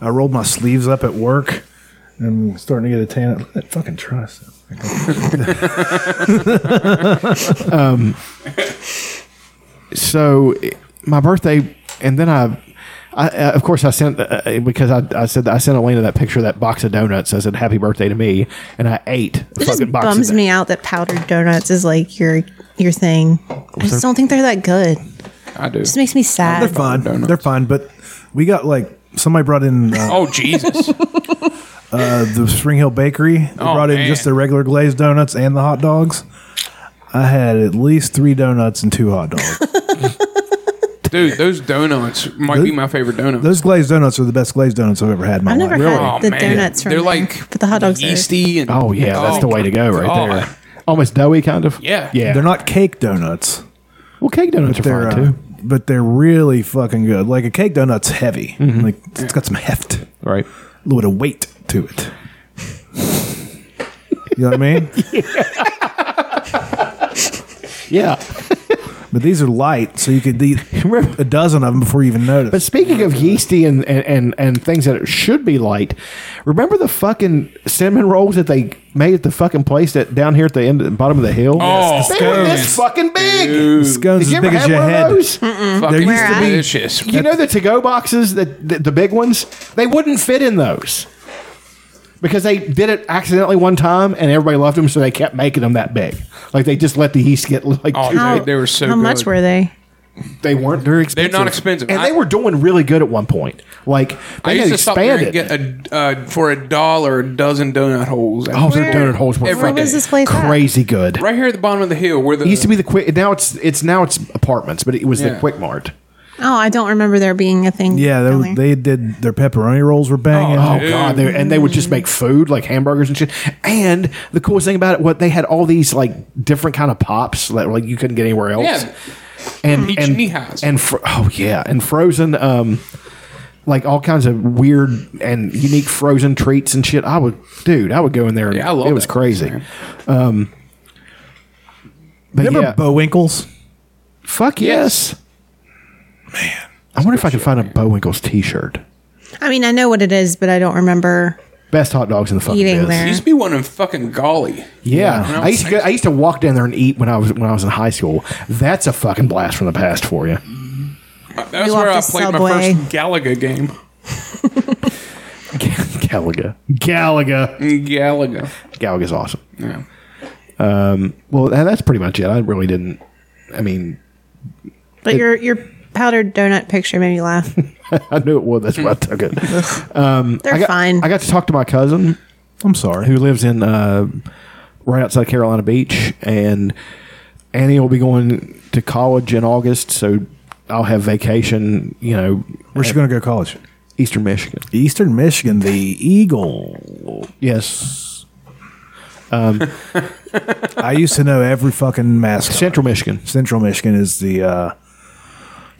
Speaker 2: I rolled my sleeves up at work. and I'm starting to get a tan. Look at that fucking tricep.
Speaker 3: um, so i- my birthday, and then I, I uh, of course I sent uh, because I, I said I sent Elena that picture of that box of donuts. I said happy birthday to me, and I ate a
Speaker 1: It
Speaker 3: fucking
Speaker 1: just
Speaker 3: box.
Speaker 1: bums
Speaker 3: of
Speaker 1: me out that powdered donuts is like your your thing. I just don't think they're that good.
Speaker 4: I do.
Speaker 1: just makes me sad.
Speaker 2: They're fine. They're fine. But we got like somebody brought in. Uh,
Speaker 4: Oh Jesus!
Speaker 2: uh, the Spring Hill Bakery. They
Speaker 4: Oh,
Speaker 2: brought in
Speaker 4: man.
Speaker 2: just the regular glazed donuts and the hot dogs. I had at least three donuts and two hot dogs.
Speaker 4: Dude, those donuts might be my favorite donut.
Speaker 2: Those glazed donuts are the best glazed donuts I've ever had in my
Speaker 1: I've
Speaker 2: life.
Speaker 1: never had the donuts from
Speaker 4: Oh, They're
Speaker 1: there,
Speaker 4: like
Speaker 1: but the hot dogs are-
Speaker 4: yeasty and
Speaker 3: oh yeah, that's the way to go right there. Almost doughy, kind of.
Speaker 4: Yeah.
Speaker 3: yeah.
Speaker 2: They're not cake donuts.
Speaker 3: Well, cake donuts are uh, fine too.
Speaker 2: But they're really fucking good. Like a cake donut's heavy.
Speaker 3: Mm-hmm.
Speaker 2: Like it's got some heft.
Speaker 3: Right.
Speaker 2: A little bit of weight to it. you know what I mean?
Speaker 3: yeah.
Speaker 2: But these are light, so you could eat a dozen of them before you even notice.
Speaker 3: But speaking of yeasty and, and, and, and things that should be light, remember the fucking cinnamon rolls that they made at the fucking place that down here at the end, at the bottom of the hill?
Speaker 4: Oh,
Speaker 3: they were this fucking big. Did
Speaker 2: Scones
Speaker 3: you
Speaker 2: as
Speaker 3: ever
Speaker 2: big as
Speaker 3: have
Speaker 2: your
Speaker 3: one of
Speaker 2: head.
Speaker 3: those?
Speaker 4: Fucking
Speaker 2: There used to be-
Speaker 4: delicious.
Speaker 3: You know the to-go boxes, the, the the big ones, they wouldn't fit in those because they did it accidentally one time, and everybody loved them, so they kept making them that big. Like they just let the yeast get like.
Speaker 4: Oh,
Speaker 3: too
Speaker 4: they-
Speaker 3: big.
Speaker 4: they were so
Speaker 1: How much were they?
Speaker 3: They weren't very expensive.
Speaker 4: not expensive.
Speaker 3: and
Speaker 4: I-
Speaker 3: they were doing really good at one point. Like
Speaker 4: I
Speaker 3: they
Speaker 4: used
Speaker 3: had
Speaker 4: to stop there and
Speaker 3: expanded.
Speaker 4: get a uh, for a dollar a dozen donut holes.
Speaker 3: Oh, their donut holes were
Speaker 4: Every
Speaker 3: fucking
Speaker 4: day.
Speaker 3: crazy good.
Speaker 4: Right here at the bottom of the hill, where the
Speaker 3: It used to be the quick. Now it's it's now it's apartments, but it was
Speaker 4: Yeah.
Speaker 3: the Quick Mart.
Speaker 1: Oh, I don't remember there being a thing.
Speaker 2: Yeah,
Speaker 1: down
Speaker 2: they,
Speaker 1: there.
Speaker 2: they did their pepperoni rolls were banging.
Speaker 3: Oh god, they, and they would just make food like hamburgers and shit. And the coolest thing about it, what they had all these like different kind of pops that like you couldn't get anywhere else.
Speaker 4: Yeah.
Speaker 3: and
Speaker 4: Peach
Speaker 3: and
Speaker 4: Niehaus.
Speaker 3: and fr- oh yeah, and frozen um like all kinds of weird and unique frozen treats and shit. I would dude, I would go in there. And
Speaker 4: Yeah, I love
Speaker 3: it was
Speaker 4: that
Speaker 3: crazy. Um but
Speaker 2: Remember
Speaker 3: yeah,
Speaker 2: Bowinkles?
Speaker 3: fuck yes. Man, I wonder if I can find a Bowinkles t-shirt.
Speaker 1: I mean, I know what it is, but I don't remember.
Speaker 3: Best hot dogs in the fucking
Speaker 1: Eating
Speaker 3: biz.
Speaker 1: there.
Speaker 4: There used to be one in fucking Golly.
Speaker 3: Yeah,
Speaker 4: When
Speaker 3: I used to go, I used to walk down there and eat when I was when I was in high school. That's a fucking blast from the past for you.
Speaker 4: That was
Speaker 1: You
Speaker 4: Uh, where I
Speaker 1: walked to
Speaker 4: played
Speaker 1: Subway.
Speaker 4: my first Galaga game.
Speaker 3: Galaga, Galaga,
Speaker 4: Galaga.
Speaker 3: Galaga's awesome.
Speaker 4: Yeah.
Speaker 3: Um, well, tha- that's pretty much it. I really didn't. I mean,
Speaker 1: But your your powdered donut picture made me laugh.
Speaker 3: I knew it would. That's why I took it. Um,
Speaker 1: They're
Speaker 3: I got,
Speaker 1: fine.
Speaker 3: I got to talk to my cousin.
Speaker 2: I'm sorry.
Speaker 3: Who lives in uh, right outside Carolina Beach, and Annie will be going to college in August, so I'll have vacation. You know,
Speaker 2: Where's she
Speaker 3: at
Speaker 2: going to go to college?
Speaker 3: Eastern Michigan.
Speaker 2: Eastern Michigan, the Eagle.
Speaker 3: Yes. Um,
Speaker 2: I used to know every fucking mascot.
Speaker 3: Central Michigan.
Speaker 2: Central Michigan is the uh,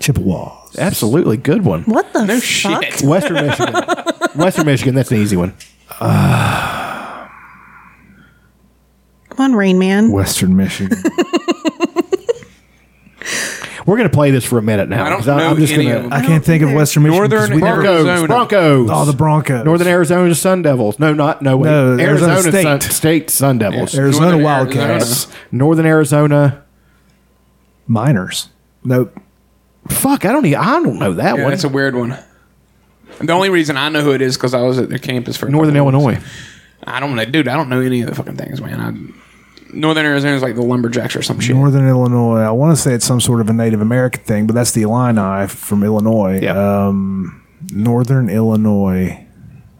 Speaker 2: Chippewas.
Speaker 3: Absolutely good one.
Speaker 1: What the
Speaker 4: No
Speaker 1: fuck?
Speaker 4: shit.
Speaker 3: Western Michigan. Western Michigan. That's an easy one.
Speaker 1: Come on, Rain Man.
Speaker 2: Western Michigan.
Speaker 3: We're going to play this for a minute now.
Speaker 4: I don't
Speaker 3: 'cause
Speaker 4: know
Speaker 3: I'm just
Speaker 4: any
Speaker 3: gonna-
Speaker 4: of them.
Speaker 2: I can't think of Western Michigan. 'cause
Speaker 4: Northern
Speaker 2: we never-
Speaker 4: Arizona.
Speaker 3: Broncos. Broncos.
Speaker 2: Oh, the Broncos.
Speaker 3: Northern Arizona Sun Devils. No, not no. Wait.
Speaker 2: No,
Speaker 3: Arizona,
Speaker 2: Arizona
Speaker 3: State.
Speaker 2: State.
Speaker 3: Sun, State Sun Devils.
Speaker 2: Arizona
Speaker 4: Northern
Speaker 2: Wildcats.
Speaker 4: Arizona.
Speaker 3: Northern Arizona.
Speaker 2: Miners. Nope.
Speaker 3: Fuck, I don't. e- I don't know that
Speaker 4: Yeah,
Speaker 3: one.
Speaker 4: that's a weird one. The only reason I know who it is because I was at their campus for a
Speaker 3: Northern
Speaker 4: couple of
Speaker 3: Illinois.
Speaker 4: weeks. I don't know, dude. I don't know any of the fucking things, man. I, Northern Arizona is like the Lumberjacks or some shit.
Speaker 2: Northern Illinois. I want to say it's some sort of a Native American thing, but that's the Illini from Illinois.
Speaker 3: Yeah.
Speaker 2: Um, Northern Illinois.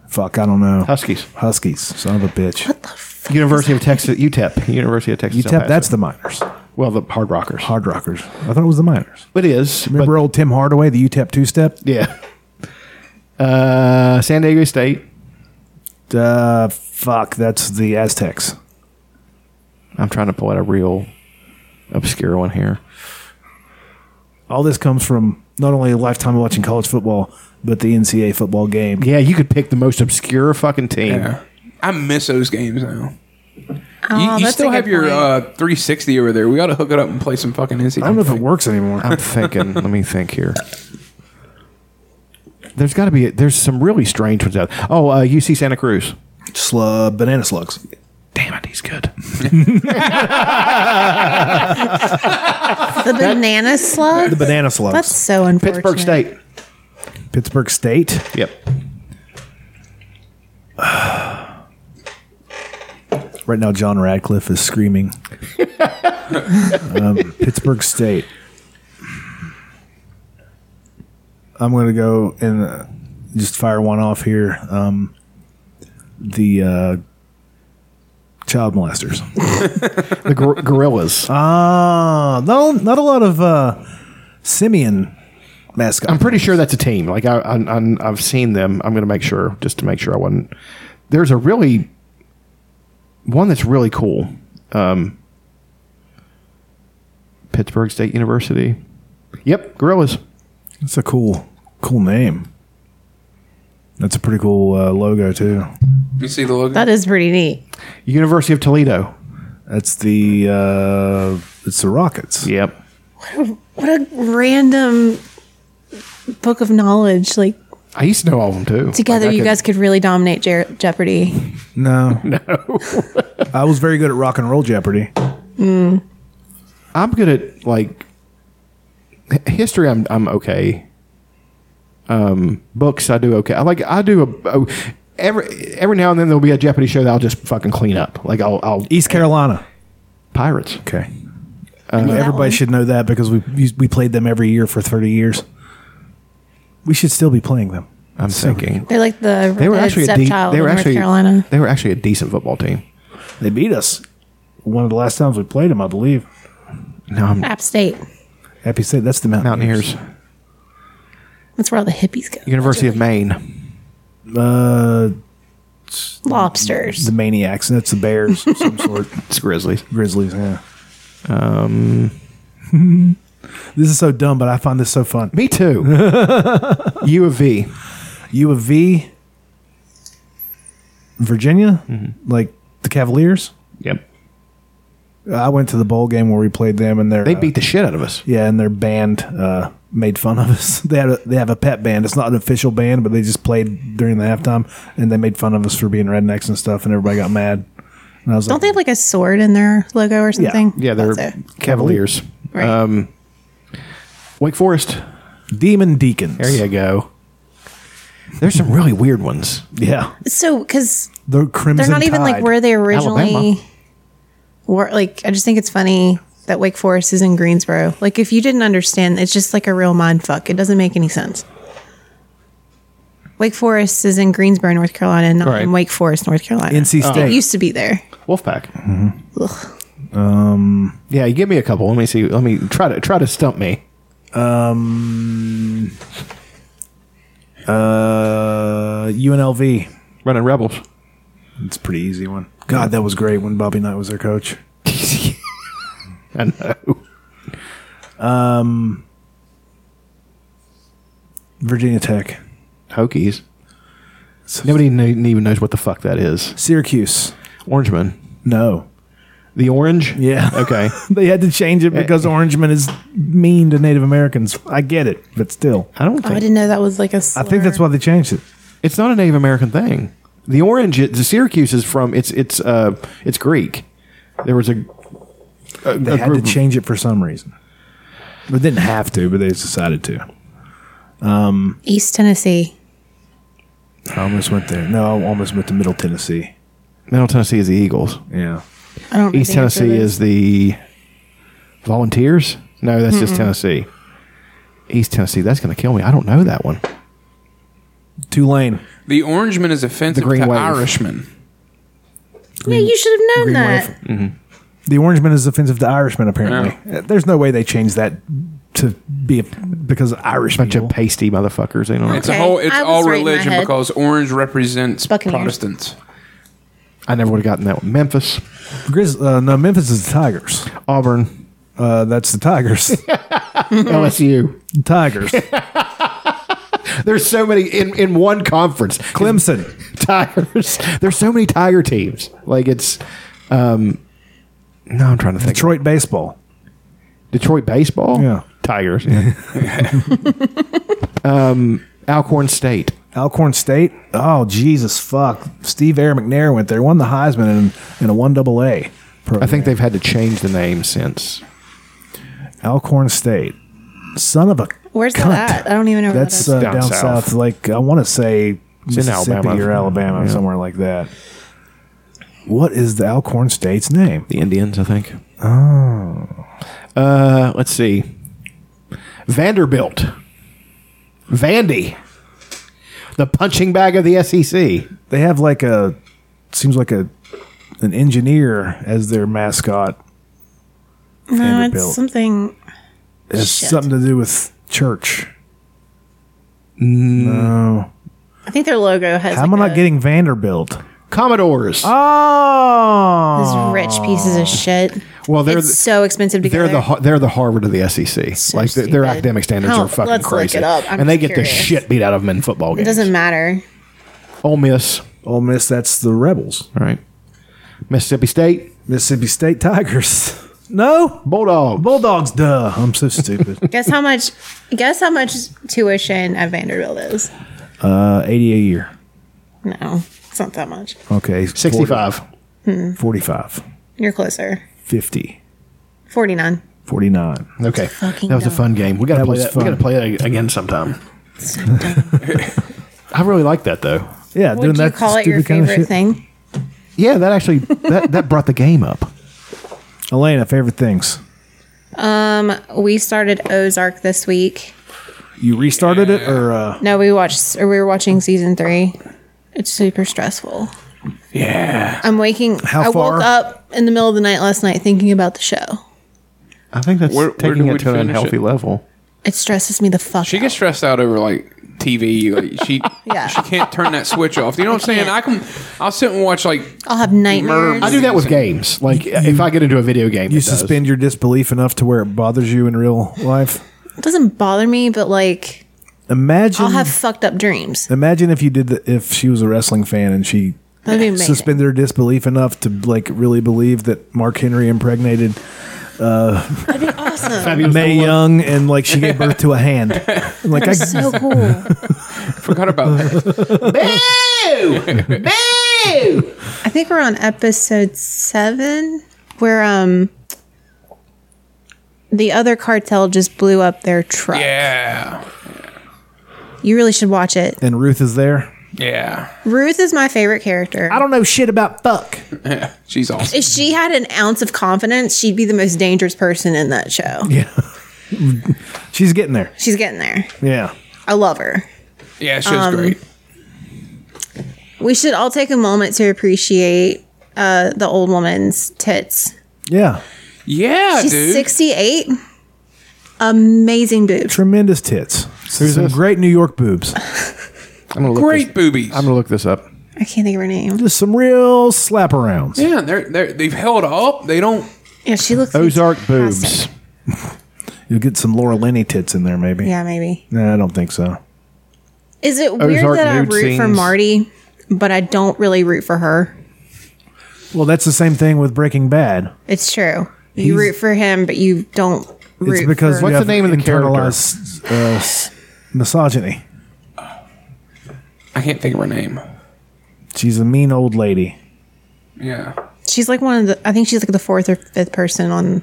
Speaker 2: Fuck, I don't know.
Speaker 3: Huskies.
Speaker 2: Huskies. Son of a bitch.
Speaker 3: University of Texas. UTEP. University of Texas.
Speaker 2: You
Speaker 3: El
Speaker 2: tap.
Speaker 3: Paso.
Speaker 2: E That's the Miners.
Speaker 3: well, the Hard Rockers.
Speaker 2: Hard Rockers. I thought it was the Miners.
Speaker 3: It is. But,
Speaker 2: Remember old Tim Hardaway, the E UTEP two step?
Speaker 3: yeah. Uh, San Diego State.
Speaker 2: Uh, fuck, that's the Aztecs.
Speaker 3: I'm trying to pull out a real obscure one here.
Speaker 2: All this comes from not only a lifetime of watching college football, but the NCAA football game.
Speaker 3: Yeah, you could pick the most obscure fucking team.
Speaker 4: Yeah. I miss those games now.
Speaker 1: Oh,
Speaker 4: you you
Speaker 1: that's
Speaker 4: still
Speaker 1: a
Speaker 4: have
Speaker 1: good
Speaker 4: your
Speaker 1: point.
Speaker 4: uh, 360 over there. We got to hook it up and play some fucking NCAA.
Speaker 2: I don't know if it works anymore.
Speaker 3: I'm thinking. let me think here. There's got to be. There's some really strange ones out. Oh, uh, UC Santa Cruz.
Speaker 2: Slug, banana slugs.
Speaker 3: Damn it, he's good.
Speaker 1: The banana slug?
Speaker 2: The banana slugs.
Speaker 1: That's so unfortunate.
Speaker 3: Pittsburgh State.
Speaker 2: Pittsburgh State.
Speaker 3: Yep.
Speaker 2: Right now, John Radcliffe is screaming. um, Pittsburgh State. I'm going to go and uh, just fire one off here. Um, the uh, child molesters.
Speaker 3: The gor- Gorillas.
Speaker 2: Ah, no, not a lot of uh, simian mascots.
Speaker 3: I'm pretty sure that's a team. Like I, I, I, I've seen them. I'm going to make sure just to make sure I wasn't. There's a really one that's really cool. Um, Pittsburgh State University. Yep, Gorillas.
Speaker 2: That's a cool, cool name. That's a pretty cool uh, logo too.
Speaker 4: You see the logo?
Speaker 1: That is pretty neat.
Speaker 3: University of Toledo.
Speaker 2: That's the uh, it's the Rockets.
Speaker 3: Yep.
Speaker 1: What a random book of knowledge. Like,
Speaker 3: I used to know all of them too.
Speaker 1: together
Speaker 3: Like, I
Speaker 1: you
Speaker 3: could-
Speaker 1: guys could really dominate Jer- Jeopardy.
Speaker 2: No, no. I was very good at rock and roll Jeopardy.
Speaker 3: I'm good at like h- history. I'm I'm okay. Um, books I do okay. I like I do a, a- every every now and then there'll be a Jeopardy show that I'll just fucking clean up. Like I'll I'll
Speaker 2: East Carolina.
Speaker 3: pirates.
Speaker 2: Okay. Um, Everybody should know that because we we played them every year for 30 years. We should still be playing them.
Speaker 3: I'm thinking
Speaker 1: They're like the
Speaker 3: they were
Speaker 1: red
Speaker 3: actually a de-
Speaker 1: stepchild
Speaker 3: they were
Speaker 1: of
Speaker 3: actually
Speaker 1: North Carolina.
Speaker 3: they were actually a decent football team.
Speaker 2: They beat us one of the last times we played them, I believe.
Speaker 3: No, I'm
Speaker 1: App State.
Speaker 2: Happy State. That's the Mountaineers.
Speaker 3: Mountaineers.
Speaker 1: That's where all the hippies go.
Speaker 3: University of Maine.
Speaker 2: Uh,
Speaker 1: Lobsters.
Speaker 2: the Maniacs. And that's the Bears of some sort.
Speaker 3: It's Grizzlies.
Speaker 2: Grizzlies, yeah.
Speaker 3: Um,
Speaker 2: This is so dumb, but I find this so fun.
Speaker 3: Me too.
Speaker 2: U of V. U of V. Virginia,
Speaker 3: Mm-hmm.
Speaker 2: like the Cavaliers.
Speaker 9: Yep.
Speaker 2: I went to the bowl game where we played them, and their
Speaker 3: They beat the shit out of us.
Speaker 2: Yeah, and their band uh, made fun of us. they had a, they have a pet band. It's not an official band, but they just played during the halftime, and they made fun of us for being rednecks and stuff, and everybody got mad. And I was
Speaker 1: Don't
Speaker 2: like,
Speaker 1: they have like a sword in their logo or something?
Speaker 2: Yeah, they're-
Speaker 1: That's it.
Speaker 3: Cavaliers.
Speaker 1: Right.
Speaker 3: Um, Wake Forest.
Speaker 2: Demon Deacons.
Speaker 3: There you go. There's some really weird ones.
Speaker 2: Yeah.
Speaker 1: So, because
Speaker 2: The
Speaker 1: they're
Speaker 2: Crimson
Speaker 1: not even like
Speaker 2: Tide.
Speaker 1: where they originally
Speaker 2: Alabama.
Speaker 1: were. Like, I just think it's funny that Wake Forest is in Greensboro. Like, if you didn't understand, it's just like a real mind fuck. It doesn't make any sense. Wake Forest is in Greensboro, North Carolina, and not in
Speaker 2: Right.
Speaker 1: Wake Forest, North Carolina.
Speaker 2: NC State.
Speaker 1: It used to be there. Oh,
Speaker 3: Wolfpack.
Speaker 1: Ugh.
Speaker 3: Um, yeah, you give me a couple. Let me see. Let me try to try to stump me.
Speaker 2: Um, uh, UNLV.
Speaker 3: Running Rebels.
Speaker 2: It's a pretty easy one. God, that was great when Bobby Knight was their coach.
Speaker 3: I know.
Speaker 2: Um, Virginia Tech.
Speaker 3: Hokies. Nobody kn- even knows what the fuck that is.
Speaker 2: Syracuse.
Speaker 3: Orangeman.
Speaker 2: No.
Speaker 3: The orange?
Speaker 2: Yeah.
Speaker 3: Okay.
Speaker 2: They had to change it
Speaker 1: Eh.
Speaker 2: because Orangeman is mean to Native Americans. I get it, but still.
Speaker 3: I don't
Speaker 1: Oh, I didn't know that was like a. Slur.
Speaker 2: I think that's why they changed it.
Speaker 3: It's not a Native American thing. The orange, it, the Syracuse is from it's it's uh it's Greek. There was a, a,
Speaker 2: They
Speaker 3: a
Speaker 2: had to
Speaker 3: group of-
Speaker 2: change it for some reason. They didn't have to, but they decided to. Um,
Speaker 1: East Tennessee.
Speaker 2: I almost went there. No, I almost went to Middle Tennessee.
Speaker 3: Middle Tennessee is the Eagles.
Speaker 2: Yeah.
Speaker 1: I don't. know
Speaker 3: East
Speaker 1: the answer to
Speaker 3: Tennessee
Speaker 1: this.
Speaker 3: is the Volunteers. No, that's just
Speaker 1: Mm-mm.
Speaker 3: Tennessee. East Tennessee. That's going to kill me. I don't know that one.
Speaker 2: Tulane.
Speaker 4: The Orangeman is offensive
Speaker 3: Green
Speaker 4: to
Speaker 3: Wave.
Speaker 4: Irishmen.
Speaker 1: yeah, you should have known
Speaker 4: Green
Speaker 1: that.
Speaker 4: Wave.
Speaker 2: The Orangeman is offensive to Irishmen, apparently. Uh, There's no way they changed that to be a, because of Irish
Speaker 3: bunch of pasty motherfuckers. They don't.
Speaker 4: It's a whole. It's
Speaker 1: I was
Speaker 4: all
Speaker 1: right in my
Speaker 4: religion
Speaker 1: head.
Speaker 4: because orange represents Protestants.
Speaker 3: I never would have gotten that one. Memphis.
Speaker 2: Grizz, uh, no, Memphis is the Tigers.
Speaker 3: Auburn.
Speaker 2: Uh, that's the Tigers.
Speaker 3: LSU.
Speaker 2: Tigers.
Speaker 3: There's so many in, in one conference.
Speaker 2: Clemson.
Speaker 3: Tigers. There's so many Tiger teams. Like it's um no, I'm trying to think.
Speaker 2: Detroit baseball.
Speaker 3: Detroit baseball?
Speaker 2: Yeah.
Speaker 3: Tigers. um Alcorn State.
Speaker 2: Alcorn State. Oh Jesus fuck! Steve Air McNair went there, won the Heisman in, in a one double A.
Speaker 3: I think they've had to change the name since.
Speaker 2: Alcorn State. Son of a.
Speaker 1: Where's
Speaker 2: cunt.
Speaker 1: that? I don't even know. where
Speaker 2: That's
Speaker 1: that
Speaker 2: uh,
Speaker 1: is.
Speaker 2: down, south. Like I want to say
Speaker 3: It's in
Speaker 2: Mississippi
Speaker 3: Alabama.
Speaker 2: or Alabama,
Speaker 3: Yeah.
Speaker 2: somewhere like that. What is the Alcorn State's name?
Speaker 3: The Indians, I think.
Speaker 2: Oh,
Speaker 3: Uh let's see. Vanderbilt. Vandy. The punching bag of the E SEC.
Speaker 2: they have like a seems like a an engineer as their mascot.
Speaker 1: No,
Speaker 2: Vanderbilt.
Speaker 1: it's something.
Speaker 2: It has something to do with church. No.
Speaker 1: I think their logo has.
Speaker 2: How am I
Speaker 1: like
Speaker 2: not getting Vanderbilt?
Speaker 3: Commodores.
Speaker 2: Oh,
Speaker 1: these rich pieces of shit.
Speaker 3: Well, they're
Speaker 1: It's
Speaker 3: the-
Speaker 1: so expensive to get.
Speaker 3: They're
Speaker 1: there.
Speaker 3: the Har- they're the Harvard of the SEC. like their- their
Speaker 1: stupid.
Speaker 3: academic standards
Speaker 1: How-
Speaker 3: are fucking
Speaker 1: let's look
Speaker 3: crazy,
Speaker 1: it up. I'm
Speaker 3: and they
Speaker 1: just
Speaker 3: get the
Speaker 1: curious.
Speaker 3: shit beat out of them in football
Speaker 1: It
Speaker 3: games.
Speaker 1: doesn't matter.
Speaker 3: Ole Miss,
Speaker 2: Ole Miss. That's the Rebels.
Speaker 3: all right. Mississippi State,
Speaker 2: Mississippi State Tigers. No
Speaker 3: Bulldogs.
Speaker 2: Bulldogs. Duh. I'm so stupid.
Speaker 1: Guess how much? Guess how much tuition at Vanderbilt is?
Speaker 2: uh, eighty a year.
Speaker 1: No, it's not that much.
Speaker 2: Okay.
Speaker 3: 65.
Speaker 2: 40, 45.
Speaker 1: You're closer.
Speaker 2: 50.
Speaker 1: Forty nine.
Speaker 2: 49.
Speaker 3: Okay,
Speaker 1: Fucking
Speaker 3: that was a
Speaker 1: dumb.
Speaker 3: fun game. We got to
Speaker 2: That
Speaker 3: play
Speaker 2: was
Speaker 3: that. We got
Speaker 2: fun.
Speaker 3: to play that again sometime. I really like that though.
Speaker 2: Yeah,
Speaker 1: Would you call it your favorite thing?
Speaker 3: Yeah, that actually that that brought the game up.
Speaker 2: Elena, favorite things.
Speaker 1: Um, we started Ozark this week.
Speaker 2: You restarted it or uh
Speaker 1: No, we watched or we were watching season three. It's super stressful.
Speaker 3: Yeah,
Speaker 1: I'm waking.
Speaker 3: How
Speaker 1: I
Speaker 3: far?
Speaker 1: woke up in the middle of the night last night thinking about the show.
Speaker 3: I think that's
Speaker 4: Where- where
Speaker 3: taking
Speaker 4: do we
Speaker 3: it to an
Speaker 4: finish
Speaker 3: unhealthy
Speaker 4: it?
Speaker 3: level.
Speaker 1: It stresses me the fuck.
Speaker 4: She gets stressed out over like TV. Like, she
Speaker 1: Yeah.
Speaker 4: she can't turn that switch off. You know what I'm saying? I can. I'll sit and watch like
Speaker 1: I'll have nightmares.
Speaker 3: I do that with games. Like if I get into a video game,
Speaker 2: You
Speaker 3: it does.
Speaker 2: suspend your disbelief enough to where it bothers you in real life.
Speaker 1: It doesn't bother me, but like
Speaker 2: Imagine
Speaker 1: I'll have fucked up dreams.
Speaker 2: Imagine if you did the, if she was a wrestling fan and she
Speaker 1: That'd be amazing.
Speaker 2: suspended her disbelief enough to like really believe that Mark Henry impregnated uh,
Speaker 1: That'd be awesome.
Speaker 2: May Young and like she gave birth to a hand. I'm like I,
Speaker 1: That's so cool.
Speaker 4: Forgot about that.
Speaker 1: Boo! I think we're on episode seven where um the other cartel just blew up their truck.
Speaker 4: Yeah.
Speaker 1: You really should watch it.
Speaker 2: and Ruth is there.
Speaker 4: Yeah.
Speaker 1: Ruth is my favorite character. I
Speaker 2: don't know shit about fuck.
Speaker 4: Yeah. She's awesome.
Speaker 1: If she had an ounce of confidence, she'd be the most dangerous person in that show.
Speaker 2: Yeah. She's getting there.
Speaker 1: She's getting there.
Speaker 2: Yeah.
Speaker 1: I love her.
Speaker 4: Yeah, she was
Speaker 1: Um,
Speaker 4: great.
Speaker 1: We should all take a moment to appreciate uh, the old woman's tits.
Speaker 2: Yeah.
Speaker 4: Yeah,
Speaker 1: She's 68. Amazing boobs.
Speaker 2: Tremendous tits. There's some
Speaker 1: this?
Speaker 2: great New York boobs.
Speaker 3: I'm gonna
Speaker 1: look Great this-
Speaker 4: boobies. I'm
Speaker 3: gonna look this up.
Speaker 1: I can't think of her name.
Speaker 2: Just some real slap arounds.
Speaker 4: Yeah, they're, they're they've held up. They don't.
Speaker 1: Yeah, she looks.
Speaker 2: Ozark boobs. You'll get some Laura Linney tits in there, maybe.
Speaker 1: Yeah, maybe.
Speaker 2: No, I don't think so.
Speaker 1: Is it weird
Speaker 2: Ozark
Speaker 1: that I
Speaker 2: nude
Speaker 1: root for
Speaker 2: scenes.
Speaker 1: Marty, but I don't really root for her?
Speaker 2: Well, that's the same thing with Breaking Bad.
Speaker 1: It's true. You
Speaker 2: He's-
Speaker 1: root for him, but you don't root
Speaker 2: It's because
Speaker 1: for
Speaker 2: you have internalized,
Speaker 1: internalized-
Speaker 2: Uh, s- misogyny.
Speaker 4: I can't think of her name.
Speaker 2: She's a mean old lady.
Speaker 4: Yeah.
Speaker 1: She's like one of the. I think she's like the fourth or fifth person on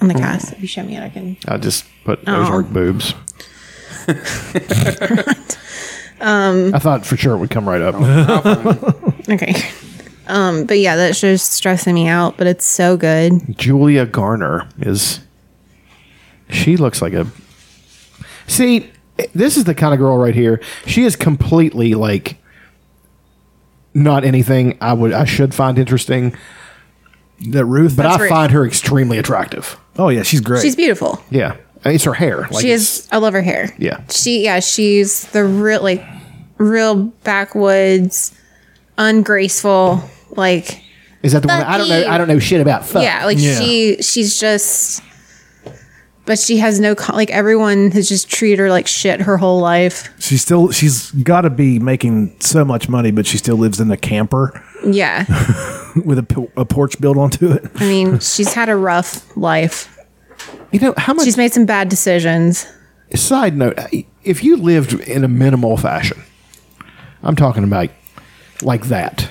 Speaker 1: on
Speaker 2: Mm.
Speaker 1: the cast. If you show me it, I can.
Speaker 9: I just put
Speaker 1: Oh.
Speaker 9: Ozark boobs.
Speaker 1: Um.
Speaker 9: I thought for sure it would come right up.
Speaker 1: Okay. Um. But yeah, that show's stressing me out. But it's so good.
Speaker 9: Julia Garner is. She looks like a. See, this is the kind of girl right here.
Speaker 3: She is completely like not anything I would I should find interesting.
Speaker 2: That Ruth,
Speaker 3: but
Speaker 1: That's
Speaker 3: I
Speaker 1: Ruth.
Speaker 3: find her extremely attractive.
Speaker 2: Oh yeah, she's great.
Speaker 1: She's beautiful.
Speaker 3: yeah, And it's her hair. Like,
Speaker 1: she is. I love her hair.
Speaker 3: Yeah.
Speaker 1: She. Yeah. She's the real like real backwoods, ungraceful like.
Speaker 3: Is that the one? I don't know.
Speaker 1: Bucky.
Speaker 3: I don't know shit about. Fuck.
Speaker 1: Yeah, like she she's just but she has no con- like everyone has just treated her like shit her whole life.
Speaker 2: She's still she's got to be making so much money, but she still lives in a camper
Speaker 1: Yeah.
Speaker 2: with a, po- a porch built onto it.
Speaker 1: I mean, she's had a rough life.
Speaker 3: You know, how much
Speaker 1: She's made some bad decisions.
Speaker 3: Side note: uh, If you lived in a minimal fashion, I'm talking about like that,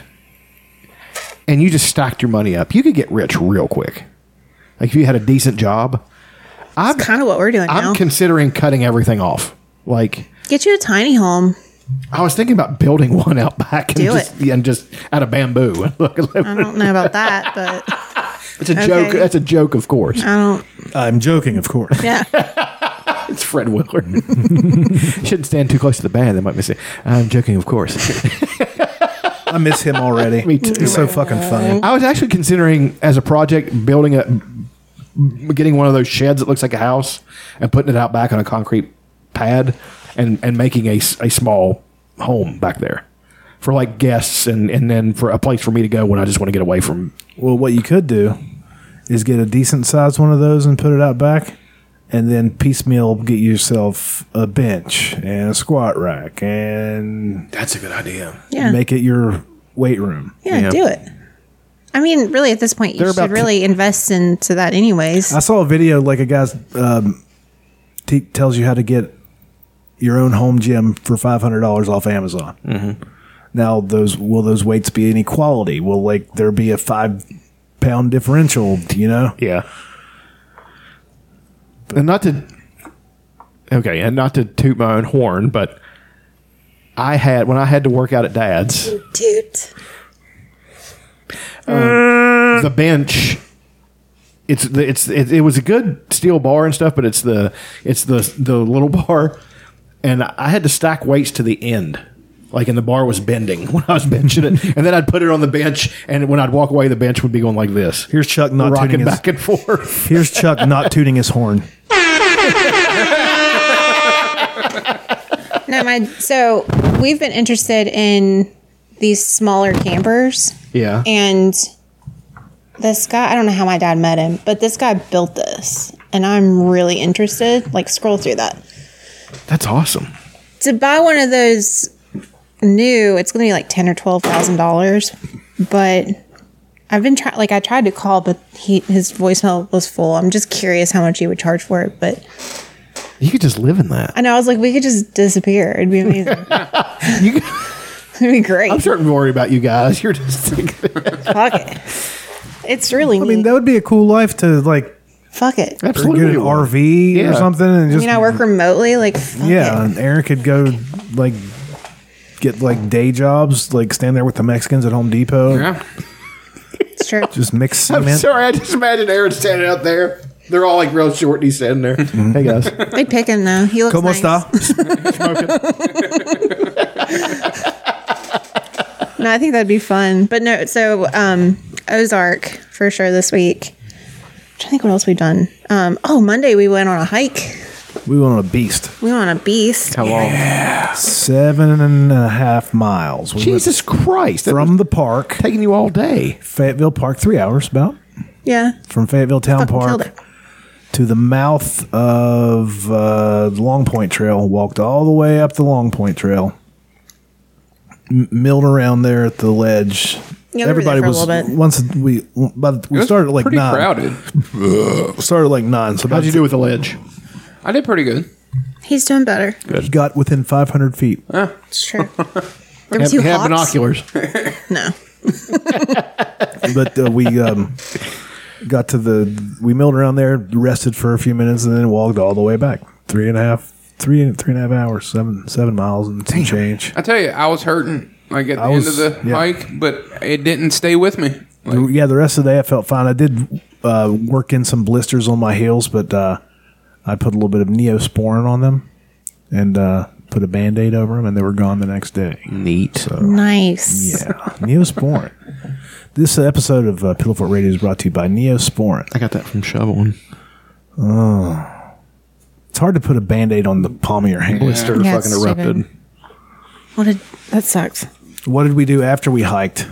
Speaker 3: and you just stacked your money up, you could get rich real quick. Like if you had a decent job, I'm
Speaker 1: kind of what we're doing
Speaker 3: I'm
Speaker 1: now.
Speaker 3: considering cutting everything off. Like
Speaker 1: Get you a tiny home.
Speaker 3: I was thinking about building one out back and
Speaker 1: Do
Speaker 3: just and just out of bamboo. I
Speaker 1: I don't know about that, but
Speaker 3: It's a joke.
Speaker 1: Okay.
Speaker 3: That's a joke, of course.
Speaker 1: I don't
Speaker 2: I'm joking, of course.
Speaker 1: yeah.
Speaker 3: It's Fred Willard. Shouldn't stand too close to the band. They might miss it. I'm joking, of course.
Speaker 2: I miss him already. Me too. He's so fucking funny.
Speaker 3: I was actually considering as a project building a, b- getting one of those sheds that looks like a house and putting it out back on a concrete pad and and making a, s- a small home back there for like guests and and then for a place for me to go when I just want to get away from.
Speaker 2: Well, what you could do is get a decent sized one of those and put it out back, and then piecemeal get yourself a bench and a squat rack, and
Speaker 4: that's a good idea.
Speaker 1: Yeah.
Speaker 2: make it your weight room.
Speaker 1: Yeah, do it. I mean, really at this point you
Speaker 2: They're about
Speaker 1: should
Speaker 2: to- Uh,
Speaker 1: really invest into that anyways.
Speaker 2: I saw a video like a guy's um, t- tells you how to get your own home gym for five hundred dollars off Amazon. Mm-hmm. Now, those will those weights be any quality? Will like there be a five pound differential? You know?
Speaker 3: Yeah. And not to okay, and not to toot my own horn, but I had when I had to work out at Dad's.
Speaker 1: Toot.
Speaker 3: um, the bench. It's the, it's it, it was a good steel bar and stuff, but it's the it's the the little bar, and I had to stack weights to the end, like and the bar was bending when I was benching it, and then I'd put it on the bench, and when I'd walk away, the bench would be going like this.
Speaker 2: Here's Chuck not
Speaker 3: rocking
Speaker 2: tuning his-
Speaker 3: back and forth.
Speaker 2: Here's Chuck not tooting his horn.
Speaker 1: time I so we've been interested in these smaller campers.
Speaker 3: Yeah.
Speaker 1: And this guy, I don't know how my dad met him, but this guy built this, and I'm really interested. Like scroll through that
Speaker 3: That's awesome.
Speaker 1: to buy one of those new. It's gonna be like ten or twelve thousand dollars, but. I've been trying, like I tried to call, but he his voicemail was full. I'm just curious how much he would charge for it, but
Speaker 3: You could just live in that.
Speaker 1: I know. I was like, we could just disappear. It'd be amazing. It'd be great.
Speaker 3: I'm certain worried about you guys. You're just like,
Speaker 1: Fuck it. It's really
Speaker 2: I mean, that would be a cool life to like.
Speaker 1: Fuck it.
Speaker 2: Absolutely. Get an RV
Speaker 1: Yeah.
Speaker 2: or something, and just
Speaker 1: you know, I work remotely. Like, fuck
Speaker 2: yeah.
Speaker 1: it.
Speaker 2: And Aaron could go like get like day jobs, like stand there with the Mexicans at Home Depot.
Speaker 3: Yeah.
Speaker 1: it's true.
Speaker 2: Just mix
Speaker 3: I'm
Speaker 2: cement.
Speaker 3: sorry. I just imagine Aaron standing out there. They're all like real short, and he's standing there. Hey guys,
Speaker 1: They pick him though. He looks
Speaker 3: Como
Speaker 1: nice. No, I think that'd be fun. But no, so um, Ozark for sure this week. I'm trying to think what else we've done. Um, oh, Monday we went on a hike.
Speaker 2: We went on a beast.
Speaker 1: We went on a beast.
Speaker 2: How long? Seven and a half miles.
Speaker 3: Jesus Christ!
Speaker 2: From the park,
Speaker 3: taking you all day.
Speaker 2: Fayetteville Park, three hours about.
Speaker 1: Yeah.
Speaker 2: From Fayetteville Town
Speaker 1: Fucking killed
Speaker 2: Park to the mouth of uh, Long Point Trail. Walked all the way up the Long Point Trail. M- milled around there at the ledge.
Speaker 5: Yeah, we were there
Speaker 2: Everybody
Speaker 5: for a
Speaker 2: was
Speaker 5: little bit.
Speaker 2: once we but we
Speaker 4: was
Speaker 2: started at like
Speaker 4: pretty
Speaker 2: nine.
Speaker 4: crowded.
Speaker 2: started at like nine. So
Speaker 4: How'd you do with
Speaker 3: the ledge?
Speaker 4: I did pretty good.
Speaker 1: He's doing better.
Speaker 2: Got within five hundred feet.
Speaker 1: It's true. There were two hawks. no.
Speaker 2: but uh, we um, got to the we milled around there, rested for a few minutes, and then walked all the way back three and a half, three three and a half hours, seven seven miles and some change.
Speaker 4: I tell you, I was hurting like at the
Speaker 2: I
Speaker 4: end
Speaker 2: was-
Speaker 4: of the
Speaker 2: yeah.
Speaker 4: hike, but it didn't stay with me.
Speaker 2: The- yeah, the rest of the day I felt fine. I did uh, work in some blisters on my heels, but uh, I put a little bit of neosporin on them and uh, put a band aid over them, and they were gone the next day.
Speaker 3: Neat.
Speaker 1: Nice.
Speaker 2: Yeah, Neosporin. This episode of uh, Pillowfort Radio is brought to you by Neosporin. I
Speaker 3: got that from shoveling.
Speaker 2: Oh, it's hard to put a band-aid on the palm of your hand.
Speaker 1: Blister Yeah, fucking it's stupid. erupted. What did that sucks?
Speaker 2: What did we do after we hiked?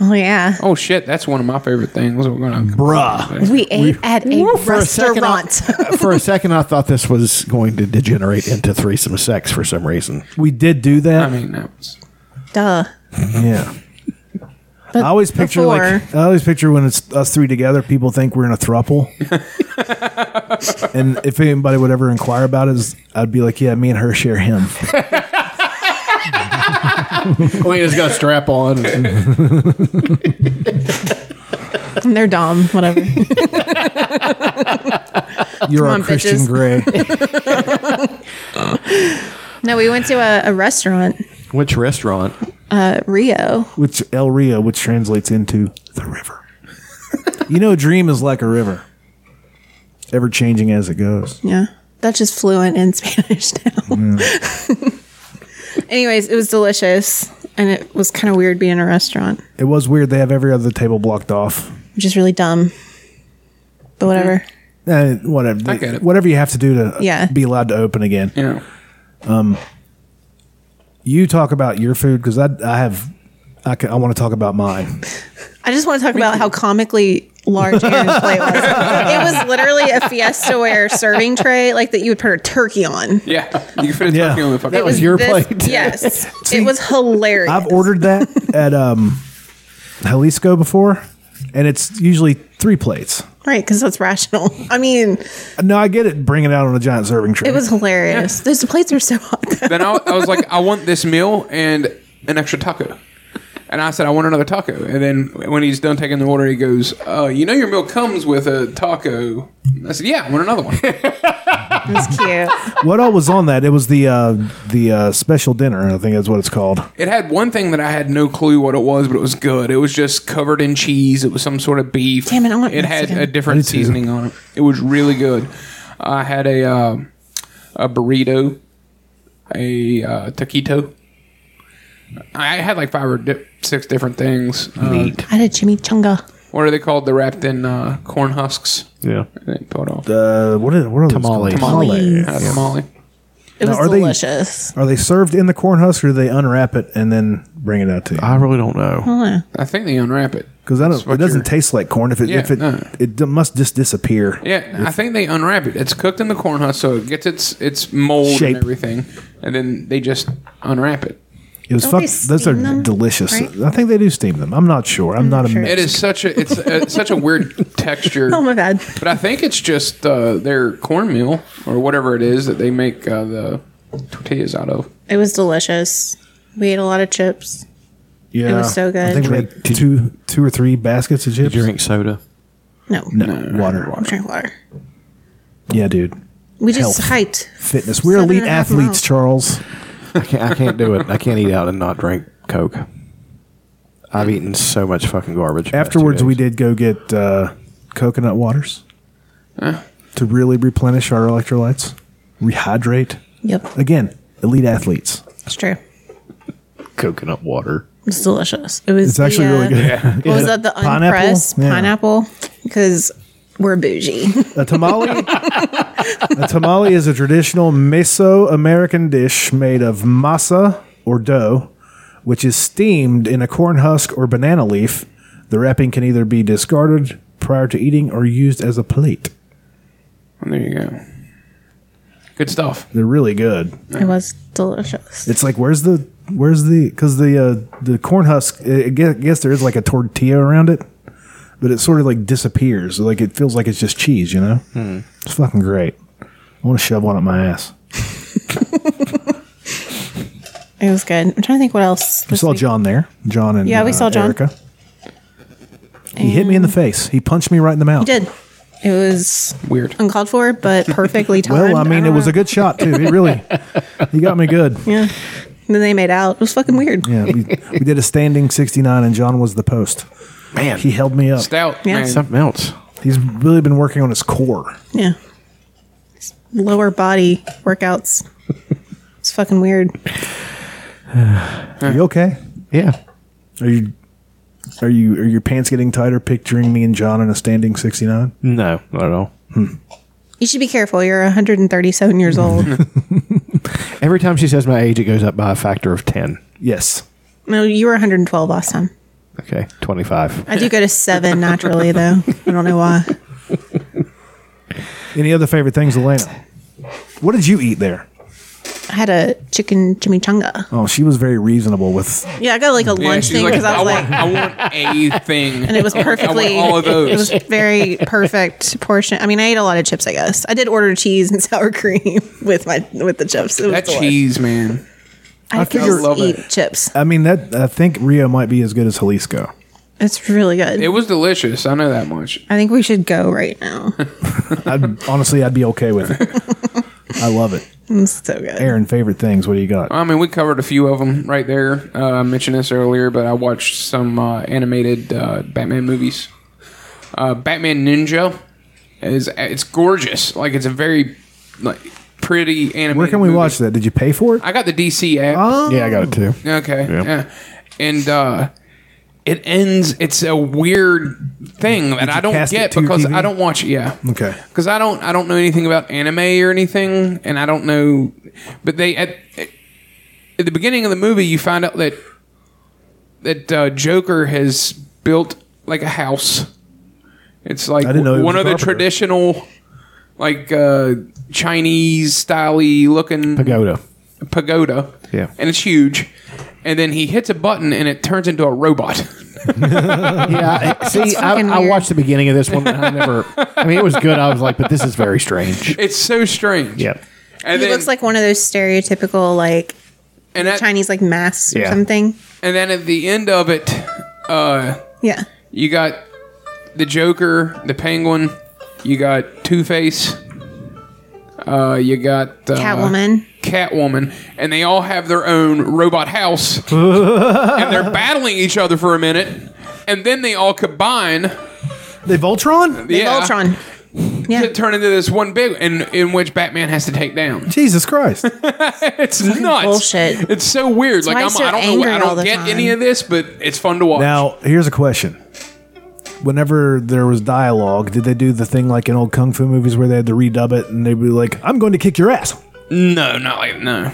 Speaker 1: Oh yeah.
Speaker 4: Oh shit, that's one of my favorite things. We're gonna
Speaker 2: bruh.
Speaker 1: We ate at a
Speaker 3: for a second, I-
Speaker 1: restaurant.
Speaker 3: for a second, I thought this was going to degenerate into threesome sex for some reason.
Speaker 2: We did do that. I
Speaker 4: mean, that was
Speaker 1: Duh.
Speaker 2: Yeah. I always picture like I always picture when it's us three together, people think we're in a thruple. and if anybody would ever inquire about it, is- I'd be like, "Yeah, me and her share him."
Speaker 3: we just got a strap on.
Speaker 1: And they're dumb. Whatever.
Speaker 2: You're
Speaker 1: Come
Speaker 2: our
Speaker 1: on,
Speaker 2: Christian
Speaker 1: bitches.
Speaker 2: Grey.
Speaker 1: no, we went to a, a restaurant,
Speaker 3: Which restaurant?
Speaker 1: uh, Rio.
Speaker 2: which El Rio, which translates into the river. you know, a dream is like a river, ever changing as it goes.
Speaker 1: Yeah. That's just fluent in Spanish now. Anyways, it was delicious. And it was kind of weird being in a restaurant,
Speaker 2: It was weird. They have every other table blocked off.
Speaker 1: which is really dumb. But whatever.
Speaker 2: Eh, whatever.
Speaker 1: I get it.
Speaker 2: Whatever you have to do to
Speaker 1: Yeah.
Speaker 2: be allowed to open again.
Speaker 4: Yeah.
Speaker 2: Um, you talk about your food because I, I have, I, can, I want to talk about mine.
Speaker 1: I just want to talk about how comically large Aaron's plate was. it was literally a Fiesta ware serving tray, like that you would put a turkey on.
Speaker 4: Yeah, you can fit a turkey on the fucking.
Speaker 1: It this- Yes. it was hilarious.
Speaker 2: I've ordered that at um, Jalisco before, and it's usually three plates.
Speaker 1: Right, because that's rational. I mean,
Speaker 2: No, I get it. Bring it out on a giant serving tray.
Speaker 1: it was hilarious. Those plates are so hot.
Speaker 4: then I, I was like, I want this meal and an extra taco. And I said, I want another taco. And then when he's done taking the order, he goes, uh, You know, your meal comes with a taco. And I said, Yeah, I want another one.
Speaker 1: That's cute.
Speaker 2: what all was on that? It was the uh, the uh, special dinner. I think that's what it's called.
Speaker 4: It had one thing that I had no clue what it was, but it was good. It was just covered in cheese. It was some sort of beef. Damn
Speaker 1: it! I want
Speaker 4: it had
Speaker 1: Mexican.
Speaker 4: a different seasoning on it. It was really good. I had a uh, a burrito, a uh, taquito. I had like five or di- six different things. Uh,
Speaker 1: I had a chimichanga.
Speaker 4: What are they called? They're wrapped in uh, corn husks.
Speaker 3: Yeah.
Speaker 4: They pulled off.
Speaker 2: Uh, what are what are
Speaker 4: Tamale.
Speaker 2: Those called?
Speaker 4: Tamale.
Speaker 2: Tamale.
Speaker 4: Uh, tamale.
Speaker 1: It It was
Speaker 2: are
Speaker 1: delicious.
Speaker 2: They, are they served in the corn husk or do they unwrap it and then bring it out to you? I
Speaker 9: really don't know.
Speaker 4: I think they unwrap it.
Speaker 2: Because it doesn't taste like corn. If it
Speaker 4: Yeah,
Speaker 2: if it
Speaker 4: no.
Speaker 2: it d- must just disappear.
Speaker 4: Yeah, I think they unwrap it. It's cooked in the corn husk, so it gets its its mold
Speaker 2: Shape.
Speaker 4: and everything, and then they just unwrap it.
Speaker 2: It was
Speaker 4: Don't
Speaker 2: fuck.
Speaker 4: they
Speaker 2: Those are
Speaker 4: steam them,
Speaker 2: delicious.
Speaker 4: right?
Speaker 2: I think they do steam them. I'm not sure. I'm, not a.
Speaker 4: It is such a it's a, such a weird texture.
Speaker 1: Oh, my bad.
Speaker 4: But I think it's just uh, their cornmeal or whatever it is that they make uh, the tortillas out of.
Speaker 1: It was delicious. We ate a lot of chips.
Speaker 2: Yeah,
Speaker 1: It was so good.
Speaker 2: I think we had two two or three baskets of chips. Did you drink
Speaker 9: soda?
Speaker 1: No.
Speaker 2: No, water.
Speaker 1: Drink water.
Speaker 2: Yeah, dude.
Speaker 1: We just
Speaker 2: Health.
Speaker 1: hiked.
Speaker 2: Fitness. We're
Speaker 1: Seven
Speaker 2: elite
Speaker 1: and a half
Speaker 2: athletes,
Speaker 1: miles.
Speaker 2: Charles.
Speaker 9: I can't, I can't do it. I can't eat out and not drink Coke. I've eaten so much fucking garbage.
Speaker 2: Afterwards, we did go get uh, coconut waters to really replenish our electrolytes, rehydrate.
Speaker 1: Yep.
Speaker 2: Again, elite athletes.
Speaker 1: It's true.
Speaker 9: coconut water.
Speaker 1: It's delicious. It was
Speaker 2: It's actually
Speaker 1: the,
Speaker 2: really
Speaker 1: uh,
Speaker 2: good. Yeah.
Speaker 1: What
Speaker 2: Yeah.
Speaker 1: was that? The
Speaker 2: Pineapple?
Speaker 1: unpressed
Speaker 2: Yeah.
Speaker 1: pineapple because we're bougie.
Speaker 2: A tamale. A tamale is a traditional Mesoamerican dish made of masa or dough, which is steamed in a corn husk or banana leaf. The wrapping can either be discarded prior to eating or used as a plate.
Speaker 4: There you go. Good stuff.
Speaker 2: They're really good.
Speaker 1: it was delicious.
Speaker 2: It's like where's the where's the because the uh, the corn husk I I guess, I guess there is like a tortilla around it, but it sort of like disappears. Like it feels like it's just cheese, you know. It's fucking great. I want to shove one up my ass.
Speaker 1: It was good. I'm trying to think what else.
Speaker 2: We
Speaker 1: this
Speaker 2: saw
Speaker 1: week-
Speaker 2: John there. John and
Speaker 1: Yeah, we
Speaker 2: uh,
Speaker 1: saw John.
Speaker 2: Erica. He hit me in the face. He punched me right in the
Speaker 1: He
Speaker 2: mouth.
Speaker 1: did. It was
Speaker 4: weird,
Speaker 1: uncalled for, but perfectly timed.
Speaker 2: Well, I mean, it was a good shot too. He really, he got me good.
Speaker 1: Yeah. And then they made out. It was fucking weird.
Speaker 2: Yeah, we, we did a standing sixty-nine, and John was the post.
Speaker 9: Man,
Speaker 2: he held me up.
Speaker 4: Stout, Yeah. man.
Speaker 9: Something else.
Speaker 2: He's really been working on his core.
Speaker 1: Yeah. Lower body workouts. It's fucking weird.
Speaker 2: Are you okay?
Speaker 9: Yeah.
Speaker 2: Are you? Are you? Are your pants getting tighter? Picturing me and John in a standing sixty-nine?
Speaker 9: No, not at all.
Speaker 1: You should be careful. You're 137 years old.
Speaker 9: Every time she says my age, it goes up by a factor of 10.
Speaker 2: Yes.
Speaker 1: no, you were 112 last time.
Speaker 9: Okay, 25.
Speaker 1: I do go to seven naturally, though. I don't know why.
Speaker 2: Any other favorite things, Elena? What did you eat there?
Speaker 1: I had a chicken chimichanga.
Speaker 2: Oh, she was very reasonable with.
Speaker 1: Yeah, I got like a
Speaker 4: Yeah,
Speaker 1: lunch
Speaker 4: she's
Speaker 1: thing
Speaker 4: like,
Speaker 1: because I was like,
Speaker 4: want, I want a thing,
Speaker 1: and it was
Speaker 4: I want-
Speaker 1: perfectly
Speaker 4: I want all of those.
Speaker 1: it was very perfect portion i mean i ate a lot of chips i guess i did order cheese and sour cream with my with the chips It was
Speaker 4: that
Speaker 1: delicious.
Speaker 4: cheese, man.
Speaker 1: i,
Speaker 4: I
Speaker 1: could
Speaker 4: figure-
Speaker 1: just
Speaker 4: love
Speaker 1: eat
Speaker 4: it.
Speaker 1: chips
Speaker 2: I mean, that I think Rio might be as good as Jalisco.
Speaker 1: it's really good
Speaker 4: It was delicious. I know that much.
Speaker 1: i think we should go right now
Speaker 2: I'd, honestly, I'd be okay with it. I love it.
Speaker 1: it's so good
Speaker 2: Aaron, favorite things. What do you got?
Speaker 4: I mean, we covered a few of them right there. Uh, I mentioned this earlier, but I watched some uh, animated uh, Batman movies. Uh, Batman Ninja is it's gorgeous. Like it's a very like pretty animated.
Speaker 2: Where can we
Speaker 4: movie.
Speaker 2: watch that? Did you pay for it?
Speaker 4: I um, got the DC app.
Speaker 9: Yeah, I got it too.
Speaker 4: Okay.
Speaker 9: Yeah.
Speaker 4: Yeah. And uh, it ends. It's a weird thing that I don't
Speaker 2: cast it
Speaker 4: get
Speaker 2: to your
Speaker 4: because
Speaker 2: TV?
Speaker 4: I don't watch. Yeah.
Speaker 2: Okay.
Speaker 4: Because I don't I don't know anything about anime or anything, and I don't know. But they at at the beginning of the movie, you find out that that uh, Joker has built like a house. It's like
Speaker 2: I didn't know he was
Speaker 4: one
Speaker 2: a
Speaker 4: of the
Speaker 2: carpenter.
Speaker 4: traditional, like uh, Chinese style looking
Speaker 9: Pagoda.
Speaker 4: pagoda.
Speaker 9: Yeah.
Speaker 4: And it's huge. And then he hits a button and it turns into a robot.
Speaker 9: Yeah, I- see,
Speaker 1: That's
Speaker 9: I,
Speaker 1: fucking
Speaker 9: I
Speaker 1: weird.
Speaker 9: watched the beginning of this one and I never, I mean, it was good. I was like, but this is very strange.
Speaker 4: It's so strange.
Speaker 9: Yeah.
Speaker 4: And
Speaker 1: he
Speaker 4: then,
Speaker 1: looks like one of those stereotypical like
Speaker 4: and at,
Speaker 1: chinese like masks or
Speaker 9: Yeah.
Speaker 1: something
Speaker 4: and then at the end of it, uh,
Speaker 1: yeah
Speaker 4: you got the Joker, the Penguin, you got Two Face, uh, you got uh,
Speaker 1: Uh-huh. catwoman
Speaker 4: Catwoman, and they all have their own robot house, and they're battling each other for a minute, and then they all combine.
Speaker 2: They Voltron?
Speaker 4: yeah,
Speaker 1: voltron
Speaker 4: to turn into this one big, in in which Batman has to take down.
Speaker 2: Jesus Christ.
Speaker 4: It's nuts.
Speaker 1: bullshit.
Speaker 4: It's so weird. like
Speaker 1: why
Speaker 4: I'm,
Speaker 1: he's so
Speaker 4: I don't know.
Speaker 1: angry
Speaker 4: I
Speaker 1: all the
Speaker 4: don't get
Speaker 1: time.
Speaker 4: any of this, but it's fun to watch.
Speaker 2: now, here's a question. Whenever there was dialogue, did they do the thing like in old kung fu movies where they had to redub it and they'd be like, I'm going to kick your ass?
Speaker 4: No, not like no.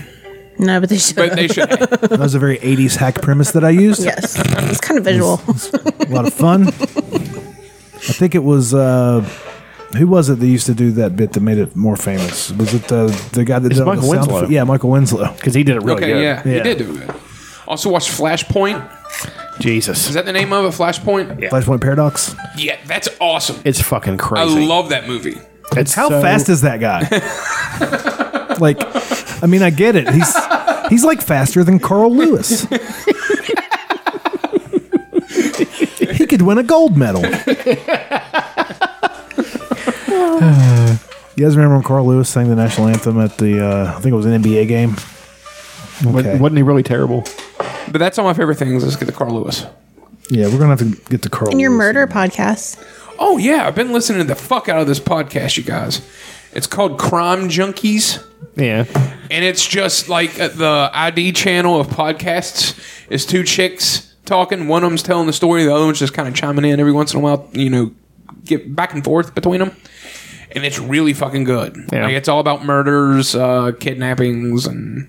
Speaker 1: No, but they should.
Speaker 4: But they should.
Speaker 2: that was a very 80s hack premise that I used.
Speaker 1: yes, it's kind of visual.
Speaker 2: A lot of fun. I think it was uh, who was it that used to do that bit that made it more famous? Was it the the guy that
Speaker 4: It's
Speaker 2: did all the
Speaker 4: Michael
Speaker 2: sound
Speaker 4: Winslow.
Speaker 2: effect- Yeah, Michael Winslow because
Speaker 9: he did it
Speaker 4: okay, yeah, he did do it. Also watched Flashpoint.
Speaker 9: Jesus,
Speaker 4: Is that the name of it? Flashpoint.
Speaker 2: Flashpoint Paradox.
Speaker 4: Yeah, that's awesome.
Speaker 9: It's fucking
Speaker 4: I love that movie.
Speaker 2: how fast is that guy? like, I mean, I get it. He's he's like faster than Carl Lewis. he could win a gold medal. You guys remember when Carl Lewis sang the national anthem at the? Uh, I think it was an NBA game.
Speaker 9: Wasn't he really terrible?
Speaker 4: But that's all my favorite things. Let's get to Carl Lewis.
Speaker 2: Yeah, we're gonna have to get to Carl.
Speaker 1: In your murder podcast,
Speaker 4: Oh yeah, I've been listening to the fuck out of this podcast, you guys. It's called Crime Junkies.
Speaker 9: Yeah.
Speaker 4: and it's just like uh, the ID channel of podcasts is two chicks talking. One of them's telling the story, the other one's just kind of chiming in every once in a while. You know, get back and forth between them, and it's really fucking good.
Speaker 1: Yeah.
Speaker 4: Like it's all about murders, uh, kidnappings, and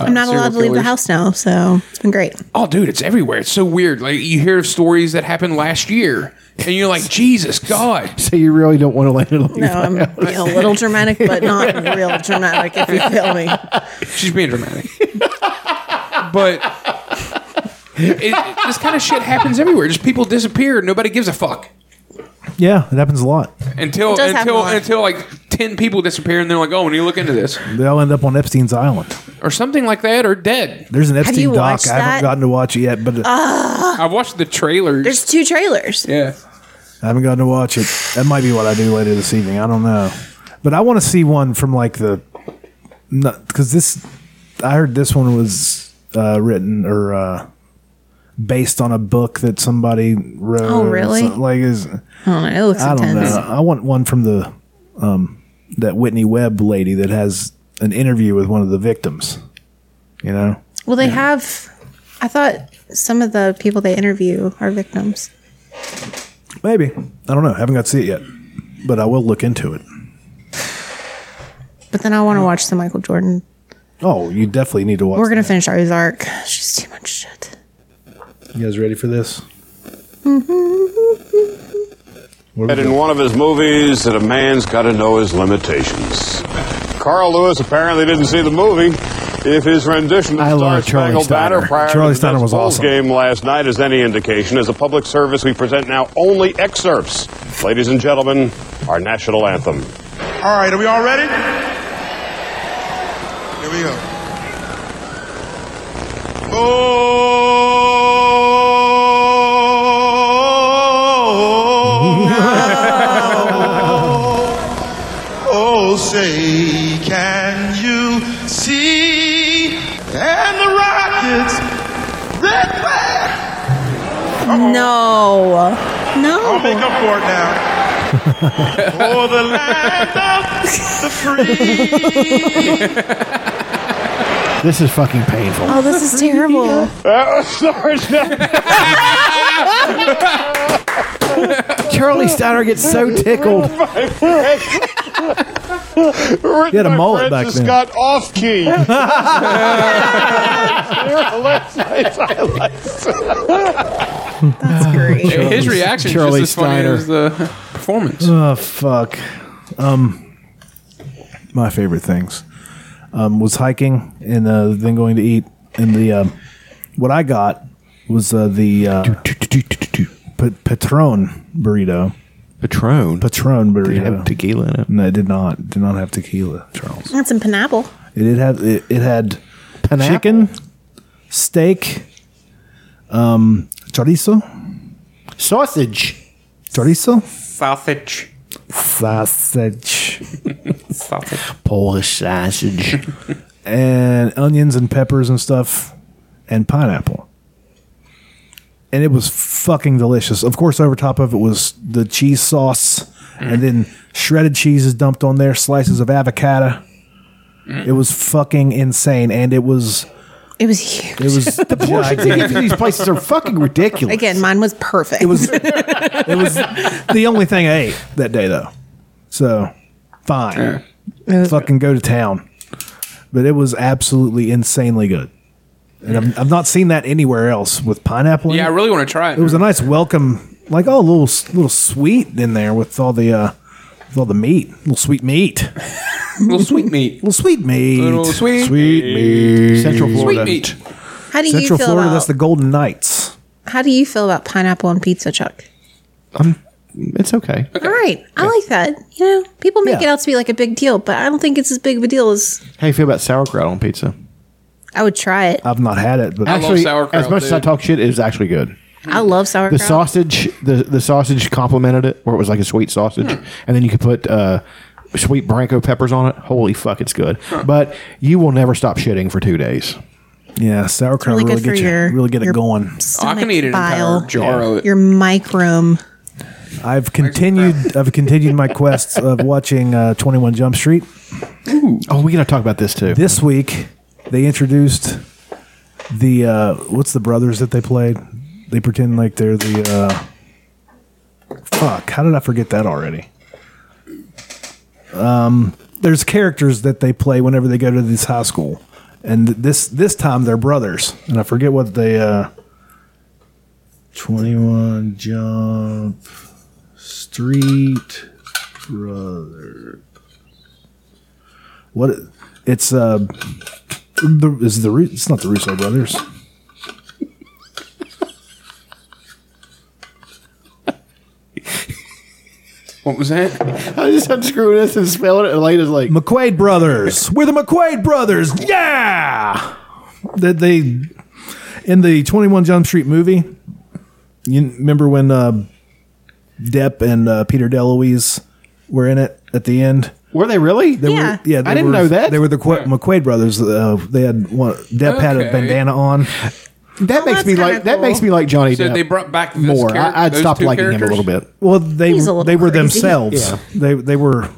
Speaker 4: uh,
Speaker 1: I'm not allowed to
Speaker 4: serial
Speaker 1: leave the
Speaker 4: killers.
Speaker 1: house now, so it's been great.
Speaker 4: Oh, dude, it's everywhere. It's so weird. Like you hear of stories that happened last year, and you're like, Jesus God.
Speaker 9: So you really don't want to let it leave.
Speaker 1: No, I'm being a little dramatic, but not real dramatic. If you feel me,
Speaker 4: She's being dramatic. but it, this kind of shit happens everywhere. Just people disappear. Nobody gives a fuck
Speaker 2: Yeah, it happens a lot.
Speaker 4: until
Speaker 1: It does happen a
Speaker 4: until
Speaker 1: lot.
Speaker 4: until like ten people disappear, and they're like, "Oh, when you look into this,"
Speaker 2: They all end up on Epstein's island.
Speaker 4: or something like that, or dead.
Speaker 2: There's an
Speaker 4: Have
Speaker 2: Epstein
Speaker 4: you
Speaker 2: doc. I
Speaker 4: watched that?
Speaker 2: haven't gotten to watch it yet, but
Speaker 4: I watched the trailers.
Speaker 1: There's two trailers.
Speaker 4: Yeah.
Speaker 2: I haven't gotten to watch it. That might be what I do later this evening. I don't know, but I want to see one from like the because this I heard this one was uh, written or uh, based on a book that somebody wrote.
Speaker 1: Oh,
Speaker 2: or
Speaker 1: really?
Speaker 2: something. Like is
Speaker 1: I don't know. It looks
Speaker 2: I don't
Speaker 1: intense.
Speaker 2: know. I want one from the um, that Whitney Webb lady that has an interview with one of the victims. You know,
Speaker 1: Well, they have. I thought some of the people they interview are victims.
Speaker 2: maybe I don't know. haven't got to see it yet, but I will look into it.
Speaker 1: But then I want to watch the Michael Jordan.
Speaker 2: Oh, you definitely need to watch.
Speaker 1: We're gonna finish Ozark. It's just too much shit.
Speaker 2: You guys ready for this?
Speaker 15: That in one of his movies that a man's got to know his limitations. Carl Lewis apparently didn't see the movie. If his rendition of Star Spangled
Speaker 2: Steiner.
Speaker 15: Banner prior
Speaker 2: Charlie
Speaker 15: to the
Speaker 2: Steiner
Speaker 15: Mets
Speaker 2: was
Speaker 15: Bulls
Speaker 2: awesome.
Speaker 15: game last night is any indication, as a public service, we present now only excerpts. Ladies and gentlemen, our national anthem.
Speaker 5: All right, are we all ready? Here we go. Oh, Oh, say, can you see? And the rockets, red flag.
Speaker 1: No, no.
Speaker 5: I'll make up for it now. oh, the land of the free.
Speaker 9: This is fucking painful.
Speaker 1: Oh, this is terrible.
Speaker 15: Oh,
Speaker 9: Charlie Steiner gets so tickled.
Speaker 15: he
Speaker 9: had a mullet back then.
Speaker 15: Scott off key.
Speaker 1: Oh,
Speaker 5: Last night's highlights. That's great.
Speaker 4: His reaction is just
Speaker 2: Charlie
Speaker 4: as funny
Speaker 2: Steiner.
Speaker 4: as the performance.
Speaker 2: Oh fuck. Um, my favorite things um, was hiking and uh, then going to eat and the um, what I got was uh, the uh, pa- Patron burrito.
Speaker 9: Patron.
Speaker 2: Patron burrito.
Speaker 9: it have
Speaker 2: tequila in it? No, it did not. It Did not have tequila, Charles.
Speaker 1: That's some pineapple.
Speaker 2: It did have it, it had chicken, steak, um, chorizo,
Speaker 9: sausage,
Speaker 2: chorizo,
Speaker 4: Sausage.
Speaker 2: sausage,
Speaker 4: sausage,
Speaker 9: Polish sausage,
Speaker 2: and onions and peppers and stuff, and pineapple. And it was fucking delicious. Of course, over top of it was the cheese sauce,
Speaker 9: Mm.
Speaker 2: and then shredded cheese is dumped on there, slices of avocado.
Speaker 9: Mm.
Speaker 2: It was fucking insane, and it was
Speaker 1: It was huge.
Speaker 2: it was
Speaker 1: The portions
Speaker 9: they give to these places are fucking ridiculous.
Speaker 1: Again, mine was perfect. It was.
Speaker 2: it was the only thing I ate that day, though. So, fine. Fucking go to town. but it was absolutely insanely good. And I'm, I've not seen that anywhere else with pineapple. in
Speaker 4: Yeah, I
Speaker 2: it.
Speaker 4: really want to try it.
Speaker 2: It was a nice welcome, like oh, a little little sweet in there with all the uh, with all the meat, little sweet meat,
Speaker 4: little sweet meat,
Speaker 2: little sweet meat,
Speaker 4: Little sweet
Speaker 2: meat, Central
Speaker 4: Sweet
Speaker 2: Florida,
Speaker 4: meat.
Speaker 1: How do you
Speaker 2: Central
Speaker 1: feel
Speaker 2: Florida.
Speaker 1: about-
Speaker 2: That's the Golden Knights.
Speaker 1: How do you feel about pineapple on pizza, Chuck?
Speaker 3: It's okay.
Speaker 1: All right, I like that. You know, people make
Speaker 3: Yeah.
Speaker 1: it out to be like a big deal, but I don't think it's as big of a deal as
Speaker 3: How you feel about sauerkraut on pizza?
Speaker 1: I would try it.
Speaker 2: I've not had it, but
Speaker 1: I love
Speaker 3: actually,
Speaker 1: sauerkraut,
Speaker 3: as much as I
Speaker 1: dude.
Speaker 3: talk shit, it is actually good.
Speaker 1: I love sauerkraut.
Speaker 3: The sausage, the the sausage complemented it, where it was like a sweet sausage,
Speaker 4: Hmm.
Speaker 3: and then you could put uh, sweet branco peppers on it. Holy fuck, it's good. But you will never stop shitting for two days.
Speaker 2: Yeah, sauerkraut
Speaker 1: really really good get for you- your- really
Speaker 2: get
Speaker 1: it your
Speaker 2: going.
Speaker 4: Oh,
Speaker 1: I can eat an entire bile. jar
Speaker 4: of
Speaker 1: Your microbe.
Speaker 2: I've continued. I've continued my quest of watching uh, Twenty One Jump Street.
Speaker 3: Oh, we gotta talk about this too.
Speaker 2: This week they introduced the uh, what's the brothers that they played? They pretend like they're the uh, fuck. How did I forget that already? Um, there's characters that they play whenever they go to this high school, and th- this this time they're brothers, and I forget what they. Uh, Twenty One Jump Street Brother. What it's uh the, is the Ru- it's not the Russo brothers.
Speaker 4: What was that?
Speaker 3: I just had to screw this and spell it, and Elena's like
Speaker 2: McQuaid brothers. We're the McQuaid brothers. Yeah, that they in the Twenty One Jump Street movie. You remember when uh, Depp and uh, Peter DeLuise were in it at the end?
Speaker 3: Were they really?
Speaker 2: They
Speaker 3: Yeah.
Speaker 2: Were, yeah.
Speaker 3: I
Speaker 2: they
Speaker 3: didn't
Speaker 2: were-
Speaker 3: know that.
Speaker 2: They were the Qu- McQuaid brothers. Uh, they had one. Depp had a
Speaker 3: Okay.
Speaker 2: bandana on.
Speaker 3: That makes me like that makes me like Johnny
Speaker 4: So
Speaker 3: Depp.
Speaker 4: they brought back this
Speaker 3: more.
Speaker 4: character-
Speaker 3: I, I'd
Speaker 4: those
Speaker 3: stop
Speaker 4: two
Speaker 3: liking him
Speaker 4: characters?
Speaker 3: a little bit.
Speaker 2: Well, they
Speaker 4: He's a little
Speaker 2: they were
Speaker 4: crazy.
Speaker 2: themselves.
Speaker 4: Yeah.
Speaker 2: They they were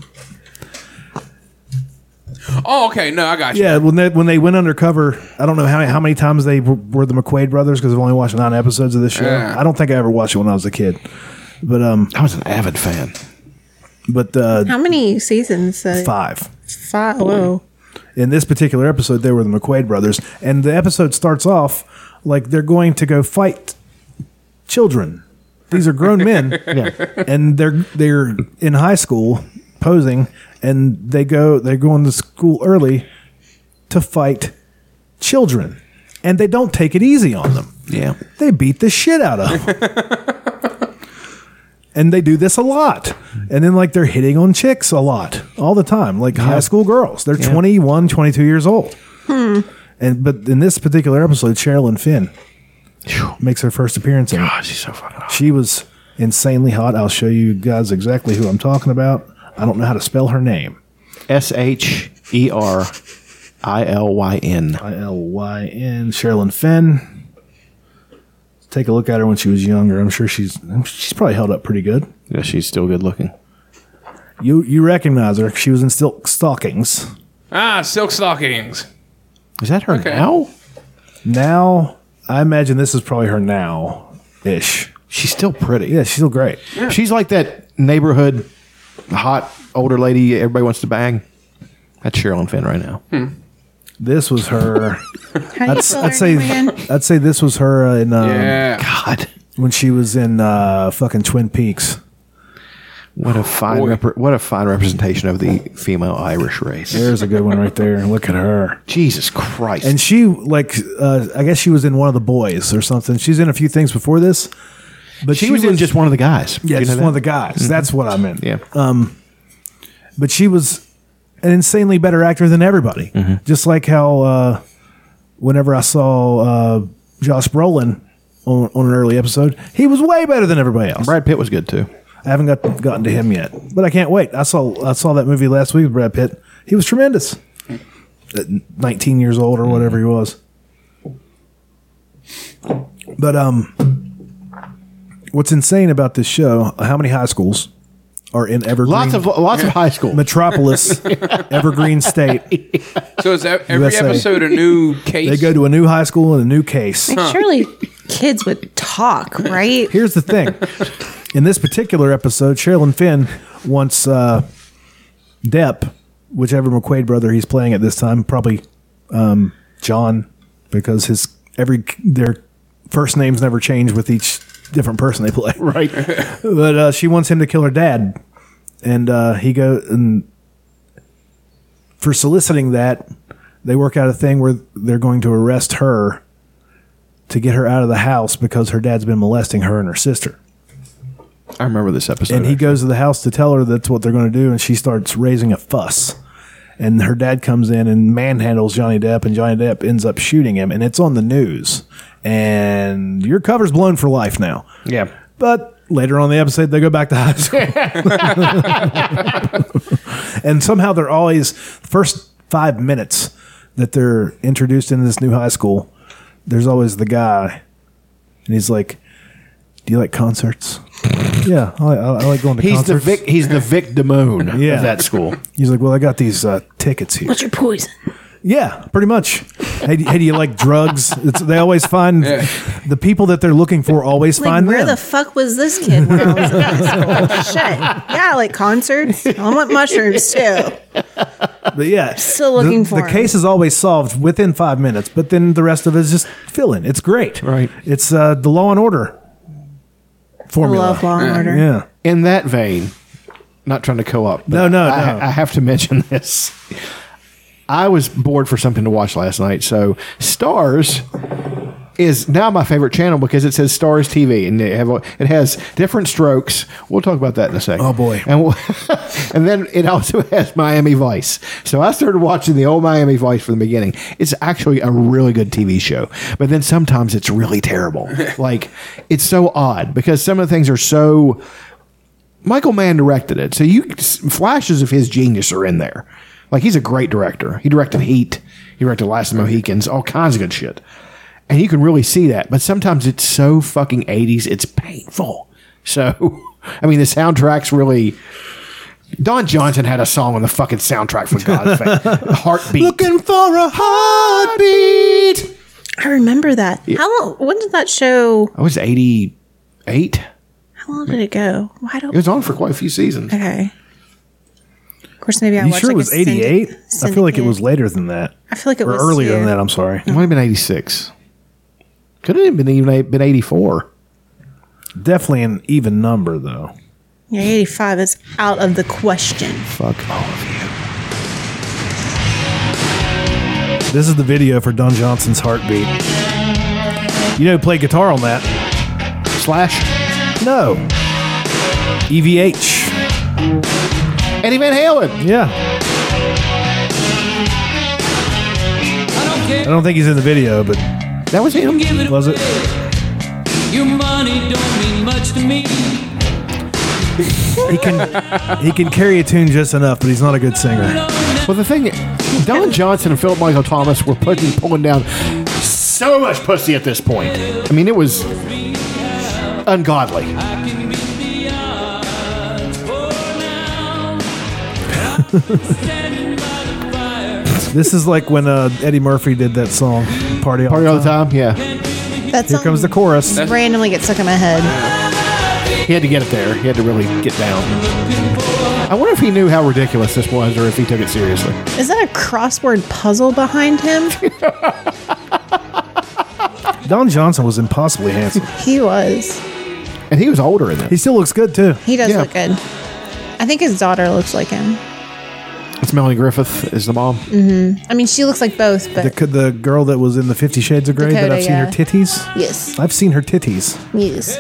Speaker 4: Oh, okay. No, I got you.
Speaker 2: yeah when they when they went undercover. I don't know how many, how many times they were, were the McQuaid brothers because I've only watched nine episodes of this show.
Speaker 4: Yeah.
Speaker 2: I don't think I ever watched it when I was a kid, but um,
Speaker 3: I was an avid fan.
Speaker 2: But uh,
Speaker 1: How many seasons? Uh,
Speaker 2: five.
Speaker 1: Five. Whoa.
Speaker 2: in this particular episode, they were the McQuaid brothers, and the episode starts off like they're going to go fight children. These are grown men, and they're they're in high school posing, and they go they're going to school early to fight children, and they don't take it easy on them.
Speaker 3: Yeah,
Speaker 2: they beat the shit out of them. And they do this a lot. And then, like, they're hitting on chicks a lot all the time, like high school girls. They're
Speaker 3: Yeah.
Speaker 2: 21, 22 years old.
Speaker 1: Hmm.
Speaker 2: And But in this particular episode, Sherilyn Finn makes her first appearance in God,
Speaker 3: she's so fucking hot.
Speaker 2: She was insanely hot. I'll show you guys exactly who I'm talking about. I don't know how to spell her name.
Speaker 3: S H E R I L Y N.
Speaker 2: I L Y N. Sherilyn Finn. Take a look at her when she was younger. I'm sure she's she's probably held up pretty good.
Speaker 3: Yeah, she's still good looking.
Speaker 2: You you recognize her? She was in silk stockings.
Speaker 4: Ah, silk stockings.
Speaker 3: Is that her
Speaker 4: Okay.
Speaker 3: now?
Speaker 2: Now I imagine this is probably her now ish.
Speaker 3: She's still pretty.
Speaker 2: Yeah, she's still great.
Speaker 3: She's like that neighborhood hot older lady everybody wants to bang. That's Sherilyn Finn right now.
Speaker 2: This was her.
Speaker 3: do you
Speaker 2: I'd,
Speaker 3: spell
Speaker 2: I'd
Speaker 3: her
Speaker 2: say
Speaker 3: name again?
Speaker 2: I'd say this was her uh, in um,
Speaker 3: Yeah.
Speaker 2: God when she was in uh, fucking Twin Peaks.
Speaker 3: What a fine repre- what a fine representation of the female Irish race.
Speaker 2: There's a good one right there. Look at her.
Speaker 3: Jesus Christ.
Speaker 2: And she like uh, I guess she was in one of the boys or something. She's in a few things before this. But
Speaker 3: She was in just one of Uh, the guys.
Speaker 2: Yeah,
Speaker 3: You know
Speaker 2: just
Speaker 3: that? Mm-hmm.
Speaker 2: one of the guys. That's what I meant.
Speaker 3: Yeah.
Speaker 2: Um, but she was an insanely better actor than everybody. Just like how uh, whenever I saw uh, Josh Brolin on, on an early episode, he was way better than everybody else.
Speaker 3: Brad Pitt was good too.
Speaker 2: I haven't got gotten to him yet, but I can't wait. I saw I saw that movie last week with Brad Pitt. He was tremendous. At 19 years old or whatever he was. But um what's insane about this show, how many high schools are in Evergreen?
Speaker 3: Lots of lots of high school.
Speaker 2: Metropolis, Evergreen State.
Speaker 4: So is that every
Speaker 2: USA.
Speaker 4: episode a new case?
Speaker 2: They go to a new high school and a new case.
Speaker 1: Like, surely kids would talk, right?
Speaker 2: Here's the thing. In this particular episode, Sherilyn Finn wants uh, Depp whichever McQuaid brother he's playing at this time, probably um, John, because his every their first names never change with each different person they play. Right. but uh, she wants him to kill her dad, and uh, he go and for soliciting that, they work out a thing where they're going to arrest her to get her out of the house because her dad's been molesting her and her sister.
Speaker 9: I remember this episode.
Speaker 2: And he goes to the house to tell her that's what they're going to do, and she starts raising a fuss. And her dad comes in and manhandles Johnny Depp, and Johnny Depp ends up shooting him, and it's on the news. And your cover's blown for life now.
Speaker 9: Yeah.
Speaker 2: But later on in the episode, they go back to high school. and somehow they're always first five minutes that they're introduced into this new high school. There's always the guy, and he's like, "Do you like concerts?" yeah, I, I, I like going to
Speaker 3: He's the
Speaker 2: concerts.
Speaker 3: Vic. He's the Vic Damone
Speaker 2: yeah.
Speaker 3: of that school.
Speaker 2: He's like, "Well, I got these uh, tickets here."
Speaker 1: What's your poison?
Speaker 2: Yeah, pretty much. Hey, do- hey, do you like drugs? It's, they always find the people that they're looking for. Always
Speaker 1: Like,
Speaker 2: find
Speaker 1: where
Speaker 2: them.
Speaker 1: the fuck was this kid when I was in high school? Shit. Yeah, I like concerts. I want mushrooms too.
Speaker 2: But yeah,
Speaker 1: Still looking
Speaker 2: the,
Speaker 1: for
Speaker 2: the
Speaker 1: him.
Speaker 2: case is always solved within five minutes. But then the rest of it is just fill in. It's great. Right. It's uh, the Law and Order formula.
Speaker 1: love Law and
Speaker 2: yeah.
Speaker 1: Order.
Speaker 2: Yeah.
Speaker 3: In that vein, not trying to co-op. No,
Speaker 2: no,
Speaker 3: I,
Speaker 2: no.
Speaker 3: I have to mention this. I was bored for something to watch last night, so Stars is now my favorite channel because it says Stars TV and they have it has different strokes. We'll talk about that in a second. Oh boy! And we'll, and then it also has Miami Vice. So I started watching the old Miami Vice from the beginning. It's actually a really good TV show, but then sometimes it's really terrible. like it's so odd because some of the things are so. Michael Mann directed it, so you flashes of his genius are in there. Like he's a great director. He directed Heat, he directed Last of the Mohicans, all kinds of good shit, and you can really see that. But sometimes it's so fucking eighties, it's painful. So, I mean, the soundtrack's really. Don Johnson had a song on the fucking soundtrack for God's sake, heartbeat. Looking for a heartbeat.
Speaker 1: I remember that. How long? When did that show?
Speaker 3: I was eighty eight.
Speaker 1: How long did it go? Why
Speaker 3: It
Speaker 1: don't?
Speaker 3: was on for quite a few seasons.
Speaker 1: Okay. Of course, maybe I
Speaker 2: You
Speaker 1: watched.
Speaker 2: sure
Speaker 1: like a
Speaker 2: it was eighty eight?
Speaker 1: syndi-
Speaker 2: I feel like it
Speaker 1: syndicate.
Speaker 2: was later than that.
Speaker 1: I feel like it
Speaker 2: or
Speaker 1: was
Speaker 2: earlier
Speaker 1: too.
Speaker 2: than that. I'm sorry.
Speaker 3: It might have been eighty six. Could it have been even eight- been eighty four?
Speaker 2: Definitely an even number though.
Speaker 1: Yeah, eighty-five is out of the question.
Speaker 3: Fuck all of
Speaker 2: you. This is the video for Don Johnson's Heartbeat. You know who played guitar on that?
Speaker 3: Slash?
Speaker 2: No. E EVH.
Speaker 3: Eddie Van Halen.
Speaker 2: Yeah. I don't think he's in the video, but.
Speaker 3: That was him.
Speaker 2: Was it?
Speaker 5: Your money don't mean much to me.
Speaker 2: He can he can carry a tune just enough, but he's not a good singer.
Speaker 3: Well, the thing, Don Johnson and Philip Michael Thomas were putting pulling down so much pussy at this point. I mean, it was ungodly.
Speaker 2: this is like when uh, Eddie Murphy did that song, "Party All
Speaker 3: Party
Speaker 2: the
Speaker 3: All the Time." Yeah.
Speaker 1: That
Speaker 2: Here
Speaker 1: song
Speaker 2: comes the chorus.
Speaker 1: randomly gets stuck in my head.
Speaker 3: He had to get it there. He had to really get down. I wonder if he knew how ridiculous this was, or if he took it seriously.
Speaker 1: Is that a crossword puzzle behind him?
Speaker 2: Don Johnson was impossibly handsome,
Speaker 1: he was.
Speaker 3: and he was older in that.
Speaker 2: He still looks good too.
Speaker 1: He does look good. I think his daughter looks like him.
Speaker 3: It's Melanie Griffith is the mom.
Speaker 1: hmm I mean, she looks like both, but
Speaker 2: The, c- the girl that was in the Fifty Shades of Grey that
Speaker 1: Uh, Dakota,
Speaker 2: I've seen
Speaker 1: yeah.
Speaker 2: her titties.
Speaker 1: Yes.
Speaker 2: I've seen her titties.
Speaker 1: yes.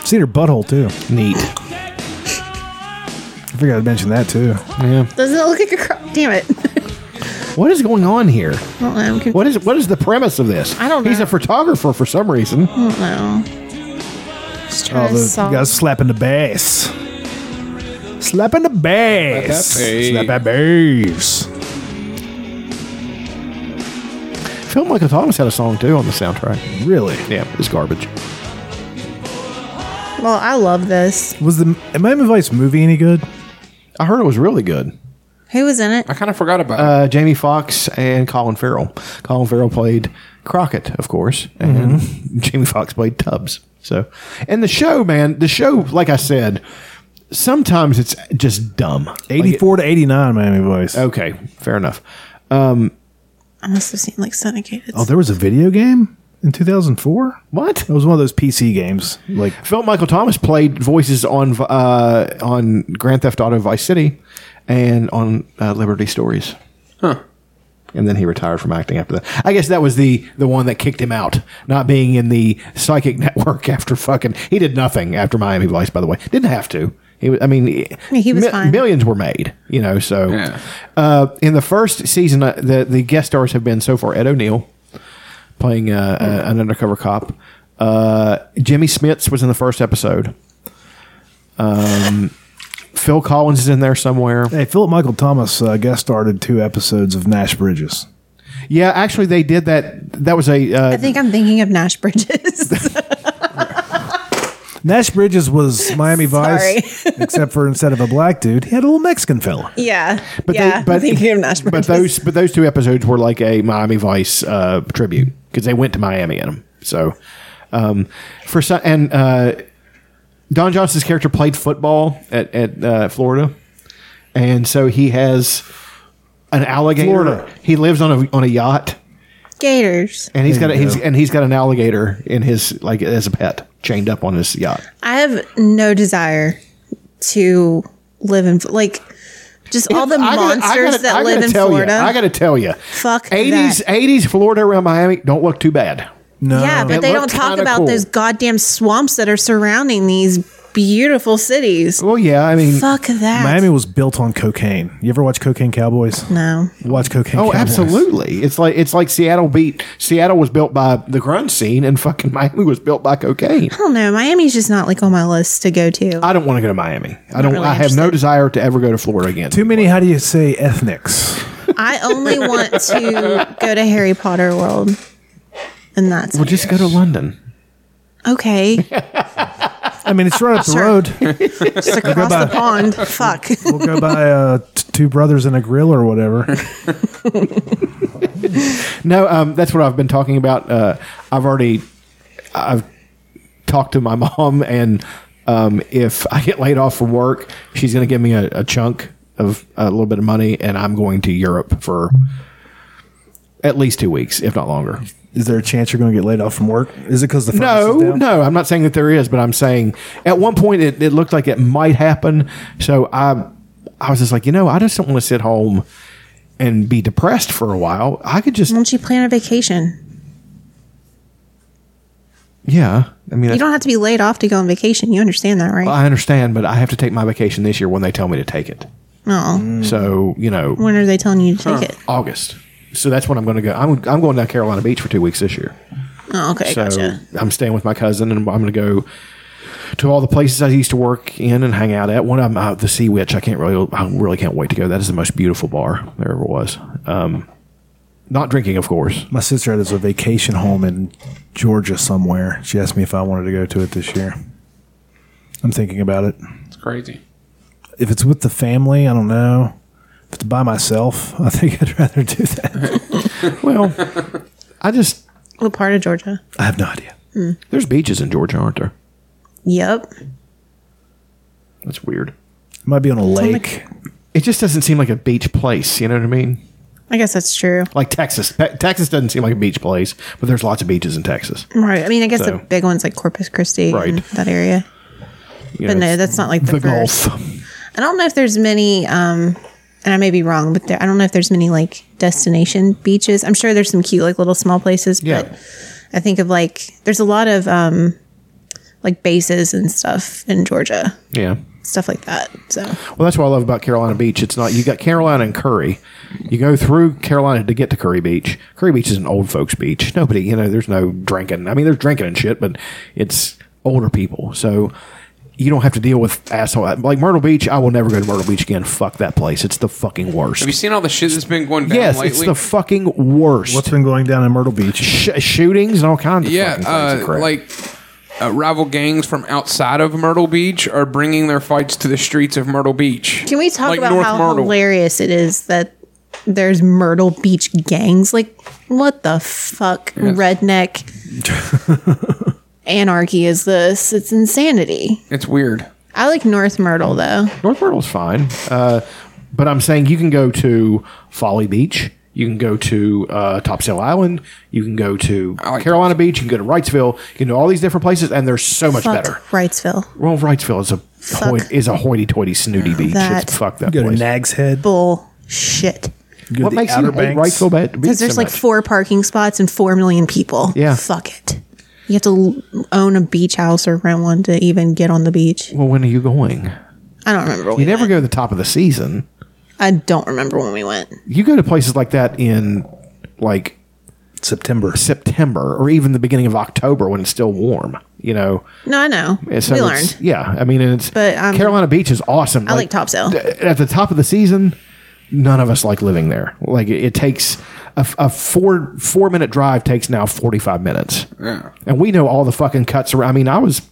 Speaker 2: I've seen her butthole too.
Speaker 3: Neat.
Speaker 2: I forgot to mention that too.
Speaker 3: Yeah.
Speaker 1: Doesn't it look like a cross? Damn it!
Speaker 3: What is going on here?
Speaker 1: don't know, I'm confused.
Speaker 3: What is what is the premise of this? I don't know. He's a photographer for some reason. I
Speaker 1: don't know.
Speaker 2: Oh,
Speaker 1: trying to
Speaker 2: the
Speaker 1: solve-
Speaker 2: guys slapping the bass. Slapping the bass. Slap that bass.
Speaker 3: Phil Michael Thomas had a song too on the soundtrack.
Speaker 2: Really?
Speaker 3: Yeah, it's garbage.
Speaker 1: Well, I love this.
Speaker 2: Was the Miami Vice movie any good?
Speaker 3: I heard it was really good.
Speaker 1: Who was in it?
Speaker 3: I kind of forgot about uh, Jamie Foxx and Colin Farrell. Colin Farrell played Crockett, of course, and Jamie Foxx played Tubbs. So, and the show, man, the show, like I said, sometimes it's just dumb.
Speaker 2: 84 to 89 Miami Vice.
Speaker 3: Okay, fair enough. Um,
Speaker 1: I must have seen like Sonicated.
Speaker 2: Oh, there was a video game in 2004?
Speaker 3: What? It
Speaker 2: was one of those PC games. Like
Speaker 3: Philip Michael Thomas played voices on uh, on Grand Theft Auto Vice City and on uh, Liberty Stories.
Speaker 4: Huh.
Speaker 3: And then he retired from acting after that. I guess that was the the one that kicked him out, not being in the psychic network after fucking. He did nothing after Miami Vice, by the way. Didn't have to. He was, I mean,
Speaker 1: he was fine.
Speaker 3: Millions were made, you know. So, uh, in the first season, uh, the the guest stars have been so far Ed O'Neill playing uh, a- an undercover cop. Uh, Jimmy Smits was in the first episode. Um, Phil Collins is in there somewhere.
Speaker 2: Hey, Philip Michael Thomas uh, guest started two episodes of Nash Bridges.
Speaker 3: Yeah, actually, they did that. That was a
Speaker 1: I
Speaker 3: uh,
Speaker 1: think I'm thinking of Nash Bridges.
Speaker 2: Nash Bridges was Miami Vice,
Speaker 1: Sorry.
Speaker 2: except for instead of a black dude, he had a little Mexican fella.
Speaker 1: yeah.
Speaker 3: But
Speaker 1: yeah.
Speaker 3: they, but,
Speaker 1: I'm thinking of Nash
Speaker 3: but
Speaker 1: Bridges.
Speaker 3: those but those two episodes were like a Miami Vice uh, tribute because they went to Miami in them. So um, for some and uh, Don Johnson's character played football at at uh, Florida, and so he has an alligator.
Speaker 2: Florida.
Speaker 3: He lives on a on a yacht,
Speaker 1: Gators.
Speaker 3: and he's got a,
Speaker 1: his.
Speaker 3: he's, and he's got an alligator in his like as a pet, chained up on his yacht.
Speaker 1: I have no desire to live in like just all the
Speaker 16: I gotta- I
Speaker 1: monsters
Speaker 16: gotta-
Speaker 1: that
Speaker 16: I
Speaker 1: live
Speaker 3: gotta
Speaker 1: in
Speaker 3: tell
Speaker 1: Florida.
Speaker 3: You, I got to tell you,
Speaker 1: Fuck
Speaker 3: eighties
Speaker 1: that.
Speaker 3: eighties Florida around Miami don't look too bad. No,
Speaker 1: yeah, but they don't talk about those goddamn swamps that are surrounding these beautiful cities.
Speaker 3: Well, yeah, I mean,
Speaker 1: fuck that.
Speaker 2: Miami was built on cocaine. You ever watch Cocaine Cowboys?
Speaker 1: No.
Speaker 2: Watch Cocaine
Speaker 3: Oh,
Speaker 2: Cowboys.
Speaker 3: absolutely! It's like it's like Seattle beat Seattle was built by the grunge scene, and fucking Miami was built by cocaine.
Speaker 1: I don't know. Miami's just not like on my list to go to.
Speaker 3: I don't want to go to Miami. I
Speaker 1: Not
Speaker 3: don't.
Speaker 1: really
Speaker 3: I have no desire to ever go to Florida again.
Speaker 2: Too many, how do you say, ethnics?
Speaker 1: I only want to go to Harry Potter World, and that's
Speaker 3: Well, just go to London.
Speaker 1: okay.
Speaker 2: I mean, it's right up the
Speaker 1: Sure.
Speaker 2: road.
Speaker 1: Just
Speaker 2: We'll go
Speaker 1: across
Speaker 2: by,
Speaker 1: the pond. Fuck.
Speaker 2: we'll go by uh, t- two brothers and a grill or whatever.
Speaker 3: No, um, that's what I've been talking about. Uh, I've already I've talked to my mom, and um, if I get laid off from work, she's going to give me a, a chunk of a little bit of money, and I'm going to Europe for at least two weeks, if not longer.
Speaker 2: Is there a chance you're going to get laid off from work? Is it because the
Speaker 3: no, no? I'm not saying that there is, but I'm saying at one point it, it looked like it might happen. So I, I was just like, you know, I just don't want to sit home and be depressed for a while. I could just,
Speaker 1: Why don't you plan a vacation?
Speaker 3: yeah. I mean,
Speaker 1: You
Speaker 3: that's-
Speaker 1: don't have to be laid off to go on vacation. You understand that, right?
Speaker 3: Well, I understand, but I have to take my vacation this year when they tell me to take it.
Speaker 1: No.
Speaker 3: So you know,
Speaker 1: Oh. When are they telling you to take it?
Speaker 3: August. So that's when I'm going to go. I'm, I'm going down Carolina Beach for two weeks this year.
Speaker 1: Oh, okay,
Speaker 3: so
Speaker 1: gotcha.
Speaker 3: I'm staying with my cousin, and I'm going to go to all the places I used to work in and hang out at. One of them, uh, the Sea Witch. I can't really, I really can't wait to go. That is the most beautiful bar there ever was. Um, not drinking, of course.
Speaker 2: My sister has a vacation home in Georgia somewhere. She asked me if I wanted to go to it this year. I'm thinking about it.
Speaker 4: It's crazy.
Speaker 2: If it's with the family, I don't know. If it's by myself, I think I'd rather do that.
Speaker 3: well, I just
Speaker 1: What part of Georgia?
Speaker 2: I have no idea.
Speaker 1: Hmm.
Speaker 3: There's beaches in Georgia, aren't there?
Speaker 1: Yep.
Speaker 3: That's weird.
Speaker 2: might be on a
Speaker 1: on the-
Speaker 2: lake.
Speaker 3: It just doesn't seem like a beach place. You know what I mean?
Speaker 1: I guess that's true.
Speaker 3: like Texas. Pe- Texas doesn't seem like a beach place, but there's lots of beaches in Texas.
Speaker 1: Right. I mean, I guess
Speaker 3: So-
Speaker 1: the big one's like Corpus Christi,
Speaker 3: Right.
Speaker 1: and that area.
Speaker 3: You
Speaker 1: but no,
Speaker 3: know, it's
Speaker 1: that's not like the,
Speaker 3: the
Speaker 1: first.
Speaker 3: Gulf.
Speaker 1: I don't know if there's many, um, and I may be wrong, but there, I don't know if there's many like destination beaches. I'm sure there's some cute like little small places, but I think of like there's a lot of um, like bases and stuff in Georgia,
Speaker 3: Yeah.
Speaker 1: stuff like that. So
Speaker 3: Well, that's what I love about Carolina Beach. It's not you got Carolina and Curry. You go through Carolina to get to Curry Beach. Curry Beach is an old folks' beach. Nobody, you know, there's no drinking. I mean, there's drinking and shit, but it's older people. So you don't have to deal with asshole like Myrtle Beach. I will never go to Myrtle Beach again. Fuck that place. It's the fucking worst.
Speaker 4: Have you seen all the shit that's been going down
Speaker 3: Yes,
Speaker 4: lately?
Speaker 3: it's the fucking worst. What's
Speaker 2: been going down in Myrtle Beach?
Speaker 3: Sh- shootings and all kinds of
Speaker 4: yeah,
Speaker 3: fucking things.
Speaker 4: uh,
Speaker 3: Correct.
Speaker 4: like uh, rival gangs from outside of Myrtle Beach are bringing their fights to the streets of Myrtle Beach.
Speaker 1: Can we talk
Speaker 4: Like
Speaker 1: about
Speaker 4: North
Speaker 1: how
Speaker 4: Myrtle.
Speaker 1: hilarious it is that there's Myrtle Beach gangs? Like, what the fuck, redneck anarchy is this? It's insanity.
Speaker 4: It's weird.
Speaker 1: I like North Myrtle though.
Speaker 3: North Myrtle's fine. Uh, but I'm saying you can go to Folly Beach. You can go to uh, Topsail Island. You can go to Carolina Beach. You can go to Wrightsville. You can do all these different places, and they're so much
Speaker 1: Fuck
Speaker 3: better.
Speaker 1: Wrightsville.
Speaker 3: Well, Wrightsville is a hoi- is a hoity-toity snooty beach.
Speaker 1: That-
Speaker 3: it's fuck that
Speaker 1: Go to
Speaker 3: place.
Speaker 2: Nag's Head.
Speaker 1: Bullshit.
Speaker 3: to What the makes you Outer hate Banks. Wrightsville bad- beach
Speaker 1: Because
Speaker 3: so
Speaker 1: there's like
Speaker 3: much?
Speaker 1: four parking spots and four million people.
Speaker 3: Yeah.
Speaker 1: Fuck it. You have to l- own a beach house or rent one to even get on the beach.
Speaker 3: Well, when are you going?
Speaker 1: I don't remember.
Speaker 3: You never go to the top of the season.
Speaker 1: I don't remember when we went.
Speaker 3: You go to places like that in like September, September, or even the beginning of October when it's still warm. You know,
Speaker 1: No, I know.
Speaker 3: And so
Speaker 1: we
Speaker 3: it's-
Speaker 1: learned.
Speaker 3: Yeah, I mean, and it's
Speaker 1: But, um,
Speaker 3: Carolina Beach is awesome.
Speaker 1: I like Topsail.
Speaker 3: d- At the top of the season, none of us like living there. Like it, it takes a, f- a four four minute drive takes now forty five minutes.
Speaker 4: Yeah.
Speaker 3: and we know all the fucking cuts around. I mean, I was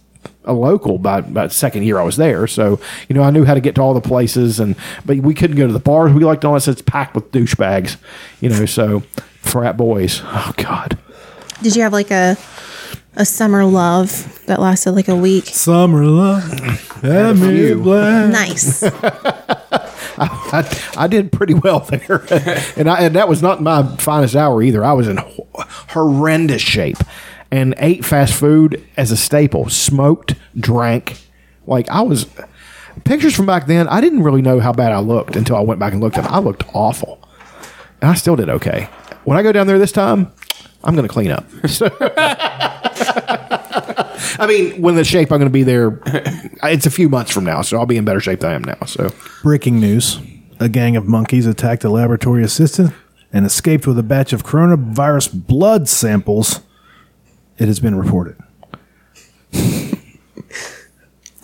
Speaker 3: a local by about second year I was there, so you know I knew how to get to all the places, and but we couldn't go to the bars. We liked all that. so It's packed with douchebags, you know. So frat boys. Oh God.
Speaker 1: Did you have like a a summer love that lasted like a week?
Speaker 2: Summer love.
Speaker 3: Had a few.
Speaker 1: nice.
Speaker 3: I, I did pretty well there, and I and that was not my finest hour either. I was in ho- horrendous shape, and ate fast food as a staple. Smoked, drank, like I was. Pictures from back then, I didn't really know how bad I looked until I went back and looked at. 'em. I looked awful, and I still did okay. When I go down there this time, I'm going to clean up. So- I mean, when the shape I'm going to be there, it's a few months from now, so I'll be in better shape than I am now. So.
Speaker 2: Breaking news a gang of monkeys attacked a laboratory assistant and escaped with a batch of coronavirus blood samples. It has been reported.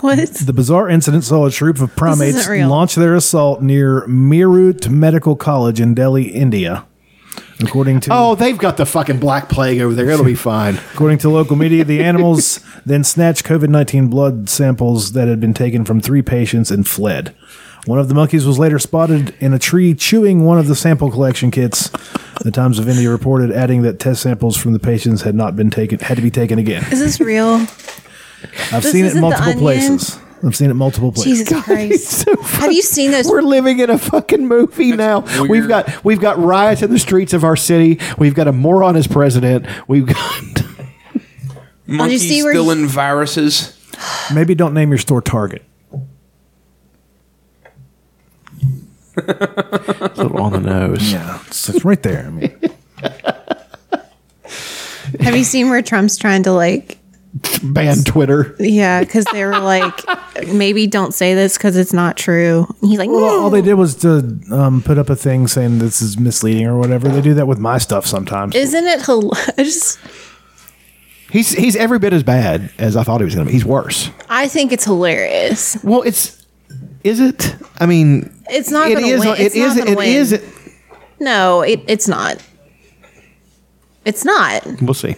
Speaker 1: What?
Speaker 2: The bizarre incident saw a troop of primates
Speaker 1: isn't real.
Speaker 2: launch their assault near Meerut Medical College in Delhi, India. According to
Speaker 3: Oh, they've got the fucking black plague over there. It'll be fine.
Speaker 2: According to local media, the animals then snatched COVID 19 blood samples that had been taken from three patients and fled. One of the monkeys was later spotted in a tree chewing one of the sample collection kits. The Times of India reported, adding that test samples from the patients had not been taken, had to be taken again.
Speaker 1: Is this real?
Speaker 2: I've
Speaker 1: This
Speaker 2: seen it
Speaker 1: isn't the
Speaker 2: multiple
Speaker 1: Onion?
Speaker 2: places. I've seen it multiple places.
Speaker 1: Jesus Christ. Have you seen those?
Speaker 3: We're living in a fucking movie now. We've got we've got riots in the streets of our city. We've got a moron as president. We've got
Speaker 4: Monkeys
Speaker 1: see where
Speaker 4: still
Speaker 1: he-
Speaker 4: in viruses.
Speaker 2: Maybe don't name your store Target.
Speaker 3: it's a little on the nose.
Speaker 2: Yeah, it's, it's right there. I mean,
Speaker 1: Have you seen where Trump's trying to like?
Speaker 3: ban Twitter.
Speaker 1: Yeah, because they were like, maybe don't say this because it's not true. And He's like,
Speaker 2: all they did was to um, put up a thing saying this is misleading or whatever. They do that with my stuff sometimes.
Speaker 1: isn't it hilarious?
Speaker 3: He's he's every bit as bad as I thought he was going to be. He's worse.
Speaker 1: I think it's hilarious.
Speaker 3: Well, it's is it? I mean,
Speaker 1: It's not
Speaker 3: It
Speaker 1: going to
Speaker 3: is-
Speaker 1: win.
Speaker 3: it
Speaker 1: It's
Speaker 3: is-
Speaker 1: not gonna
Speaker 3: it
Speaker 1: win.
Speaker 3: is-
Speaker 1: No, it, it's not. It's not.
Speaker 3: we'll see.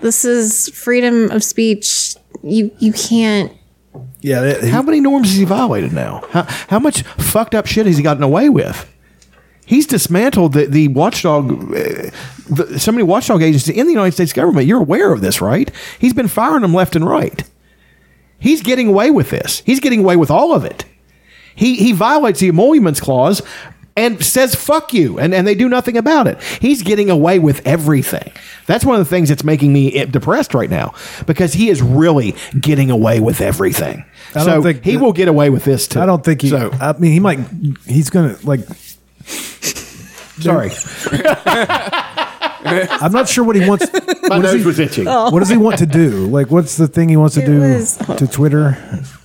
Speaker 1: This is freedom of speech. You you can't.
Speaker 2: Yeah.
Speaker 3: how many norms has he violated now? How, how much fucked up shit has he gotten away with? He's dismantled the, the watchdog, uh, the, so many watchdog agencies in the United States government. You're aware of this, right? He's been firing them left and right. He's getting away with this. He's getting away with all of it. He he violates the emoluments clause and says fuck you and, and they do nothing about it. He's getting away with everything. That's one of the things that's making me eh, depressed right now because he is really getting away with everything.
Speaker 2: I
Speaker 3: so
Speaker 2: don't think
Speaker 3: he
Speaker 2: that-
Speaker 3: will get away with this too.
Speaker 2: I don't think he.
Speaker 3: So-
Speaker 2: I mean, he might. He's gonna like.
Speaker 3: Sorry.
Speaker 2: I'm not sure what he wants.
Speaker 3: My
Speaker 2: what does
Speaker 3: nose
Speaker 2: he-
Speaker 3: was itching.
Speaker 2: What does he want to do? Like, what's the thing he wants to do
Speaker 1: Oh. was-
Speaker 2: to Twitter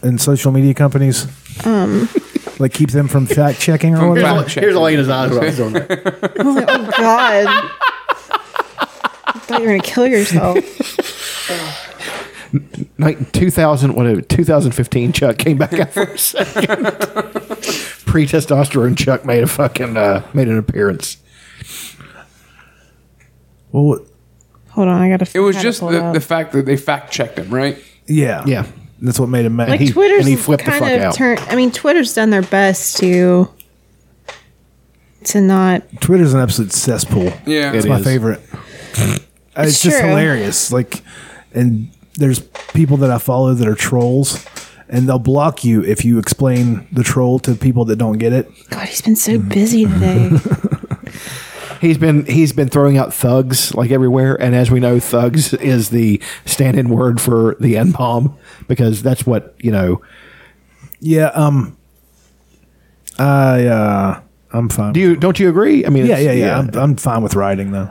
Speaker 2: and social media companies?
Speaker 1: Um,
Speaker 2: Like, keep them from fact checking or
Speaker 3: Here's,
Speaker 2: whatever.
Speaker 3: a, here's Elena's eyes when I was doing that.
Speaker 1: I was like, oh God. I thought you were gonna kill yourself.
Speaker 3: Night- 2000, whatever, 2015 Chuck came back out for a second. Pre testosterone Chuck made a fucking, uh, made an appearance.
Speaker 2: Well, what-
Speaker 1: Hold on, I gotta.
Speaker 4: It was
Speaker 1: gotta
Speaker 4: just
Speaker 1: pull it
Speaker 4: the,
Speaker 1: up.
Speaker 4: the fact that they fact checked him, right?
Speaker 2: yeah,
Speaker 3: yeah.
Speaker 2: That's what made him mad.
Speaker 1: like
Speaker 2: He-
Speaker 1: Twitter's
Speaker 2: and he flipped the
Speaker 1: kind
Speaker 2: fuck
Speaker 1: of
Speaker 2: out.
Speaker 1: Turn, I mean, Twitter's done their best to to not.
Speaker 2: Twitter's an absolute cesspool.
Speaker 1: Yeah.
Speaker 2: it's
Speaker 1: It
Speaker 2: my
Speaker 1: is.
Speaker 2: favorite. Uh, it's
Speaker 1: It's
Speaker 2: just
Speaker 1: true.
Speaker 2: hilarious. Like, and there's people that I follow that are trolls, and they'll block you if you explain the troll to people that don't get it.
Speaker 1: God, he's been so busy today.
Speaker 3: He's been he's been throwing out thugs like everywhere, and as we know, thugs is the stand-in word for the n bomb because that's what you know.
Speaker 2: Yeah. Um. I uh, I'm fine. Do
Speaker 3: you don't you agree? I mean,
Speaker 2: yeah,
Speaker 3: it's-
Speaker 2: yeah, yeah.
Speaker 3: yeah.
Speaker 2: I'm, I'm fine with writing though.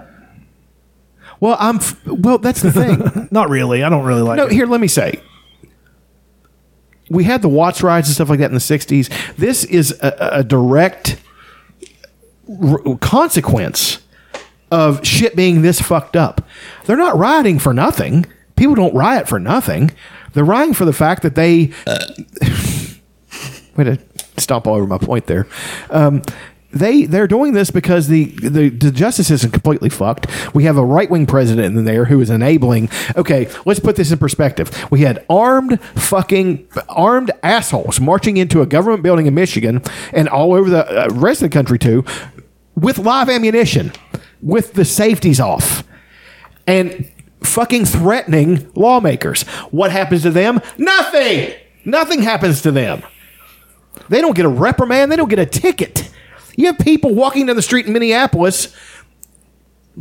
Speaker 3: Well, I'm f- well. That's the thing.
Speaker 2: Not really. I don't really like.
Speaker 3: no,
Speaker 2: it.
Speaker 3: here let me say. We had the Watts rides and stuff like that in the '60s. This is a, a- a direct r- consequence of shit being this fucked up. They're not rioting for nothing. People don't riot for nothing. They're rioting for the fact that they. way to stomp all over my point there. Um, they they're doing this because the, the the justice system completely fucked. We have a right wing president in there who is enabling. Okay, let's put this in perspective. We had armed fucking armed assholes marching into a government building in Michigan and all over the uh, rest of the country too, with live ammunition, with the safeties off, and fucking threatening lawmakers. What happens to them? Nothing. Nothing happens to them. They don't get a reprimand. They don't get a ticket. You have people walking down the street in Minneapolis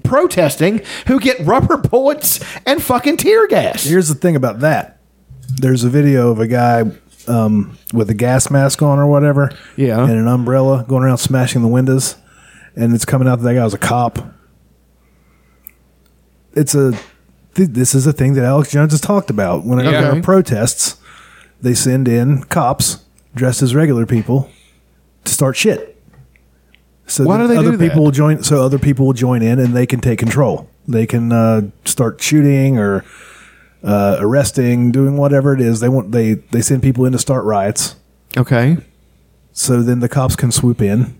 Speaker 3: protesting who get rubber bullets and fucking tear gas.
Speaker 2: Here's the thing about that. There's a video of a guy um, with a gas mask on or whatever, yeah, and an umbrella going around smashing the windows, and it's coming out that that guy was a cop. It's a th- this is a thing that Alex Jones has talked about. When
Speaker 9: Yeah.
Speaker 2: there
Speaker 9: Okay.
Speaker 2: are protests, they send in cops dressed as regular people to start shit. So
Speaker 9: Why
Speaker 2: that
Speaker 9: do they
Speaker 2: other
Speaker 9: do that?
Speaker 2: people will join. So other people will join in, and they can take control. They can uh, start shooting or uh, arresting, doing whatever it is they want. They they send people in to start riots.
Speaker 3: Okay.
Speaker 2: So then the cops can swoop in,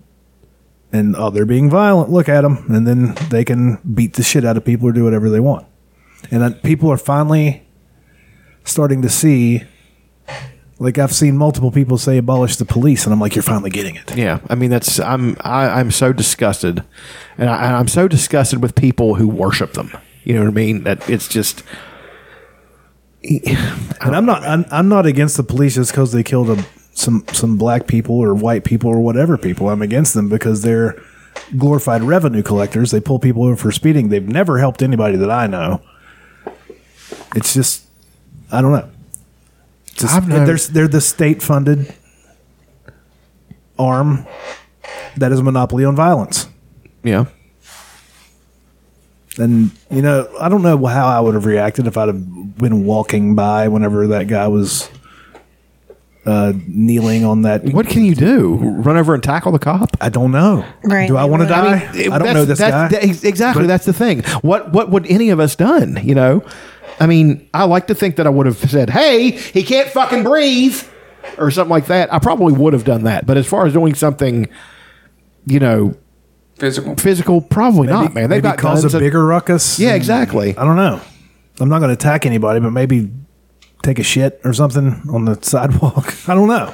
Speaker 2: and oh, they're being violent. Look at them, and then they can beat the shit out of people or do whatever they want. And uh, people are finally starting to see. Like I've seen multiple people say abolish the police, and I'm like, you're finally getting it.
Speaker 3: Yeah, I mean that's I'm I, I'm so disgusted, and, I, and I'm so disgusted with people who worship them. You know what I mean? That it's just
Speaker 2: And I'm not I'm, I'm not against the police just because they killed a, some some black people or white people or whatever people. I'm against them because they're glorified revenue collectors. They pull people over for speeding. They've never helped anybody that I know. It's just I don't know. It's Just,
Speaker 9: I've never-
Speaker 2: they're they're the state funded arm that is a monopoly on violence.
Speaker 3: yeah.
Speaker 2: And you know, I don't know how I would have reacted if I'd have been walking by whenever that guy was uh, kneeling on that.
Speaker 3: What can you do? Run over and tackle the cop?
Speaker 2: I don't know.
Speaker 1: Right.
Speaker 2: Do I want to die? I,
Speaker 3: mean,
Speaker 2: don't
Speaker 3: that's-
Speaker 2: know this guy.
Speaker 3: that's- that- exactly.
Speaker 2: But-
Speaker 3: that's the thing. What what would any of us done? You know, I mean, I like to think that I would have said, "Hey, he can't fucking breathe," or something like that. I probably would have done that. But as far as doing something, you know,
Speaker 4: physical,
Speaker 3: physical, probably not, man. They've
Speaker 2: maybe
Speaker 3: got
Speaker 2: cause
Speaker 3: guns
Speaker 2: a
Speaker 3: and-
Speaker 2: bigger ruckus.
Speaker 3: Yeah,
Speaker 2: and-
Speaker 3: exactly.
Speaker 2: I don't know. I'm not going to attack anybody, but maybe take a shit or something on the sidewalk. I don't know.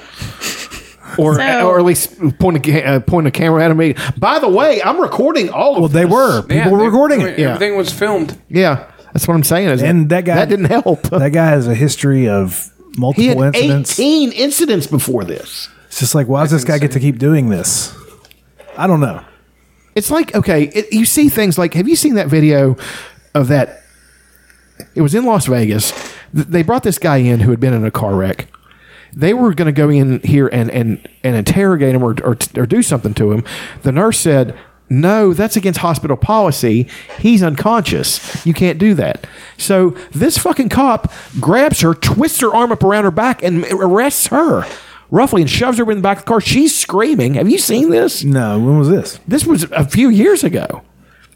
Speaker 3: or
Speaker 2: So-
Speaker 3: or at least point a ca- uh, point a camera at me. By the way, I'm recording all of. Well, they
Speaker 2: were
Speaker 4: Yeah,
Speaker 3: people
Speaker 4: they-
Speaker 3: recording
Speaker 4: every-
Speaker 3: it. Yeah,
Speaker 4: Everything was filmed.
Speaker 3: yeah. That's what I'm saying. Is
Speaker 2: And that guy
Speaker 3: that didn't help.
Speaker 2: That guy has a history of multiple
Speaker 3: He had
Speaker 2: incidents.
Speaker 3: 18 incidents before this.
Speaker 2: It's just like, why does this guy get to keep doing this? I don't know.
Speaker 3: It's like okay, it, you see things like have you seen that video of that? It was in Las Vegas. Th- They brought this guy in who had been in a car wreck. They were going to go in here and and and interrogate him or, or or do something to him. The nurse said. No, that's against hospital policy. He's unconscious. You can't do that. So this fucking cop grabs her, twists her arm up around her back, and arrests her roughly and shoves her in the back of the car. She's screaming. Have you seen this?
Speaker 2: No. When was this?
Speaker 3: This was a few years ago.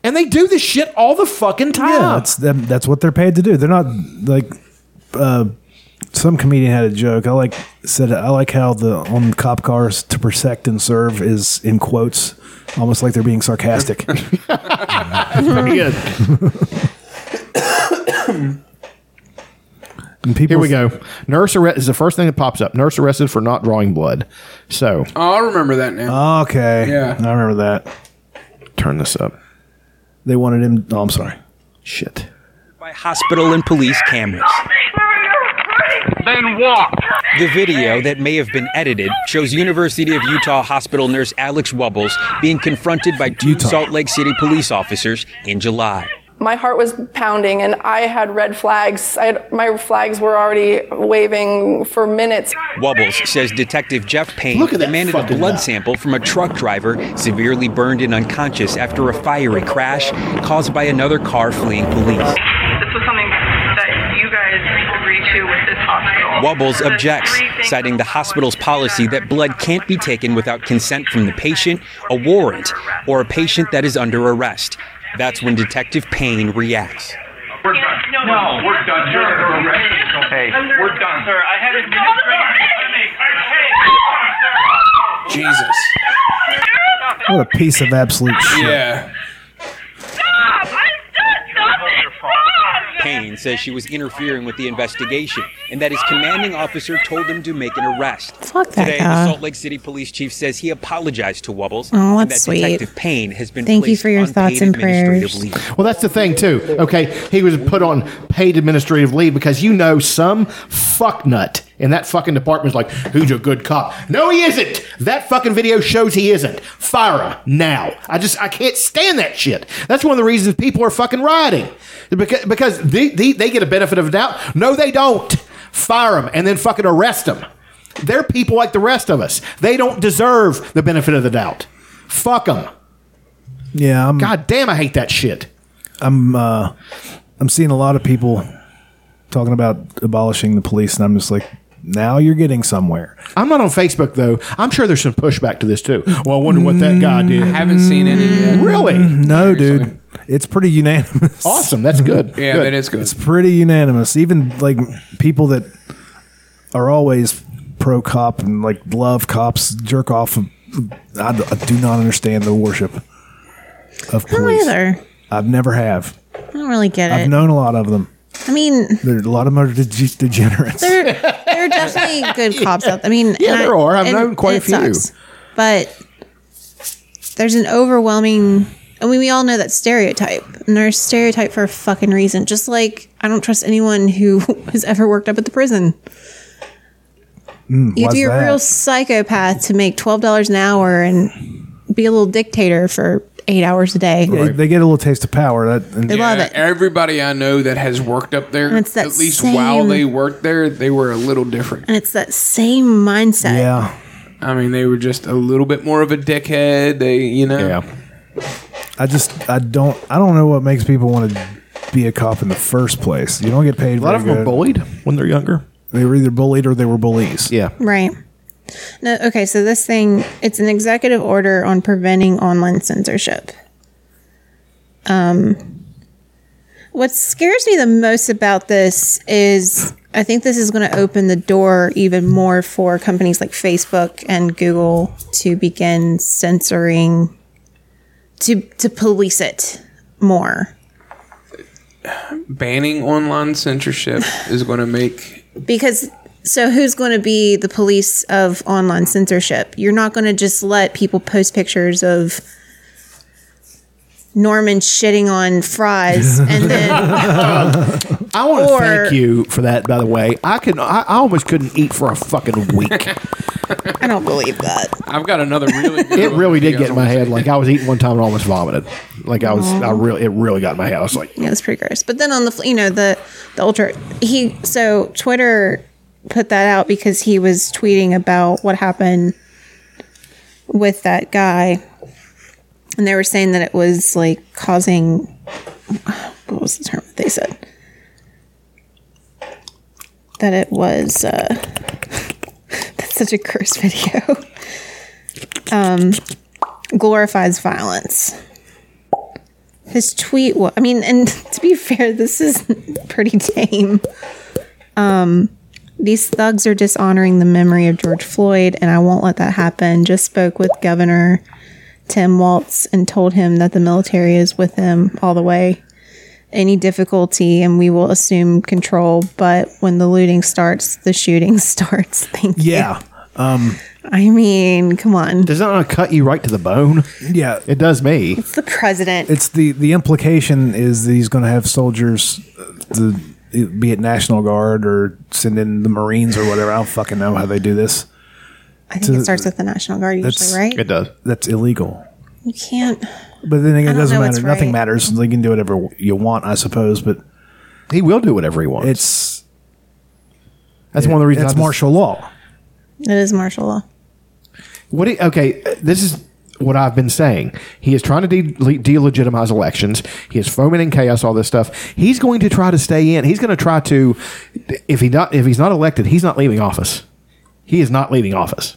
Speaker 3: And they do this shit all the fucking time.
Speaker 2: Yeah, that's them, that's what they're paid to do. They're not like uh, some comedian had a joke. I like said I like how the on cop cars to protect and serve is in quotes, almost like they're being sarcastic.
Speaker 3: Very good.
Speaker 2: And people,
Speaker 3: Here we go. Nurse arrest is the first thing that pops up. Nurse arrested for not drawing blood. So
Speaker 4: Oh, I remember that now.
Speaker 2: Okay.
Speaker 4: Yeah.
Speaker 2: I remember that.
Speaker 3: Turn this up.
Speaker 2: They wanted him. Oh, I'm sorry.
Speaker 3: Shit.
Speaker 17: By hospital and police cameras. then walk. The video that may have been edited shows University of Utah hospital nurse Alex Wubbles being confronted by two Salt Lake City police officers in July.
Speaker 10: My heart was pounding, and I had red flags. I had, my flags were already waving for minutes.
Speaker 17: Wubbles says Detective Jeff Payne demanded a blood sample from a truck driver severely burned and unconscious after a fiery crash caused by another car fleeing police.
Speaker 18: This was something that you guys agreed to with this hospital.
Speaker 17: Wubbles objects, citing the hospital's policy that blood can't be taken without consent from the patient, a warrant, or a patient that is under arrest. That's when Detective Payne reacts.
Speaker 18: We're done. No, no, we're done. You're under arrest.
Speaker 17: Hey.
Speaker 18: we're done. Sir, I have
Speaker 4: Jesus.
Speaker 2: What a piece of absolute shit.
Speaker 4: Yeah.
Speaker 17: Payne says she was interfering with the investigation and that his commanding officer told him to make an arrest.
Speaker 1: Fuck that
Speaker 17: Today,
Speaker 1: guy.
Speaker 17: the Salt Lake City police chief says he apologized to Wubbles
Speaker 1: Oh,
Speaker 17: and that
Speaker 1: that's sweet.
Speaker 17: Detective Payne has been
Speaker 1: Thank you
Speaker 17: placed
Speaker 1: for your
Speaker 17: on
Speaker 1: thoughts
Speaker 17: paid
Speaker 1: and
Speaker 17: administrative
Speaker 1: prayers.
Speaker 17: leave.
Speaker 3: Well, that's the thing too. Okay, he was put on paid administrative leave because you know some fucknut in that fucking department's like, "Who's a good cop?" No, he isn't. That fucking video shows he isn't. Fire him now. I just I can't stand that shit. That's one of the reasons people are fucking rioting because because they they, they get a benefit of a doubt. No, they don't. Fire him and then fucking arrest him. They're people like the rest of us. They don't deserve the benefit of the doubt. Fuck them.
Speaker 2: Yeah. I'm,
Speaker 3: God damn, I hate that shit.
Speaker 2: I'm uh, I'm seeing a lot of people talking about abolishing the police, and I'm just like, now you're getting somewhere.
Speaker 3: I'm not on Facebook though. I'm sure there's some pushback to this too. Well, I wonder what that guy did. I
Speaker 4: haven't seen any yet.
Speaker 3: Really?
Speaker 2: No, dude. It's pretty unanimous.
Speaker 3: Awesome. That's good.
Speaker 4: Yeah, that is good.
Speaker 2: It's pretty unanimous. Even like people that are always pro cop and like love cops jerk off. I d- I do not understand the worship of police.
Speaker 1: either.
Speaker 2: I've never have.
Speaker 1: I don't really get it.
Speaker 2: I've known a lot of them.
Speaker 1: I mean,
Speaker 2: There's a lot of them are de- degenerates.
Speaker 1: there, there are definitely good cops out there. I mean,
Speaker 2: Yeah,
Speaker 1: and I-
Speaker 2: there are. I've
Speaker 1: and-
Speaker 2: known quite
Speaker 1: and
Speaker 2: a
Speaker 1: it
Speaker 2: few.
Speaker 1: but there's an overwhelming. I mean, we all know that stereotype, and there's stereotype for a fucking reason. Just like I don't trust anyone who has ever worked up at the prison.
Speaker 2: Mm,
Speaker 1: You have
Speaker 2: why's
Speaker 1: to be a
Speaker 2: that?
Speaker 1: real psychopath to make twelve dollars an hour and be a little dictator for eight hours a day.
Speaker 2: Yeah, They get a little taste of power. That
Speaker 1: They love it.
Speaker 4: Everybody I know that has worked up there,
Speaker 1: It's that
Speaker 4: at least
Speaker 1: same-
Speaker 4: while they worked there, they were a little different.
Speaker 1: And it's that same mindset.
Speaker 2: Yeah.
Speaker 4: I mean, they were just a little bit more of a dickhead. They, you know. Yeah.
Speaker 2: I just I don't I don't know what makes people want to be a cop in the first place. You don't get paid.
Speaker 3: A lot of them are bullied when they're younger.
Speaker 2: They were either bullied or they were bullies.
Speaker 3: Yeah.
Speaker 1: Right. No, okay, so this thing, it's an executive order on preventing online censorship. Um, what scares me the most about this is I think this is going to open the door even more for companies like Facebook and Google to begin censoring, to, to police it more.
Speaker 4: Banning online censorship is going to make
Speaker 1: Because so who's going to be the police of online censorship? You're not going to just let people post pictures of Norman shitting on fries and then
Speaker 3: I want to
Speaker 1: Or-
Speaker 3: thank you for that. By the way, I can I, I almost couldn't eat for a fucking week.
Speaker 1: I don't believe that.
Speaker 4: I've got another really. Good
Speaker 3: it
Speaker 4: one
Speaker 3: really
Speaker 4: if you
Speaker 3: did
Speaker 4: guys
Speaker 3: get in my head. Like I was eating one time and almost vomited. Like I was, I
Speaker 1: Aw.
Speaker 3: really, it really got in my head. I was like,
Speaker 1: Yeah, it's pretty gross. But then on the fl- you know the the ultra he so Twitter put that out because he was tweeting about what happened with that guy, and they were saying that it was like causing what was the term that they said that it was uh, that's such a curse video um, glorifies violence. His tweet was, I mean, and to be fair, this is pretty tame. Um, these thugs are dishonoring the memory of George Floyd, and I won't let that happen. Just spoke with Governor Tim Walz and told him that the military is with him all the way. Any difficulty, and we will assume control. But when the looting starts, the shooting starts. Thank you.
Speaker 2: Yeah. Um,
Speaker 1: I mean, come on.
Speaker 3: does that not cut you right to the bone?
Speaker 2: Yeah,
Speaker 3: it does me.
Speaker 1: It's the president.
Speaker 2: It's the the implication is that he's going to have soldiers uh, the be it National Guard or send in the Marines or whatever. I don't fucking know how they do this.
Speaker 1: I think it starts with the National Guard usually, right?
Speaker 2: does. That's illegal.
Speaker 1: You can't.
Speaker 2: But then again,
Speaker 1: I
Speaker 2: it
Speaker 1: don't
Speaker 2: doesn't
Speaker 1: know what's
Speaker 2: matter. Nothing
Speaker 1: right.
Speaker 2: matters. You can do whatever you want, I suppose. But
Speaker 3: he will do whatever he wants.
Speaker 2: It's
Speaker 3: That's one of the reasons
Speaker 2: It's
Speaker 3: I just-
Speaker 2: martial law.
Speaker 1: It is martial law.
Speaker 3: What? He, okay, uh, this is what I've been saying. He is trying to de- le- delegitimize elections. He is fomenting chaos. All this stuff. He's going to try to stay in. He's going to try to, if he not, if he's not elected, he's not leaving office. He is not leaving office.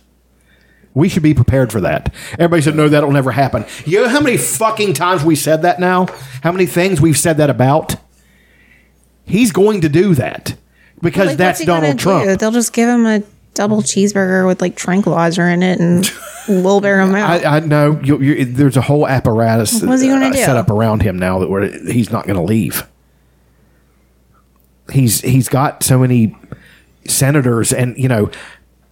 Speaker 3: We should be prepared for that. Everybody said, no, that'll never happen. You know how many fucking times we said that now? How many things we've said that about? He's going to do that because
Speaker 1: Like, what's
Speaker 3: that's
Speaker 1: he gonna
Speaker 3: Donald Trump.
Speaker 1: do? They'll just give him a double cheeseburger with like tranquilizer in it and wheelbarrow him out.
Speaker 3: I, I know you, you, there's a whole apparatus
Speaker 1: What's he gonna
Speaker 3: uh,
Speaker 1: do?
Speaker 3: set up around him now that we're, he's not going to leave. He's he's got so many senators, and you know,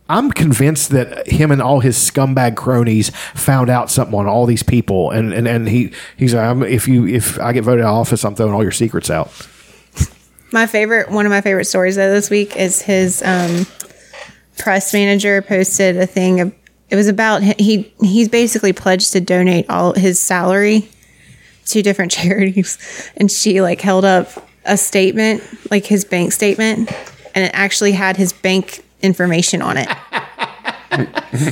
Speaker 3: I'm convinced that him and all his scumbag cronies found out something on all these people, and and, and he he's like, I'm, if you if I get voted out of office, I'm throwing all your secrets out.
Speaker 1: My favorite, one of my favorite stories though this week is his um, press manager posted a thing. Of, it was about hi- he he's basically pledged to donate all his salary to different charities, and she like held up a statement, like his bank statement, and it actually had his bank information on it.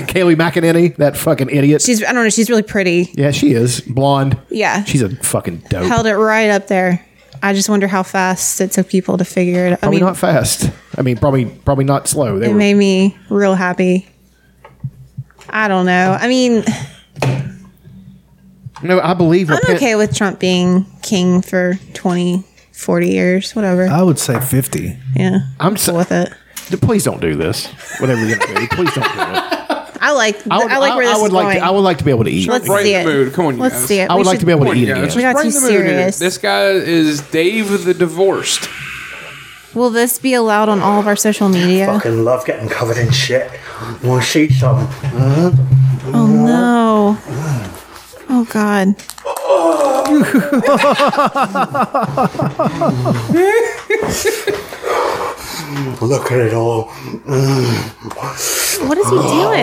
Speaker 3: Kaylee McEnany, that fucking idiot.
Speaker 1: She's I don't know, she's really pretty.
Speaker 3: yeah, she is blonde.
Speaker 1: Yeah.
Speaker 3: she's a fucking dope.
Speaker 1: Held it right up there. I just wonder how fast it took people to figure it. out. I
Speaker 3: Probably
Speaker 1: mean,
Speaker 3: not fast. I mean, probably probably not slow. They
Speaker 1: it
Speaker 3: were
Speaker 1: made me real happy. I don't know. I mean,
Speaker 3: No, I believe
Speaker 1: I'm okay with Trump being king for 20, 40 years, whatever.
Speaker 2: I would say 50.
Speaker 1: yeah.
Speaker 3: I'm so
Speaker 1: with it.
Speaker 3: Please don't do this. Whatever you're gonna do, please don't do it.
Speaker 1: I like. I, like where this
Speaker 3: I would
Speaker 1: is
Speaker 3: like
Speaker 1: going.
Speaker 3: To, I would like to be able to eat.
Speaker 1: Let's see it. Let's see it.
Speaker 3: I
Speaker 1: We
Speaker 3: would like
Speaker 1: should-
Speaker 3: to be able
Speaker 4: Come
Speaker 3: to
Speaker 4: on,
Speaker 3: eat
Speaker 4: you
Speaker 3: it.
Speaker 4: guys.
Speaker 1: We got
Speaker 4: Bring
Speaker 1: too
Speaker 4: the mood here.
Speaker 1: serious.
Speaker 4: This guy is Dave the Divorced.
Speaker 1: Will this be allowed on all of our social media?
Speaker 11: Fucking love getting covered in shit. Want to see some? Mm-hmm.
Speaker 1: Oh no. Oh god.
Speaker 11: Look at it all.
Speaker 1: What is he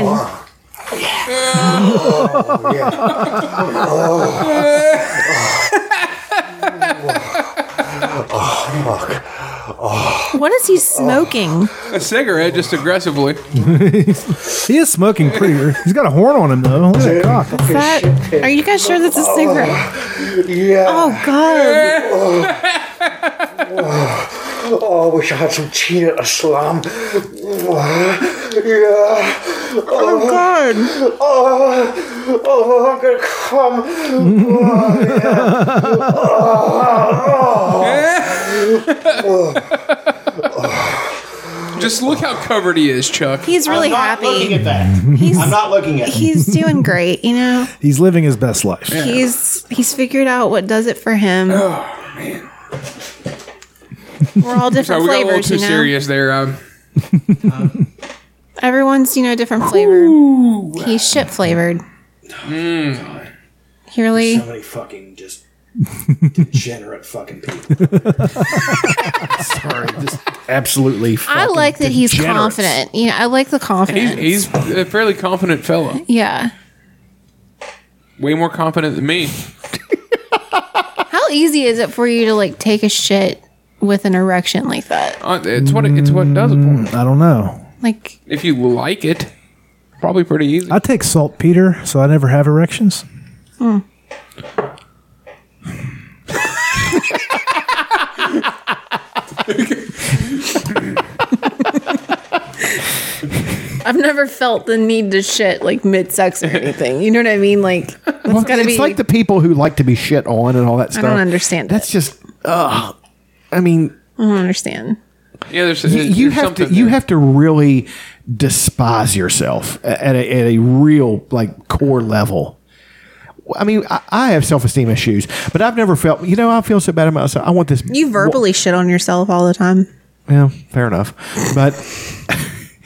Speaker 1: doing?
Speaker 11: Oh,
Speaker 1: What is he smoking?
Speaker 4: A cigarette, just aggressively.
Speaker 2: he is smoking pretty. He's got a horn on him though. Look at that cock.
Speaker 1: Is that? Are you guys sure that's a cigarette? Yeah. Oh god.
Speaker 11: Oh, I wish I had some tea at a slam. Yeah. Oh,
Speaker 1: God.
Speaker 11: Oh, oh, I'm gonna come. Oh, yeah. Oh, oh.
Speaker 4: Just look how covered he is, Chuck.
Speaker 1: He's really happy. He's,
Speaker 4: I'm not
Speaker 1: looking
Speaker 4: at it.
Speaker 1: He's doing great, you know.
Speaker 2: He's living his best life.
Speaker 1: He's he's figured out what does it for him. Oh man. We're all different
Speaker 4: Sorry, we got a little
Speaker 1: flavors,
Speaker 4: too
Speaker 1: you know.
Speaker 4: serious there. Um,
Speaker 1: Everyone's, you know, different flavor. He's shit flavored. Hmm. He really
Speaker 11: So many fucking just degenerate fucking people.
Speaker 3: Sorry, just absolutely.
Speaker 1: I like that he's
Speaker 4: degenerates.
Speaker 1: confident. You know, I like the confidence.
Speaker 4: he's, he's a fairly confident fella.
Speaker 1: yeah.
Speaker 4: Way more confident than me.
Speaker 1: How easy is it for you to like take a shit with an erection like that?
Speaker 4: Uh, It's what it, it's what does it.
Speaker 2: Mm, I don't know.
Speaker 1: Like
Speaker 4: If you like it, probably pretty easy.
Speaker 2: I take saltpeter, so I never have erections.
Speaker 1: hmm. I've never felt the need to shit like mid sex or anything. You know what I mean? Like that's
Speaker 3: Well,
Speaker 1: gotta
Speaker 3: it's
Speaker 1: be.
Speaker 3: like the people who like to be shit on and all that
Speaker 1: I
Speaker 3: stuff.
Speaker 1: don't understand.
Speaker 3: That's just. Ugh. I mean,
Speaker 1: I don't understand.
Speaker 4: Yeah, there's,
Speaker 3: you, you have to. You have to really despise yourself a- at a, at a real like core level. I mean, I, I have self esteem issues, but I've never felt. You know, I feel so bad about myself. I want this.
Speaker 1: You verbally shit on yourself all the time.
Speaker 3: Yeah, fair enough. But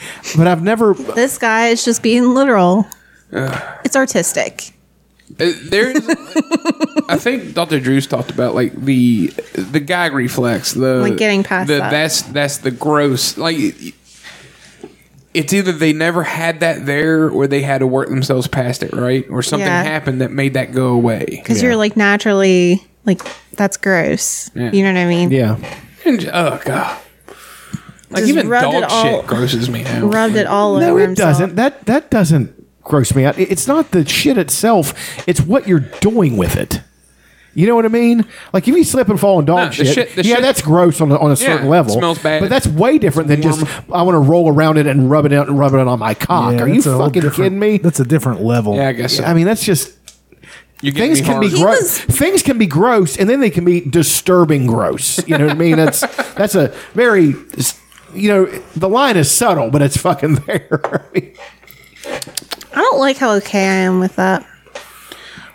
Speaker 3: but I've never.
Speaker 1: This guy is just being literal. It's artistic.
Speaker 4: Uh, There's I think Dr. Drew's talked about like the the gag reflex, the
Speaker 1: Like getting past
Speaker 4: the,
Speaker 1: that.
Speaker 4: That's that's the gross. Like it's either they never had that there, or they had to work themselves past it, right? Or something
Speaker 1: Yeah.
Speaker 4: happened that made that go away.
Speaker 1: because you're like naturally like that's gross.
Speaker 4: Yeah.
Speaker 1: You know what I mean?
Speaker 3: Yeah.
Speaker 4: And j- oh god, like
Speaker 1: Just
Speaker 4: even
Speaker 1: rubbed
Speaker 4: dog
Speaker 1: it all-
Speaker 4: shit grosses me out.
Speaker 1: Rubbed it all over
Speaker 3: no, it
Speaker 1: himself.
Speaker 3: doesn't. That that doesn't gross me out. It- It's not the shit itself. It's what you're doing with it. You know what I mean? Like if you slip and fall on dog
Speaker 4: No, the
Speaker 3: shit,
Speaker 4: shit- the
Speaker 3: yeah,
Speaker 4: shit-
Speaker 3: that's gross on a, on a certain
Speaker 4: Yeah,
Speaker 3: level.
Speaker 4: it smells bad.
Speaker 3: but that's way different than just I want to roll around it and rub it out and rub it on my cock.
Speaker 2: Yeah,
Speaker 3: Are you
Speaker 2: that's a whole
Speaker 3: fucking
Speaker 2: different-
Speaker 3: kidding me?
Speaker 2: That's a different level.
Speaker 4: Yeah, I guess so.
Speaker 3: I mean, that's just
Speaker 4: You get
Speaker 3: things
Speaker 4: me
Speaker 3: can be
Speaker 4: hard.
Speaker 3: gross. Things can be gross, and then they can be disturbing gross. You know what I mean? That's that's a very, you know, the line is subtle, but it's fucking there. I mean,
Speaker 1: I don't like how okay I am with that.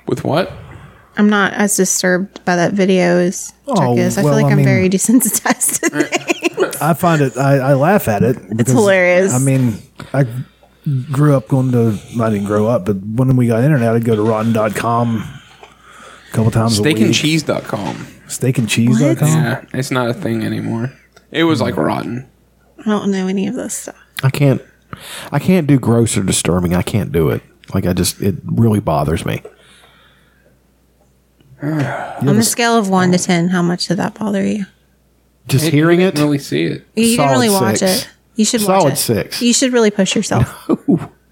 Speaker 4: With what?
Speaker 1: I'm not as disturbed by that video as Chuck
Speaker 2: Oh,
Speaker 1: is. I
Speaker 2: well,
Speaker 1: feel like
Speaker 2: I
Speaker 1: I am
Speaker 2: mean-
Speaker 1: very desensitized to things.
Speaker 2: I find it. I, I laugh at it. because,
Speaker 1: hilarious.
Speaker 2: I mean, I grew up going to. I didn't grow up, but when we got internet, I'd go to rotten.com a couple times a week.
Speaker 4: Steakandcheese.com.
Speaker 2: Steak and cheese. dot com.
Speaker 4: Yeah, it's not a thing anymore. It was like rotten.
Speaker 1: I don't know any of this stuff.
Speaker 3: I can't, I can't do gross or disturbing. I can't do it. Like I just, it really bothers me.
Speaker 1: On a scale of one to ten, how much did that bother you?
Speaker 3: Just
Speaker 1: It-
Speaker 3: hearing it,
Speaker 4: really see it.
Speaker 1: You
Speaker 3: Solid
Speaker 1: didn't really watch
Speaker 3: six.
Speaker 1: it. You should watch
Speaker 3: Solid
Speaker 1: it.
Speaker 3: six.
Speaker 1: You should really push yourself.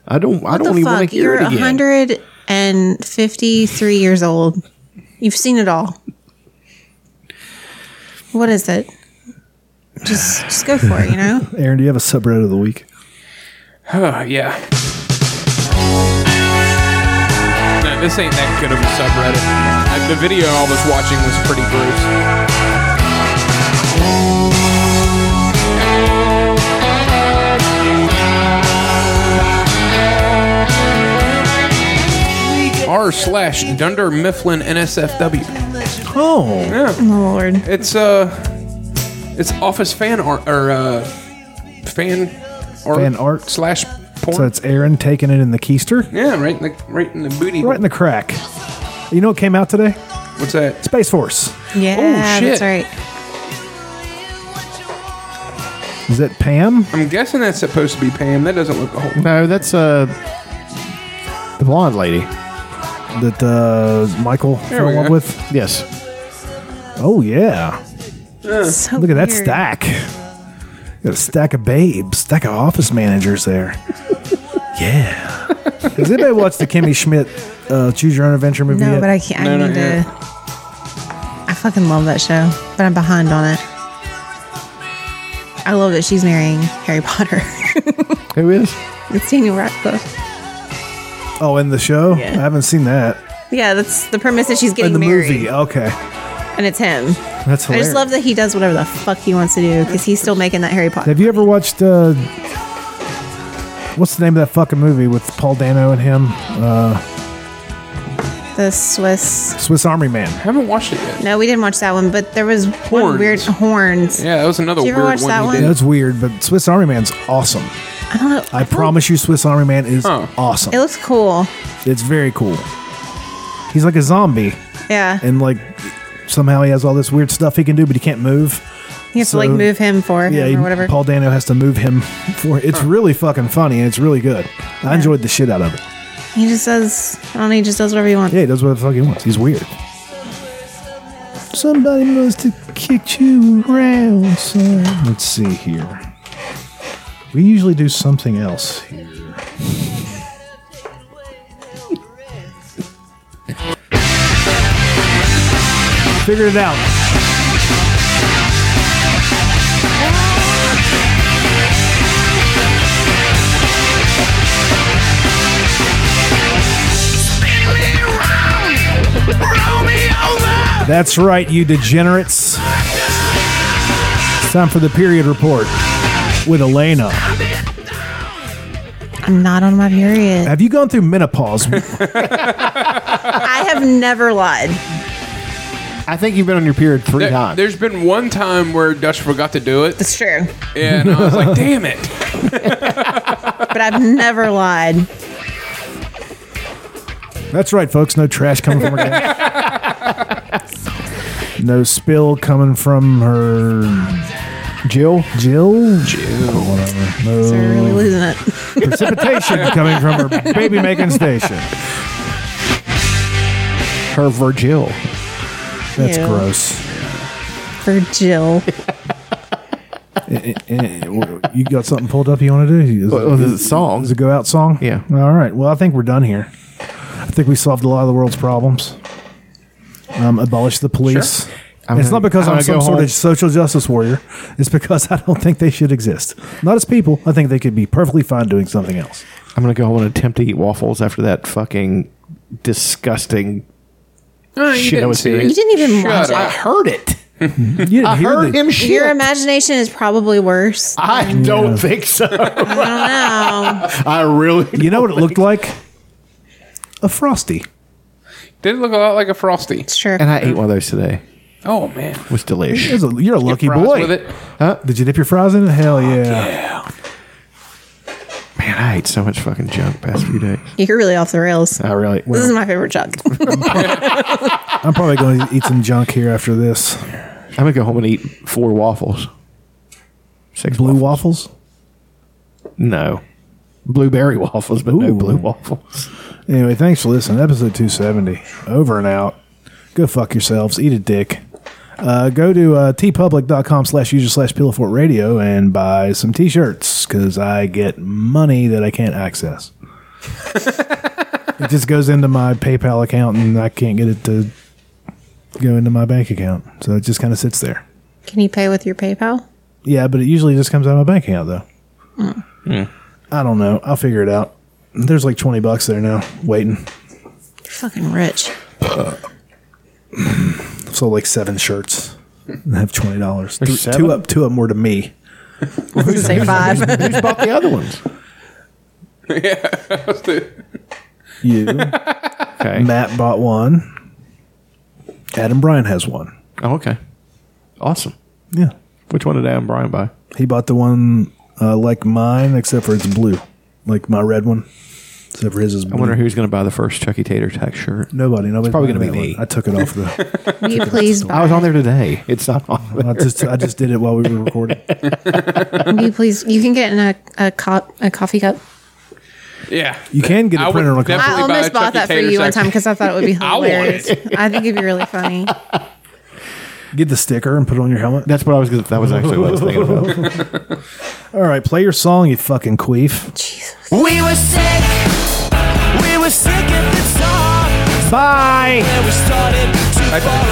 Speaker 3: I don't, I don't even want to hear
Speaker 1: You're
Speaker 3: it again.
Speaker 1: 153 years old. You've seen it all. What is it? Just, just go for it. You know.
Speaker 2: Aaron, do you have a subreddit of the week?
Speaker 4: Huh, Uh, yeah. No, this ain't that good of a subreddit. Uh, the video I was watching was pretty gross. R slash Dunder Mifflin NSFW.
Speaker 2: Oh.
Speaker 4: Yeah.
Speaker 1: Lord.
Speaker 4: It's uh it's office fan art or uh fan art
Speaker 2: Fan art.
Speaker 4: slash porn.
Speaker 2: So it's Aaron taking it in the keister,
Speaker 4: Yeah, right in the right in the booty.
Speaker 2: right in the crack. You know what came out today?
Speaker 4: What's that?
Speaker 2: Space Force.
Speaker 1: Yeah,
Speaker 4: shit.
Speaker 1: that's right.
Speaker 2: Is that Pam?
Speaker 4: I'm guessing that's supposed to be Pam. That doesn't look a whole.
Speaker 3: No, that's uh, the blonde lady
Speaker 2: that uh, Michael
Speaker 4: There
Speaker 2: fell
Speaker 4: we
Speaker 2: in love
Speaker 4: go.
Speaker 2: with.
Speaker 3: Yes.
Speaker 2: Oh yeah.
Speaker 1: So
Speaker 2: Look at that
Speaker 1: weird.
Speaker 2: stack. Got a stack of babes, stack of office managers there. yeah. Has anybody watched the Kimmy Schmidt uh, Choose Your Own Adventure movie?
Speaker 1: No,
Speaker 2: yet?
Speaker 1: but I can't. I need to. I fucking love that show, but I'm behind on it. I love that she's marrying Harry Potter.
Speaker 3: Who is?
Speaker 1: It's Daniel Radcliffe.
Speaker 2: Oh, in the show?
Speaker 1: Yeah.
Speaker 2: I haven't seen that.
Speaker 1: Yeah, that's the premise that she's
Speaker 2: in
Speaker 1: getting
Speaker 2: the
Speaker 1: married,
Speaker 2: movie. Okay.
Speaker 1: and it's him.
Speaker 2: That's
Speaker 1: I
Speaker 2: hilarious.
Speaker 1: just love that he does whatever the fuck he wants to do because he's still making that Harry Potter.
Speaker 2: Have you ever watched uh What's the name of that fucking movie with Paul Dano and him? Uh,
Speaker 1: The Swiss.
Speaker 2: Swiss Army Man.
Speaker 4: I haven't watched it yet.
Speaker 1: No, we didn't watch that one, but there was one weird horns.
Speaker 4: Yeah, that was another
Speaker 1: Did you
Speaker 4: weird
Speaker 1: ever watch
Speaker 4: one.
Speaker 1: that
Speaker 4: he
Speaker 1: one?
Speaker 4: did.
Speaker 2: Yeah, That's weird, but Swiss Army Man's awesome.
Speaker 1: Uh, I don't know.
Speaker 2: I promise you, Swiss Army Man is awesome.
Speaker 1: It looks cool.
Speaker 2: It's very cool. He's like a zombie,
Speaker 1: Yeah,
Speaker 2: and like somehow he has all this weird stuff he can do, but he can't move.
Speaker 1: you have
Speaker 2: So-
Speaker 1: to like move him for
Speaker 2: Yeah,
Speaker 1: him
Speaker 2: he-
Speaker 1: or whatever.
Speaker 2: Paul Dano has to move him for. It's really fucking funny and it's really good. I enjoyed the shit out of it.
Speaker 1: He just does. I don't know. He just does whatever he wants.
Speaker 2: Yeah, he does what the fuck he wants. He's weird. Somebody must have kicked you around. Son. Let's see here. We usually do something else here. Figured it out. That's right, you degenerates. It's time for the period report with Elena.
Speaker 1: I'm not on my period.
Speaker 2: Have you gone through menopause?
Speaker 1: I have never lied.
Speaker 3: I think you've been on your period three times.
Speaker 4: There's been one time where Dutch forgot to do it.
Speaker 1: That's true.
Speaker 4: And I was like, damn it.
Speaker 1: But I've never lied.
Speaker 2: That's right, folks. No trash coming from her. No spill coming from her. Jill? Jill? Jill. Whatever. No.
Speaker 1: really losing it.
Speaker 2: Precipitation coming from her baby making station.
Speaker 3: Her Virgil.
Speaker 2: That's
Speaker 1: Ew.
Speaker 2: gross.
Speaker 1: Virgil.
Speaker 2: Eh, eh, eh, what- you got something pulled up you want to do? Is
Speaker 3: Well, is it a song?
Speaker 2: Is it a go out song?
Speaker 3: Yeah.
Speaker 2: All right. Well, I think we're done here. I think we solved a lot of the world's problems. Um, abolish the police.
Speaker 3: I'm
Speaker 2: it's
Speaker 3: gonna-
Speaker 2: not because
Speaker 3: I'm gonna
Speaker 2: I'm, some
Speaker 3: go
Speaker 2: sort
Speaker 3: home.
Speaker 2: of social justice warrior. It's because I don't think they should exist. Not as people. I think they could be perfectly fine doing something else.
Speaker 3: I'm gonna go home and attempt to eat waffles after that fucking disgusting.
Speaker 1: Oh,
Speaker 3: Shit, I was hearing-
Speaker 1: You didn't even watch it.
Speaker 3: I heard it.
Speaker 2: you
Speaker 3: I heard him shit.
Speaker 1: Your imagination is probably worse.
Speaker 3: I don't think so.
Speaker 1: I
Speaker 3: I really.
Speaker 2: You know what it looked like? A frosty.
Speaker 4: Did look a lot like a frosty.
Speaker 1: Sure.
Speaker 3: And I ate one of those today.
Speaker 4: Oh man.
Speaker 3: It was delish.
Speaker 2: There's a- you're a lucky
Speaker 4: fries
Speaker 2: boy.
Speaker 4: with it?
Speaker 2: Huh? Did you dip your fries in it? Hell yeah.
Speaker 3: Man, I ate so much fucking junk past few days.
Speaker 1: don't know. You're really off the rails.
Speaker 3: I really.
Speaker 1: this is my favorite junk.
Speaker 2: I'm probably going to eat some junk here after this.
Speaker 3: I'm gonna go home and eat four waffles. Six
Speaker 2: blue waffles.
Speaker 3: No, blueberry waffles, but no blue waffles.
Speaker 2: Anyway, thanks for listening. Episode 270. Over and out. Go fuck yourselves. Eat a dick. Uh, go to uh, tpublic.com slash user slash pillowfort radio and buy some t shirts because I get money that I can't access. it just goes into my PayPal account and I can't get it to go into my bank account. So it just kind of sits there.
Speaker 1: Can you pay with your PayPal?
Speaker 2: Yeah, but it usually just comes out of my bank account though.
Speaker 1: Mm.
Speaker 2: I don't know. I'll figure it out. There's like 20 bucks there now waiting.
Speaker 1: You're fucking rich.
Speaker 2: So like seven shirts and have twenty dollars.
Speaker 3: There's
Speaker 2: Two,
Speaker 3: seven?
Speaker 2: two up, two up more to me.
Speaker 1: Say five.
Speaker 3: Who's bought the other ones?
Speaker 2: You, Matt bought one. Adam Bryan has one.
Speaker 3: Oh, okay. Awesome.
Speaker 2: Yeah.
Speaker 3: Which one did Adam Bryan buy?
Speaker 2: He bought the one uh, like mine, except for it's blue, like my red one. Except for his is.
Speaker 3: I
Speaker 2: Blue.
Speaker 3: wonder who's going to buy the first Chucky Tater Tech shirt.
Speaker 2: Nobody. Nobody's
Speaker 3: probably
Speaker 2: buying
Speaker 3: gonna be
Speaker 2: that
Speaker 3: me.
Speaker 2: one. I took it off the.
Speaker 1: Will you please buy?
Speaker 3: I was on there today. It's not on there.
Speaker 2: I just I just did it while we were recording.
Speaker 1: Will you please? You can get in a a, co- a coffee cup.
Speaker 4: Yeah.
Speaker 2: You can get
Speaker 4: I
Speaker 2: a
Speaker 4: would
Speaker 2: printer on a
Speaker 4: definitely
Speaker 2: computer.
Speaker 1: I
Speaker 4: buy a E.
Speaker 1: almost bought
Speaker 4: Chucky
Speaker 1: that for
Speaker 4: Tater
Speaker 1: you one
Speaker 4: section.
Speaker 1: time because I thought it would be
Speaker 4: I want
Speaker 1: hilarious. I, think it'd be really funny.
Speaker 2: Get the sticker and put it on your helmet.
Speaker 3: That's what I was. gonna- That was actually what I was thinking about.
Speaker 2: All right, play your song, you fucking queef.
Speaker 5: We were sick. We were sick at the top.
Speaker 2: Bye.
Speaker 5: And we started to fall
Speaker 17: Oh,